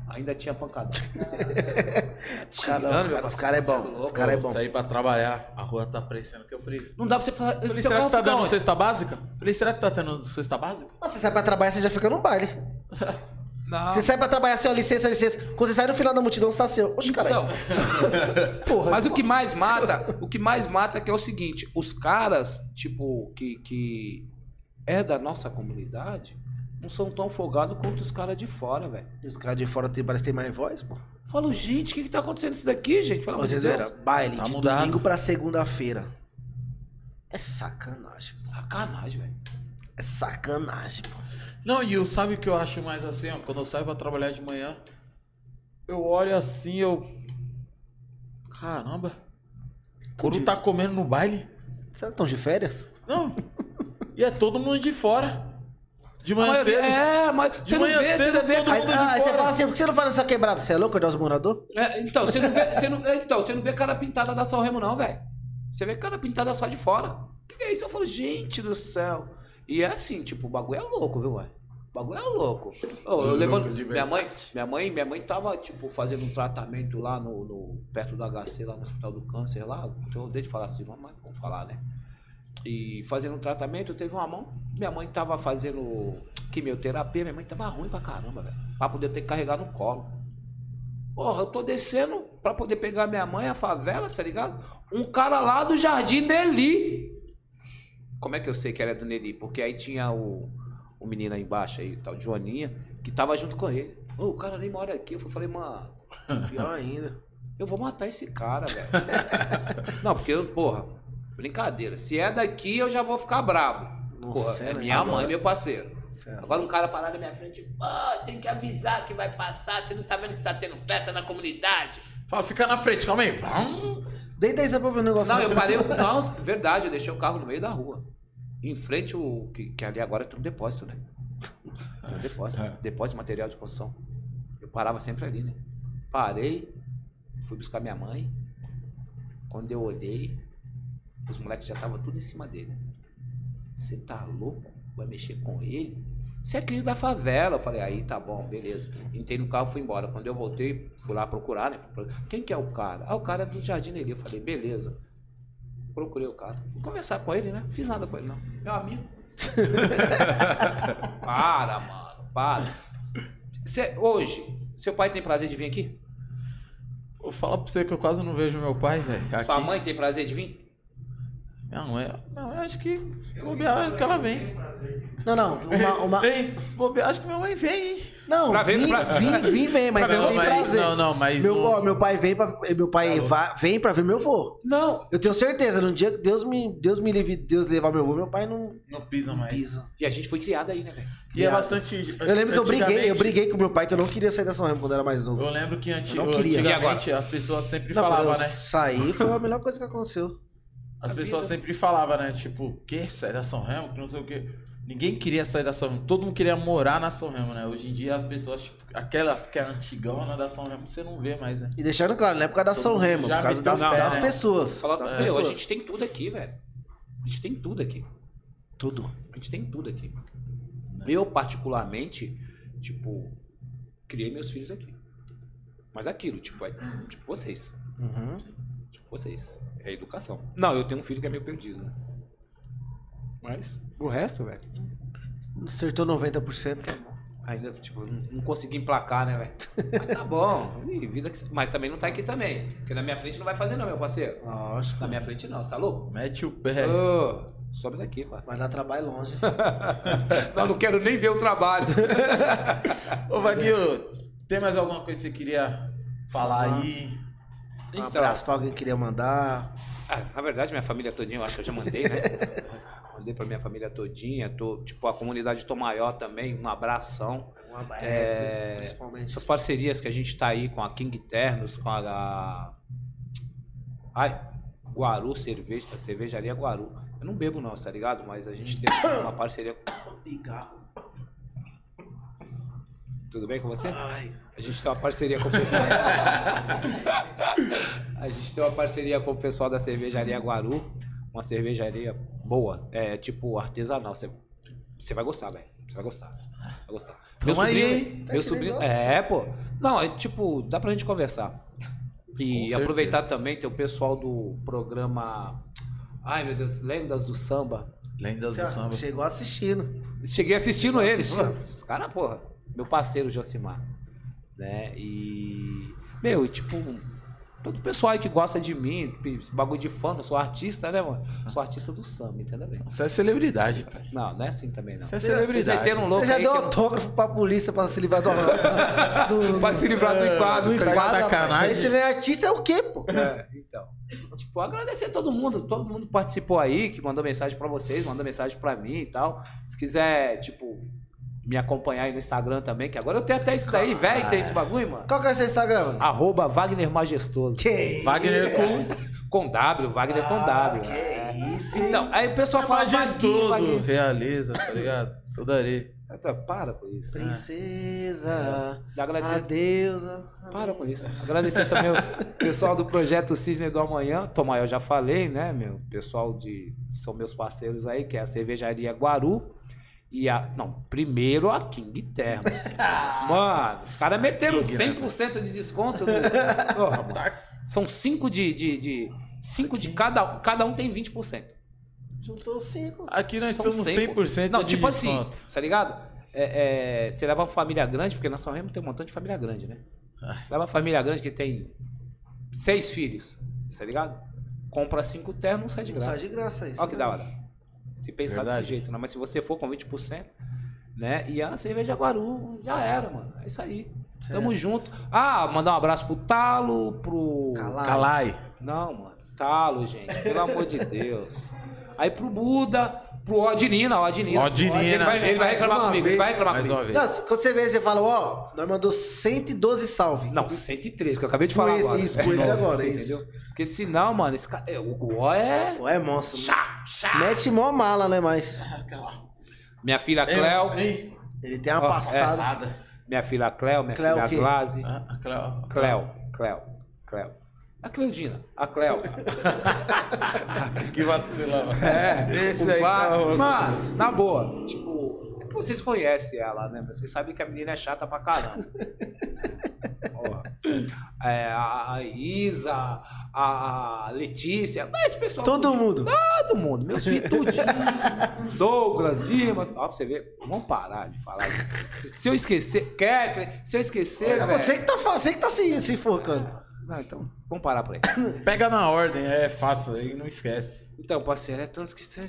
[SPEAKER 1] Ainda tinha pancadão.
[SPEAKER 2] Os caras os cara, os cara é bom. Os cara é bom.
[SPEAKER 3] Saí pra trabalhar, a rua tá aparecendo que eu falei.
[SPEAKER 1] Não dá pra você falar.
[SPEAKER 3] Falei,
[SPEAKER 1] seu
[SPEAKER 3] será
[SPEAKER 1] carro
[SPEAKER 3] que tá
[SPEAKER 1] fica
[SPEAKER 3] dando
[SPEAKER 1] onde?
[SPEAKER 3] cesta básica? Falei, será que tá dando cesta básica?
[SPEAKER 2] Mas você sai pra trabalhar, você já fica no baile.
[SPEAKER 1] Não.
[SPEAKER 2] Você sai pra trabalhar assim, ó, licença, licença. Quando você sai no final da multidão, você tá assim, ó. Oxe, caralho.
[SPEAKER 1] Então,
[SPEAKER 2] Porra.
[SPEAKER 1] Mas o que mais mata, o que mais mata é que é o seguinte, os caras, tipo, que, que é da nossa comunidade, não são tão folgados quanto os caras de fora, velho.
[SPEAKER 2] Os caras de fora tem, parece que tem mais voz, pô.
[SPEAKER 1] Falo, gente, o que, que tá acontecendo isso daqui, gente? Pelo amor de
[SPEAKER 2] Vocês
[SPEAKER 1] Deus.
[SPEAKER 2] viram? Baile
[SPEAKER 3] Tá
[SPEAKER 2] de
[SPEAKER 3] mudado.
[SPEAKER 2] domingo pra segunda-feira. É sacanagem.
[SPEAKER 1] Sacanagem, velho.
[SPEAKER 2] É sacanagem, pô.
[SPEAKER 3] Não, e eu sabe o que eu acho mais assim, ó, quando eu saio pra trabalhar de manhã, eu olho assim, eu. Caramba! O Coru tá comendo no baile?
[SPEAKER 2] Vocês não estão de férias?
[SPEAKER 3] Não! E é todo mundo de fora. De
[SPEAKER 1] A
[SPEAKER 3] manhã
[SPEAKER 1] maioria-
[SPEAKER 3] cedo.
[SPEAKER 1] É, mas você não
[SPEAKER 3] manhã
[SPEAKER 1] vê, você
[SPEAKER 3] cedo
[SPEAKER 1] não
[SPEAKER 3] é
[SPEAKER 1] vê.
[SPEAKER 3] todo
[SPEAKER 2] Aí,
[SPEAKER 3] mundo de
[SPEAKER 2] ah, aí você
[SPEAKER 3] fora.
[SPEAKER 2] fala assim, por que você não faz essa quebrada? Você é louco, nós morador?
[SPEAKER 1] É, então, você não vê, você não, é, então, você não vê cara pintada da São Remo, não, velho. Você vê cara pintada só de fora. O que, que é isso? Eu falo, gente do céu. E é assim, tipo, o bagulho é louco, viu, velho? O bagulho é louco. Ô, eu
[SPEAKER 3] Louco
[SPEAKER 1] levanto,
[SPEAKER 3] de
[SPEAKER 1] minha
[SPEAKER 3] verdade.
[SPEAKER 1] mãe, minha mãe, minha mãe tava, tipo, fazendo um tratamento lá no, no- perto do HC, lá no Hospital do Câncer, lá. Eu odeio de falar assim, mas vamos falar, né? E fazendo um tratamento, teve uma mão. Minha mãe tava fazendo quimioterapia, minha mãe tava ruim pra caramba, velho. Pra poder ter que carregar no colo. Porra, eu tô descendo pra poder pegar minha mãe, a favela, tá ligado? Um cara lá do Jardim Deli. Como é que eu sei que era do Nelly? Porque aí tinha o, o menino aí embaixo, aí, tal, Joaninha, que tava junto com ele. Ô, o cara nem mora aqui. Eu falei, mano,
[SPEAKER 2] Pior ainda.
[SPEAKER 1] eu vou matar esse cara, velho. Não, porque, eu, porra, brincadeira. Se é daqui, eu já vou ficar brabo.
[SPEAKER 2] Nossa,
[SPEAKER 1] Porra, é
[SPEAKER 2] sério?
[SPEAKER 1] minha
[SPEAKER 2] Agora- é
[SPEAKER 1] mãe, meu parceiro.
[SPEAKER 2] Sério.
[SPEAKER 1] Agora um cara parar na minha frente, pô, tem que avisar que vai passar, você não tá vendo que tá tendo festa na comunidade.
[SPEAKER 3] Fala, fica na frente, calma aí. Vum.
[SPEAKER 2] Deita aí só pra ver um negócio.
[SPEAKER 1] Não, eu parei, o- não, verdade, eu deixei o carro no meio da rua. Em frente o que, que ali agora tem um depósito, né? Tem um depósito, depósito de material de construção. Eu parava sempre ali, né? Parei, fui buscar minha mãe. Quando eu olhei, os moleques já estavam tudo em cima dele. Você tá louco? Vai mexer com ele? Você é crise da favela. Eu falei, aí tá bom, beleza. Entrei no carro fui embora. Quando eu voltei, fui lá procurar, né? Fui pro- Quem que é o cara? Ah, o cara é do Jardim Nelly. Eu falei, beleza. Procurei o cara. Fui conversar com ele, né? Fiz nada com ele, não. Meu É um amigo. para, mano, para. Cê- hoje, seu pai tem prazer de vir aqui?
[SPEAKER 3] Eu falo pra você que eu quase não vejo meu pai, velho. aqui.
[SPEAKER 1] Sua mãe tem prazer de vir?
[SPEAKER 3] Não, é. Não, eu acho que se bobear, é que ela vem.
[SPEAKER 2] Não, não. Uma, uma...
[SPEAKER 3] Vem, se bobear, acho que minha mãe vem, hein?
[SPEAKER 2] Não,
[SPEAKER 1] Pra ver-
[SPEAKER 2] vim,
[SPEAKER 1] pra- é
[SPEAKER 2] vim, vim, vem, mas
[SPEAKER 3] Não,
[SPEAKER 2] não tem
[SPEAKER 3] mas-
[SPEAKER 2] prazer.
[SPEAKER 3] não, não, mas Tá
[SPEAKER 2] Meu,
[SPEAKER 3] não-
[SPEAKER 2] ó, meu pai vem pra, meu pai va- vem pra ver meu vô.
[SPEAKER 1] Não.
[SPEAKER 2] Eu tenho certeza, no dia que Deus me, Deus me livre, Deus levar meu vô, meu pai não
[SPEAKER 3] Não pisa mais.
[SPEAKER 2] pisa.
[SPEAKER 1] E a gente foi criado aí, né, velho?
[SPEAKER 3] E é bastante.
[SPEAKER 2] Eu lembro que eu briguei, eu
[SPEAKER 3] antigamente-
[SPEAKER 2] briguei com meu pai que eu não queria sair da São Remo quando eu era mais novo.
[SPEAKER 3] Eu lembro que anti-
[SPEAKER 2] Eu não queria.
[SPEAKER 1] E
[SPEAKER 3] antigamente
[SPEAKER 1] agora?
[SPEAKER 3] as pessoas sempre
[SPEAKER 2] Não, quando
[SPEAKER 3] falavam,
[SPEAKER 2] eu
[SPEAKER 3] né?
[SPEAKER 2] saí foi a melhor coisa que aconteceu.
[SPEAKER 3] As pessoas sempre falavam, né? Tipo, que sair da São Remo, que não sei o quê. Ninguém queria sair da São Remo. Todo mundo queria morar na São Remo, né? Hoje em dia as pessoas, tipo, aquelas que é antigona da São Remo, você não vê mais, né?
[SPEAKER 2] E deixando claro, não é por causa da São Remo,
[SPEAKER 3] Já
[SPEAKER 2] por causa
[SPEAKER 3] meteu
[SPEAKER 2] das,
[SPEAKER 3] o pé,
[SPEAKER 2] das
[SPEAKER 3] né?
[SPEAKER 2] pessoas.
[SPEAKER 1] Falar
[SPEAKER 2] das
[SPEAKER 1] das pessoas. A
[SPEAKER 2] pessoas.
[SPEAKER 1] gente tem tudo aqui, velho. A gente tem tudo aqui.
[SPEAKER 2] Tudo.
[SPEAKER 1] A gente tem tudo aqui. Eu, particularmente, tipo, criei meus filhos aqui. Mas aquilo, tipo, é, tipo vocês.
[SPEAKER 2] Uhum.
[SPEAKER 1] Tipo vocês. É educação. Não, eu tenho um filho que é meio perdido. né? Mas o resto, velho.
[SPEAKER 2] Acertou 90%. tá bom.
[SPEAKER 1] Ainda, tipo, não, não consegui emplacar, né, velho? Mas tá bom. Ih, vida que... se- Mas também não tá aqui também. Porque na minha frente não vai fazer, não, meu parceiro.
[SPEAKER 2] Lógico.
[SPEAKER 1] Na minha frente não, você tá louco?
[SPEAKER 3] Mete o pé.
[SPEAKER 1] Ô, sobe daqui, pá.
[SPEAKER 2] Vai dar trabalho longe.
[SPEAKER 1] Não, não quero nem ver o trabalho.
[SPEAKER 3] Ô, Vaguinho, tem mais alguma coisa que você queria falar
[SPEAKER 2] Falar.
[SPEAKER 3] aí?
[SPEAKER 2] Um
[SPEAKER 1] Então.
[SPEAKER 2] abraço pra alguém que queria mandar.
[SPEAKER 1] Ah, na verdade, minha família todinha, eu acho que eu já mandei, né? mandei pra minha família todinha, tô, tipo, a comunidade Tomaió também, um abração.
[SPEAKER 2] Um abraço. É,
[SPEAKER 1] É,
[SPEAKER 2] principalmente.
[SPEAKER 1] Essas parcerias que a gente tá aí com a King Ternos, com a, a Ai, Guaru, cerveja, cervejaria Guaru. Eu não bebo não, tá ligado? Mas a gente teve uma parceria.
[SPEAKER 2] Pigarro.
[SPEAKER 1] Tudo bem com você?
[SPEAKER 2] Ai.
[SPEAKER 1] A gente tem uma parceria com o pessoal. a gente tem uma parceria com o pessoal da cervejaria Guaru. Uma cervejaria boa. É tipo artesanal. Você você vai gostar, velho. Você vai gostar. Vai gostar. Meu
[SPEAKER 3] Tamo aí,
[SPEAKER 1] sobrinho.
[SPEAKER 3] hein? Tá
[SPEAKER 1] Meu
[SPEAKER 2] Esse
[SPEAKER 1] sobrinho.
[SPEAKER 2] negócio.
[SPEAKER 1] É, pô. Não, é tipo, dá pra gente conversar. E
[SPEAKER 3] certeza.
[SPEAKER 1] aproveitar também, tem o pessoal do programa. Ai, meu Deus, Lendas do Samba.
[SPEAKER 3] Lendas do samba.
[SPEAKER 2] Chegou assistindo.
[SPEAKER 1] Cheguei assistindo eles.
[SPEAKER 2] assistindo.
[SPEAKER 1] Pô, Os caras, porra. Meu parceiro Josimar. Né? E. Meu, e tipo. Todo pessoal aí que gosta de mim, esse bagulho de fã, eu sou artista, né, mano? Sou artista do samba, entendeu bem?
[SPEAKER 3] Você é celebridade, pai.
[SPEAKER 1] Não, não é assim também, não.
[SPEAKER 3] Você é
[SPEAKER 1] Vocês
[SPEAKER 3] celebridade.
[SPEAKER 1] meteram um louco
[SPEAKER 2] Você já
[SPEAKER 1] aí
[SPEAKER 2] deu
[SPEAKER 1] que eu-
[SPEAKER 2] autógrafo pra polícia pra se livrar do. do, do
[SPEAKER 1] Pra se livrar do enquadro,
[SPEAKER 2] É, do
[SPEAKER 1] cara.
[SPEAKER 2] enquadro,
[SPEAKER 3] sacanagem.
[SPEAKER 2] rapaz. Esse não é artista é o quê, pô?
[SPEAKER 1] É, então. Tipo, agradecer a todo mundo, todo mundo que participou aí, que mandou mensagem pra vocês, mandou mensagem pra mim e tal. Se quiser, tipo, me acompanhar aí no Instagram também, que agora eu tenho até isso daí, velho, tem esse bagulho, mano.
[SPEAKER 2] Qual que é o seu
[SPEAKER 1] Ah,
[SPEAKER 2] Instagram?
[SPEAKER 1] Arroba Wagner Majestoso.
[SPEAKER 2] Que isso? Ah,
[SPEAKER 3] Wagner com
[SPEAKER 1] Com W, Wagner com W.
[SPEAKER 2] Que
[SPEAKER 1] né?
[SPEAKER 2] isso, hein?
[SPEAKER 1] Então, aí o pessoal fala
[SPEAKER 3] É majestoso.
[SPEAKER 1] Wagner, Wagner.
[SPEAKER 3] Realeza, tá ligado? Estudarei.
[SPEAKER 1] Eu tô, Para com isso.
[SPEAKER 2] Princesa,
[SPEAKER 1] Agradecer
[SPEAKER 2] adeus.
[SPEAKER 1] Ah. Para com isso. Agradecer também o pessoal do Projeto Cisne do Amanhã. Tomar, eu já falei, né, meu? Pessoal de. São meus parceiros aí, que é a Cervejaria Guaru. E a. Não, primeiro a King Termos. Mano, os caras meteram 100% de desconto. No, Porra, mano. São 5 de. 5 de, de, cinco de cada. Cada um tem 20%.
[SPEAKER 2] Juntou cinco.
[SPEAKER 1] Ah,
[SPEAKER 3] Aqui nós
[SPEAKER 1] São
[SPEAKER 3] estamos
[SPEAKER 1] 100%.
[SPEAKER 3] 100%
[SPEAKER 1] Não,
[SPEAKER 3] de
[SPEAKER 1] tipo
[SPEAKER 3] desconto.
[SPEAKER 1] assim, tá ligado? É, é, você leva uma família grande, porque na São Remo tem um montão de família grande, né?
[SPEAKER 3] Ai.
[SPEAKER 1] Leva uma família grande que tem seis filhos, tá ligado? Compra cinco ternos, não sai de graça.
[SPEAKER 2] Sai de graça isso. né?
[SPEAKER 1] Olha que da hora. Se pensar
[SPEAKER 3] Verdade.
[SPEAKER 1] desse jeito, né? Mas se você for com 20%, né? E a cerveja Guaru, já era, mano. É isso aí. Tamo junto. Ah, mandar um abraço pro Talo, pro.
[SPEAKER 2] Calai.
[SPEAKER 3] Calai.
[SPEAKER 1] Não, mano. Talo, gente. Pelo amor de Deus. Aí pro Buda, pro Odinina, Odinina.
[SPEAKER 3] Ó, de
[SPEAKER 1] Ele
[SPEAKER 3] Nina.
[SPEAKER 1] vai, ele vai
[SPEAKER 2] Mais
[SPEAKER 1] reclamar
[SPEAKER 2] uma
[SPEAKER 1] comigo,
[SPEAKER 2] vez.
[SPEAKER 1] ele vai reclamar
[SPEAKER 3] Mais
[SPEAKER 1] comigo.
[SPEAKER 3] uma vez.
[SPEAKER 2] Não, quando você vê, você fala, ó, nós mandou 112 salve.
[SPEAKER 1] Não, 103, que eu acabei de
[SPEAKER 2] com
[SPEAKER 1] falar
[SPEAKER 2] esse,
[SPEAKER 1] agora.
[SPEAKER 2] isso, com esse agora, é
[SPEAKER 1] Você
[SPEAKER 2] isso.
[SPEAKER 1] Entendeu? Porque senão, mano, esse cara, é, o Guó é...
[SPEAKER 2] Ué, monstro. Mete mó mala, né, mas...
[SPEAKER 1] Minha
[SPEAKER 2] É,
[SPEAKER 1] filha Cléo,
[SPEAKER 2] Ele tem uma
[SPEAKER 1] Ó, é.
[SPEAKER 2] passada.
[SPEAKER 1] minha filha Cléo, minha
[SPEAKER 2] Cléo o quê?
[SPEAKER 1] filha Glaze.
[SPEAKER 3] Ah, a Cléo.
[SPEAKER 1] Cléo, Cléo, Cléo. A Cleudina, a Cléo.
[SPEAKER 3] Que vacilão.
[SPEAKER 1] É,
[SPEAKER 3] Esse
[SPEAKER 1] o
[SPEAKER 3] aí
[SPEAKER 1] Vá-
[SPEAKER 3] tá o-
[SPEAKER 1] Mano, na boa. Tipo, é que vocês conhecem ela, né? Vocês sabem que a menina é chata pra caramba. Ó, é, a a Isa, a Letícia, mas pessoal.
[SPEAKER 2] Todo mundo.
[SPEAKER 1] Todo mundo, meus filhos, tudinho. Douglas, Dimas. Ó, pra você ver, vamos parar de falar. Se eu esquecer, Kathleen, se eu esquecer.
[SPEAKER 2] É
[SPEAKER 1] velho-
[SPEAKER 2] você que tá, fa- você que tá se, se enforcando.
[SPEAKER 1] Não, então, vamos parar por aí.
[SPEAKER 3] Pega na ordem, é fácil aí, não esquece.
[SPEAKER 1] Então, parceiro, é tanto que você.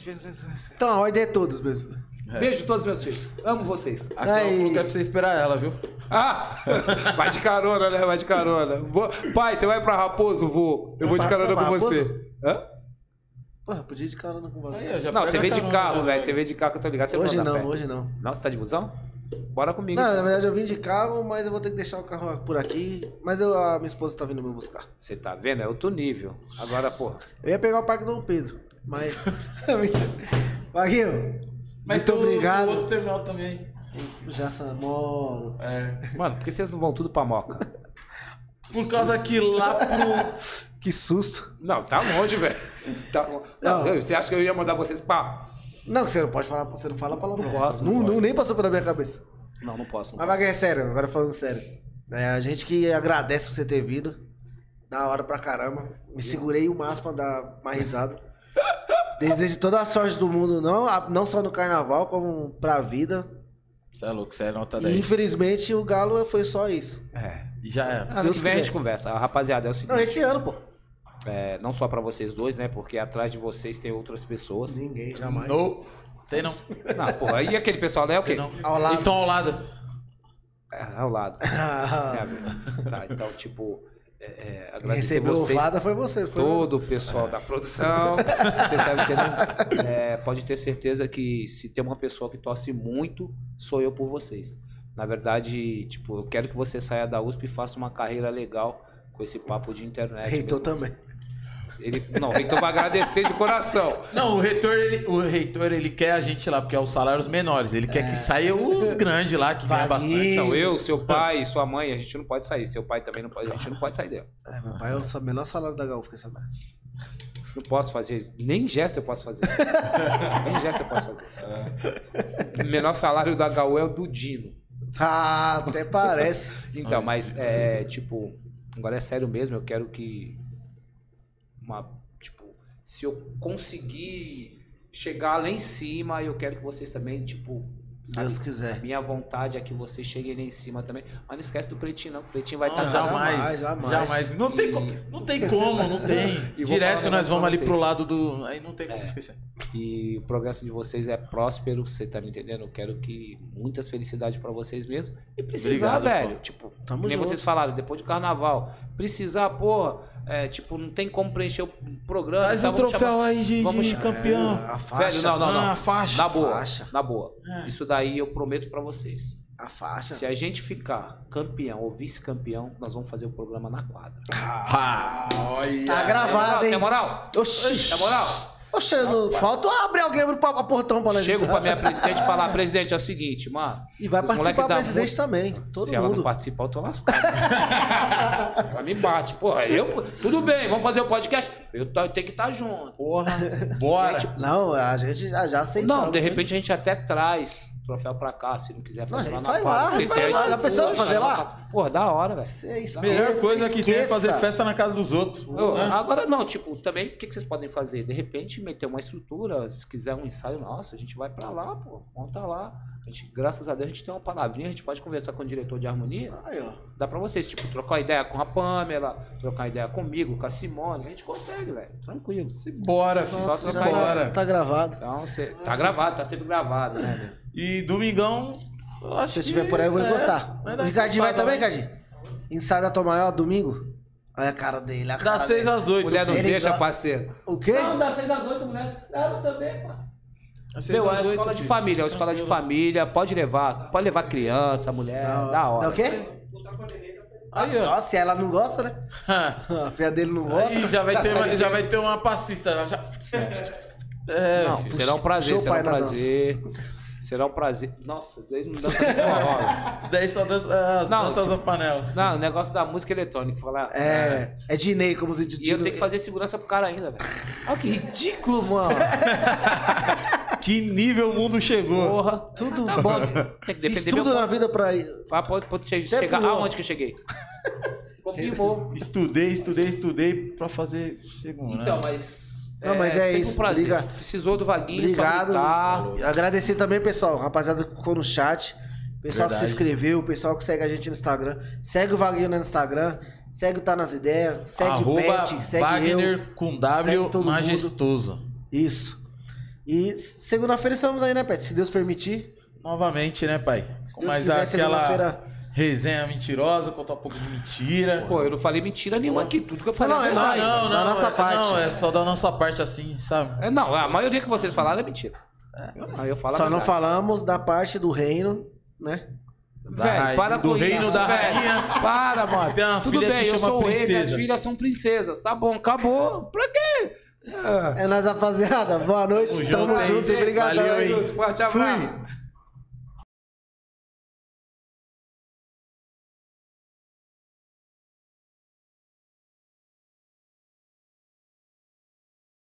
[SPEAKER 2] Então a ordem é todos mesmo.
[SPEAKER 1] Beijo a todos meus filhos. Amo vocês.
[SPEAKER 3] A Cléo
[SPEAKER 2] Aí.
[SPEAKER 3] falou que é pra você esperar ela, viu?
[SPEAKER 1] Ah! Vai de carona, né? Vai de carona. Vou- Pai, você vai pra Raposo? Vou. Eu vou de
[SPEAKER 2] Você vai-
[SPEAKER 1] carona com
[SPEAKER 2] você vai
[SPEAKER 1] você. Hã?
[SPEAKER 2] Porra, podia ir de carona com o bagulho.
[SPEAKER 3] eu já
[SPEAKER 1] Não,
[SPEAKER 3] pego
[SPEAKER 1] você
[SPEAKER 3] a
[SPEAKER 1] vem de
[SPEAKER 3] carona, né?
[SPEAKER 1] carro,
[SPEAKER 3] já.
[SPEAKER 1] velho. Você vem de carro que eu tô ligado. Você
[SPEAKER 2] Hoje
[SPEAKER 1] manda a
[SPEAKER 2] não,
[SPEAKER 1] pé.
[SPEAKER 2] hoje não.
[SPEAKER 1] Não, você tá de busão? Bora comigo.
[SPEAKER 2] Não, na verdade eu vim de carro, mas eu vou ter que deixar o carro por aqui. Mas eu, a minha esposa tá vindo me buscar.
[SPEAKER 1] Você tá vendo? É outro nível. Agora, porra.
[SPEAKER 2] Eu ia pegar o Parque Dom Pedro, mas. Mentira. Vaguinho,
[SPEAKER 3] Mas
[SPEAKER 2] muito
[SPEAKER 3] tem o-
[SPEAKER 2] obrigado.
[SPEAKER 3] O outro terminal também.
[SPEAKER 2] Já samoro.
[SPEAKER 3] É.
[SPEAKER 1] Mano, por que vocês não vão tudo pra moca?
[SPEAKER 3] Por causa que lá pro.
[SPEAKER 2] Que susto.
[SPEAKER 1] Não, tá longe, velho. Tá longe.
[SPEAKER 2] Não.
[SPEAKER 1] Não, eu- Você acha que eu ia mandar vocês pra.
[SPEAKER 2] Não, que você não pode falar, você não fala palavrão.
[SPEAKER 1] Não posso, não
[SPEAKER 2] Não,
[SPEAKER 1] posso.
[SPEAKER 2] não- nem passou pela minha cabeça.
[SPEAKER 1] Não, não posso. Não
[SPEAKER 2] Mas
[SPEAKER 1] posso.
[SPEAKER 2] Vaguinho, é sério, agora falando sério. É, a gente que agradece por você ter vindo. Da hora pra caramba. Me segurei o máximo pra dar uma risada. Desejo toda a sorte do mundo, não, a- não só no carnaval, como pra vida.
[SPEAKER 3] Você é louco, você é nota
[SPEAKER 2] E
[SPEAKER 3] 10.
[SPEAKER 2] infelizmente o Galo foi só isso.
[SPEAKER 1] É.
[SPEAKER 3] E já é.
[SPEAKER 1] Ano
[SPEAKER 2] Deus
[SPEAKER 1] que vem a
[SPEAKER 2] quiser.
[SPEAKER 1] gente conversa. Rapaziada, é o
[SPEAKER 2] Não,
[SPEAKER 1] seguinte.
[SPEAKER 2] esse ano, pô.
[SPEAKER 1] é, não só pra vocês dois, né? Porque atrás de vocês tem outras pessoas.
[SPEAKER 2] Ninguém, jamais.
[SPEAKER 3] No. Tem não.
[SPEAKER 1] Não, porra. E aquele pessoal lá é o quê?
[SPEAKER 3] Tem não.
[SPEAKER 2] Ao lado.
[SPEAKER 3] Eles estão ao lado.
[SPEAKER 1] É, ao lado.
[SPEAKER 2] Ah,
[SPEAKER 1] sabe? Tá, então, tipo, é, é,
[SPEAKER 2] quem
[SPEAKER 1] agradecer
[SPEAKER 2] recebeu
[SPEAKER 1] vocês,
[SPEAKER 2] ovada foi você. Foi É.
[SPEAKER 1] todo o pessoal da produção. Você tá me entendendo? É, pode ter certeza que se tem uma pessoa que torce muito, sou eu por vocês. Na verdade, tipo, eu quero que você saia da USP e faça uma carreira legal com esse papo de internet.
[SPEAKER 2] Reitou também.
[SPEAKER 1] Ele, não, o reitor vai agradecer de coração.
[SPEAKER 3] Não, o reitor, ele, o reitor, ele quer a gente lá, porque é os salários menores. Ele
[SPEAKER 1] É.
[SPEAKER 3] quer que saia os grandes lá, que ganha bastante.
[SPEAKER 1] Então, eu, seu pai, sua mãe, a gente não pode sair. Seu pai também não pode. A gente não pode sair dela.
[SPEAKER 2] É, meu pai é o sa- menor salário da Gaúfa, essa merda.
[SPEAKER 1] Não posso fazer isso. Nem gesto eu posso fazer. Nem gesto eu posso fazer. O menor salário da HU é o do Dino.
[SPEAKER 2] Ah, até parece.
[SPEAKER 1] Então, mas é tipo, agora é sério mesmo, eu quero que uma tipo, se eu conseguir chegar lá em cima, eu quero que vocês também, tipo,
[SPEAKER 2] Se
[SPEAKER 1] sabe,
[SPEAKER 2] Deus quiser.
[SPEAKER 1] minha vontade é que vocês cheguem lá em cima também. Mas não esquece do Pretinho, não. O Pretinho vai
[SPEAKER 3] Não,
[SPEAKER 2] Ah,
[SPEAKER 1] estar tá
[SPEAKER 3] jamais,
[SPEAKER 2] jamais, jamais.
[SPEAKER 3] jamais. Não tem, co- não tem como, não tem.
[SPEAKER 1] E vou falar um
[SPEAKER 3] Direto
[SPEAKER 1] negócio
[SPEAKER 3] nós vamos
[SPEAKER 1] pra
[SPEAKER 3] ali
[SPEAKER 1] vocês. É. Então
[SPEAKER 3] pro lado do. Aí não tem como esquecer.
[SPEAKER 1] E o progresso de vocês é próspero, você tá me entendendo? Eu quero que muitas felicidades pra vocês mesmo. E precisar,
[SPEAKER 3] Obrigado,
[SPEAKER 1] velho.
[SPEAKER 3] pô.
[SPEAKER 1] Tipo,
[SPEAKER 2] Tamo
[SPEAKER 1] nem
[SPEAKER 2] junto.
[SPEAKER 1] vocês falaram, depois do carnaval. Precisar, porra, é, tipo, não tem como preencher o programa.
[SPEAKER 3] Traz
[SPEAKER 1] tá?
[SPEAKER 3] o
[SPEAKER 1] Vamos chamar-
[SPEAKER 3] troféu aí de,
[SPEAKER 1] vamos
[SPEAKER 3] de
[SPEAKER 1] chamar-
[SPEAKER 3] campeão.
[SPEAKER 2] É, a
[SPEAKER 1] Velho,
[SPEAKER 2] faixa.
[SPEAKER 1] não, não, não.
[SPEAKER 3] Ah, faixa,
[SPEAKER 1] na boa,
[SPEAKER 2] faixa.
[SPEAKER 1] na boa. Isso daí eu prometo pra vocês.
[SPEAKER 2] A faixa.
[SPEAKER 1] Se a gente ficar campeão ou vice-campeão, nós vamos fazer o programa na quadra.
[SPEAKER 3] Ah,
[SPEAKER 2] Tá
[SPEAKER 3] olha.
[SPEAKER 1] Tem moral?
[SPEAKER 2] gravado, hein?
[SPEAKER 1] Tem moral?
[SPEAKER 2] Oxi.
[SPEAKER 1] Tem moral?
[SPEAKER 2] Oxi, não, falta abrir alguém pro pa- portão pra nós
[SPEAKER 1] Chego
[SPEAKER 2] entrar.
[SPEAKER 1] pra minha presidente e falar, presidente, é o seguinte, mano.
[SPEAKER 2] então. E vai
[SPEAKER 1] esses
[SPEAKER 2] participar
[SPEAKER 1] moleque
[SPEAKER 2] o
[SPEAKER 1] dá
[SPEAKER 2] presidente
[SPEAKER 1] muito-
[SPEAKER 2] também. Todo
[SPEAKER 1] Se ela não
[SPEAKER 2] mundo.
[SPEAKER 1] participar, eu tô lascado. ela me bate. Porra, eu. fui- Tudo bem, vamos fazer o podcast. Eu, tô- eu tenho que estar junto.
[SPEAKER 3] Porra, bora.
[SPEAKER 2] Não, a gente já, já aceitou. né?
[SPEAKER 1] não, de repente a gente até traz o troféu pra cá, se não quiser fazer
[SPEAKER 2] Não, a
[SPEAKER 1] lá
[SPEAKER 2] gente
[SPEAKER 1] na
[SPEAKER 2] faz
[SPEAKER 1] quadra.
[SPEAKER 2] lá, a gente
[SPEAKER 1] Porque
[SPEAKER 2] faz
[SPEAKER 1] tem
[SPEAKER 2] lá.
[SPEAKER 1] as
[SPEAKER 2] Já pensou em
[SPEAKER 1] pessoas,
[SPEAKER 2] fazer
[SPEAKER 1] faz
[SPEAKER 2] lá?
[SPEAKER 1] Porra, da hora, velho.
[SPEAKER 2] Você esqueça,
[SPEAKER 3] A Tá. melhor coisa que tem é fazer
[SPEAKER 2] esqueça.
[SPEAKER 3] festa na casa dos outros.
[SPEAKER 1] Ô,
[SPEAKER 3] Né?
[SPEAKER 1] agora não, tipo, também, o que, que vocês podem fazer? De repente, meter uma estrutura, se quiser um ensaio nosso, a gente vai pra lá, pô, monta lá. A gente, graças a Deus, a gente tem uma palavrinha, a gente pode conversar com o diretor de harmonia.
[SPEAKER 2] Aí, ó.
[SPEAKER 1] Dá pra vocês, tipo, trocar ideia com a Pamela, trocar ideia comigo, com a Simone. A gente consegue, velho. Tranquilo.
[SPEAKER 3] Bora, filho.
[SPEAKER 1] Só
[SPEAKER 2] Já
[SPEAKER 1] trocar ideia.
[SPEAKER 2] tá,
[SPEAKER 3] bora.
[SPEAKER 2] tá gravado.
[SPEAKER 1] Então, você. Tá gravado, tá sempre gravado, né, meu?
[SPEAKER 3] E domingão. eu acho
[SPEAKER 2] Se eu
[SPEAKER 3] que-
[SPEAKER 2] tiver por aí, eu vou
[SPEAKER 3] é,
[SPEAKER 2] encostar.
[SPEAKER 3] vai
[SPEAKER 2] o
[SPEAKER 3] dar
[SPEAKER 2] Ricardinho vai
[SPEAKER 3] encostada,
[SPEAKER 2] também,
[SPEAKER 3] né?
[SPEAKER 2] Ricardinho? Ensaio da tua maior, domingo? Olha a cara dele, a cara
[SPEAKER 3] Das 6
[SPEAKER 2] dele.
[SPEAKER 3] às 8.
[SPEAKER 1] Mulher não
[SPEAKER 2] Ele
[SPEAKER 1] deixa,
[SPEAKER 2] gosta-
[SPEAKER 1] parceiro.
[SPEAKER 2] O quê?
[SPEAKER 1] Não, dá 6 às 8, mulher. Leva também, pô.
[SPEAKER 3] Às seis
[SPEAKER 1] Meu, é
[SPEAKER 3] às
[SPEAKER 1] a
[SPEAKER 3] oito,
[SPEAKER 1] escola de
[SPEAKER 3] filho.
[SPEAKER 1] família, é uma escola de família. Pode levar, pode levar criança, mulher, da hora.
[SPEAKER 2] Dá o quê?
[SPEAKER 3] Aí, ó.
[SPEAKER 2] Nossa, ela não gosta, né? A filha dele não gosta.
[SPEAKER 3] Aí já vai ter uma, já vai ter uma passista. Já... É,
[SPEAKER 1] Não,
[SPEAKER 3] filho.
[SPEAKER 1] será um prazer,
[SPEAKER 2] puxa o
[SPEAKER 1] será um
[SPEAKER 2] pai na
[SPEAKER 1] prazer. Será um prazer. Nossa, desde não dança nem forró.
[SPEAKER 3] Isso daí só dança, é, as
[SPEAKER 1] Não,
[SPEAKER 3] danças
[SPEAKER 1] tipo-
[SPEAKER 3] da panela.
[SPEAKER 1] Não, o negócio da música eletrônica, falar.
[SPEAKER 2] É, é Dinei, como os
[SPEAKER 1] E eu tenho que fazer segurança pro cara ainda, velho. Olha que ridículo, mano.
[SPEAKER 3] Que nível o mundo chegou.
[SPEAKER 1] Porra.
[SPEAKER 2] Tudo.
[SPEAKER 1] Tá bom. Tem
[SPEAKER 2] Fiz
[SPEAKER 1] que defender
[SPEAKER 2] tudo
[SPEAKER 1] meu
[SPEAKER 2] na vida pra ir.
[SPEAKER 1] pra, pra, pra che-
[SPEAKER 2] Até
[SPEAKER 1] chegar
[SPEAKER 2] pulou.
[SPEAKER 1] aonde que eu cheguei. Confirmou.
[SPEAKER 3] Estudei, estudei, estudei pra fazer segundo. né?
[SPEAKER 1] Então, mas.
[SPEAKER 2] né? Não, mas é
[SPEAKER 1] sempre
[SPEAKER 2] isso.
[SPEAKER 1] Um prazer.
[SPEAKER 2] Briga-
[SPEAKER 1] Precisou do Vaguinho,
[SPEAKER 2] Obrigado.
[SPEAKER 1] Tá.
[SPEAKER 2] Agradecer também, pessoal. Rapaziada que ficou no chat. Pessoal que se
[SPEAKER 3] Verdade.
[SPEAKER 2] inscreveu, pessoal que segue a gente no Instagram. Segue o Wagner no Instagram. Segue o Tá Nas Ideias. Segue
[SPEAKER 3] Arroba
[SPEAKER 2] o Pet. Segue eu.
[SPEAKER 3] Wagner com
[SPEAKER 2] segue
[SPEAKER 3] W
[SPEAKER 2] todo mundo.
[SPEAKER 3] majestoso.
[SPEAKER 2] Isso. E segunda-feira estamos aí, né, Pet? Se Deus permitir.
[SPEAKER 3] Novamente, né, pai? Com
[SPEAKER 2] Deus
[SPEAKER 3] mais
[SPEAKER 2] quiser,
[SPEAKER 3] aquela
[SPEAKER 2] segunda-feira.
[SPEAKER 3] resenha mentirosa, contar um pouco de mentira.
[SPEAKER 1] Pô, eu não falei mentira nenhuma aqui. Tudo que eu falei
[SPEAKER 2] Não, não, é
[SPEAKER 1] verdade.
[SPEAKER 2] nóis. da nossa
[SPEAKER 3] é,
[SPEAKER 2] parte.
[SPEAKER 3] Não, é só da nossa parte assim, sabe?
[SPEAKER 1] É, não, a maioria que vocês falaram é mentira. Aí eu falo a
[SPEAKER 2] Só não
[SPEAKER 1] verdade.
[SPEAKER 2] falamos da parte do reino, né?
[SPEAKER 3] Da
[SPEAKER 1] Velho,
[SPEAKER 3] raiz,
[SPEAKER 1] para
[SPEAKER 3] do
[SPEAKER 1] com
[SPEAKER 3] reino
[SPEAKER 1] isso,
[SPEAKER 3] da
[SPEAKER 1] velho.
[SPEAKER 3] rainha.
[SPEAKER 1] Para, mano.
[SPEAKER 3] Tem uma
[SPEAKER 1] Tudo
[SPEAKER 3] filha
[SPEAKER 1] bem,
[SPEAKER 3] que
[SPEAKER 1] eu
[SPEAKER 3] chama
[SPEAKER 1] sou o rei, minhas
[SPEAKER 3] princesa.
[SPEAKER 1] filhas são princesas. Tá bom, acabou. Pra quê?
[SPEAKER 2] É nóis, rapaziada. Boa noite. Tamo
[SPEAKER 3] Tamo junto aí,
[SPEAKER 2] junto.
[SPEAKER 1] gente.
[SPEAKER 2] Obrigado.
[SPEAKER 3] Valeu aí.
[SPEAKER 1] Forte abraço.
[SPEAKER 2] Fui.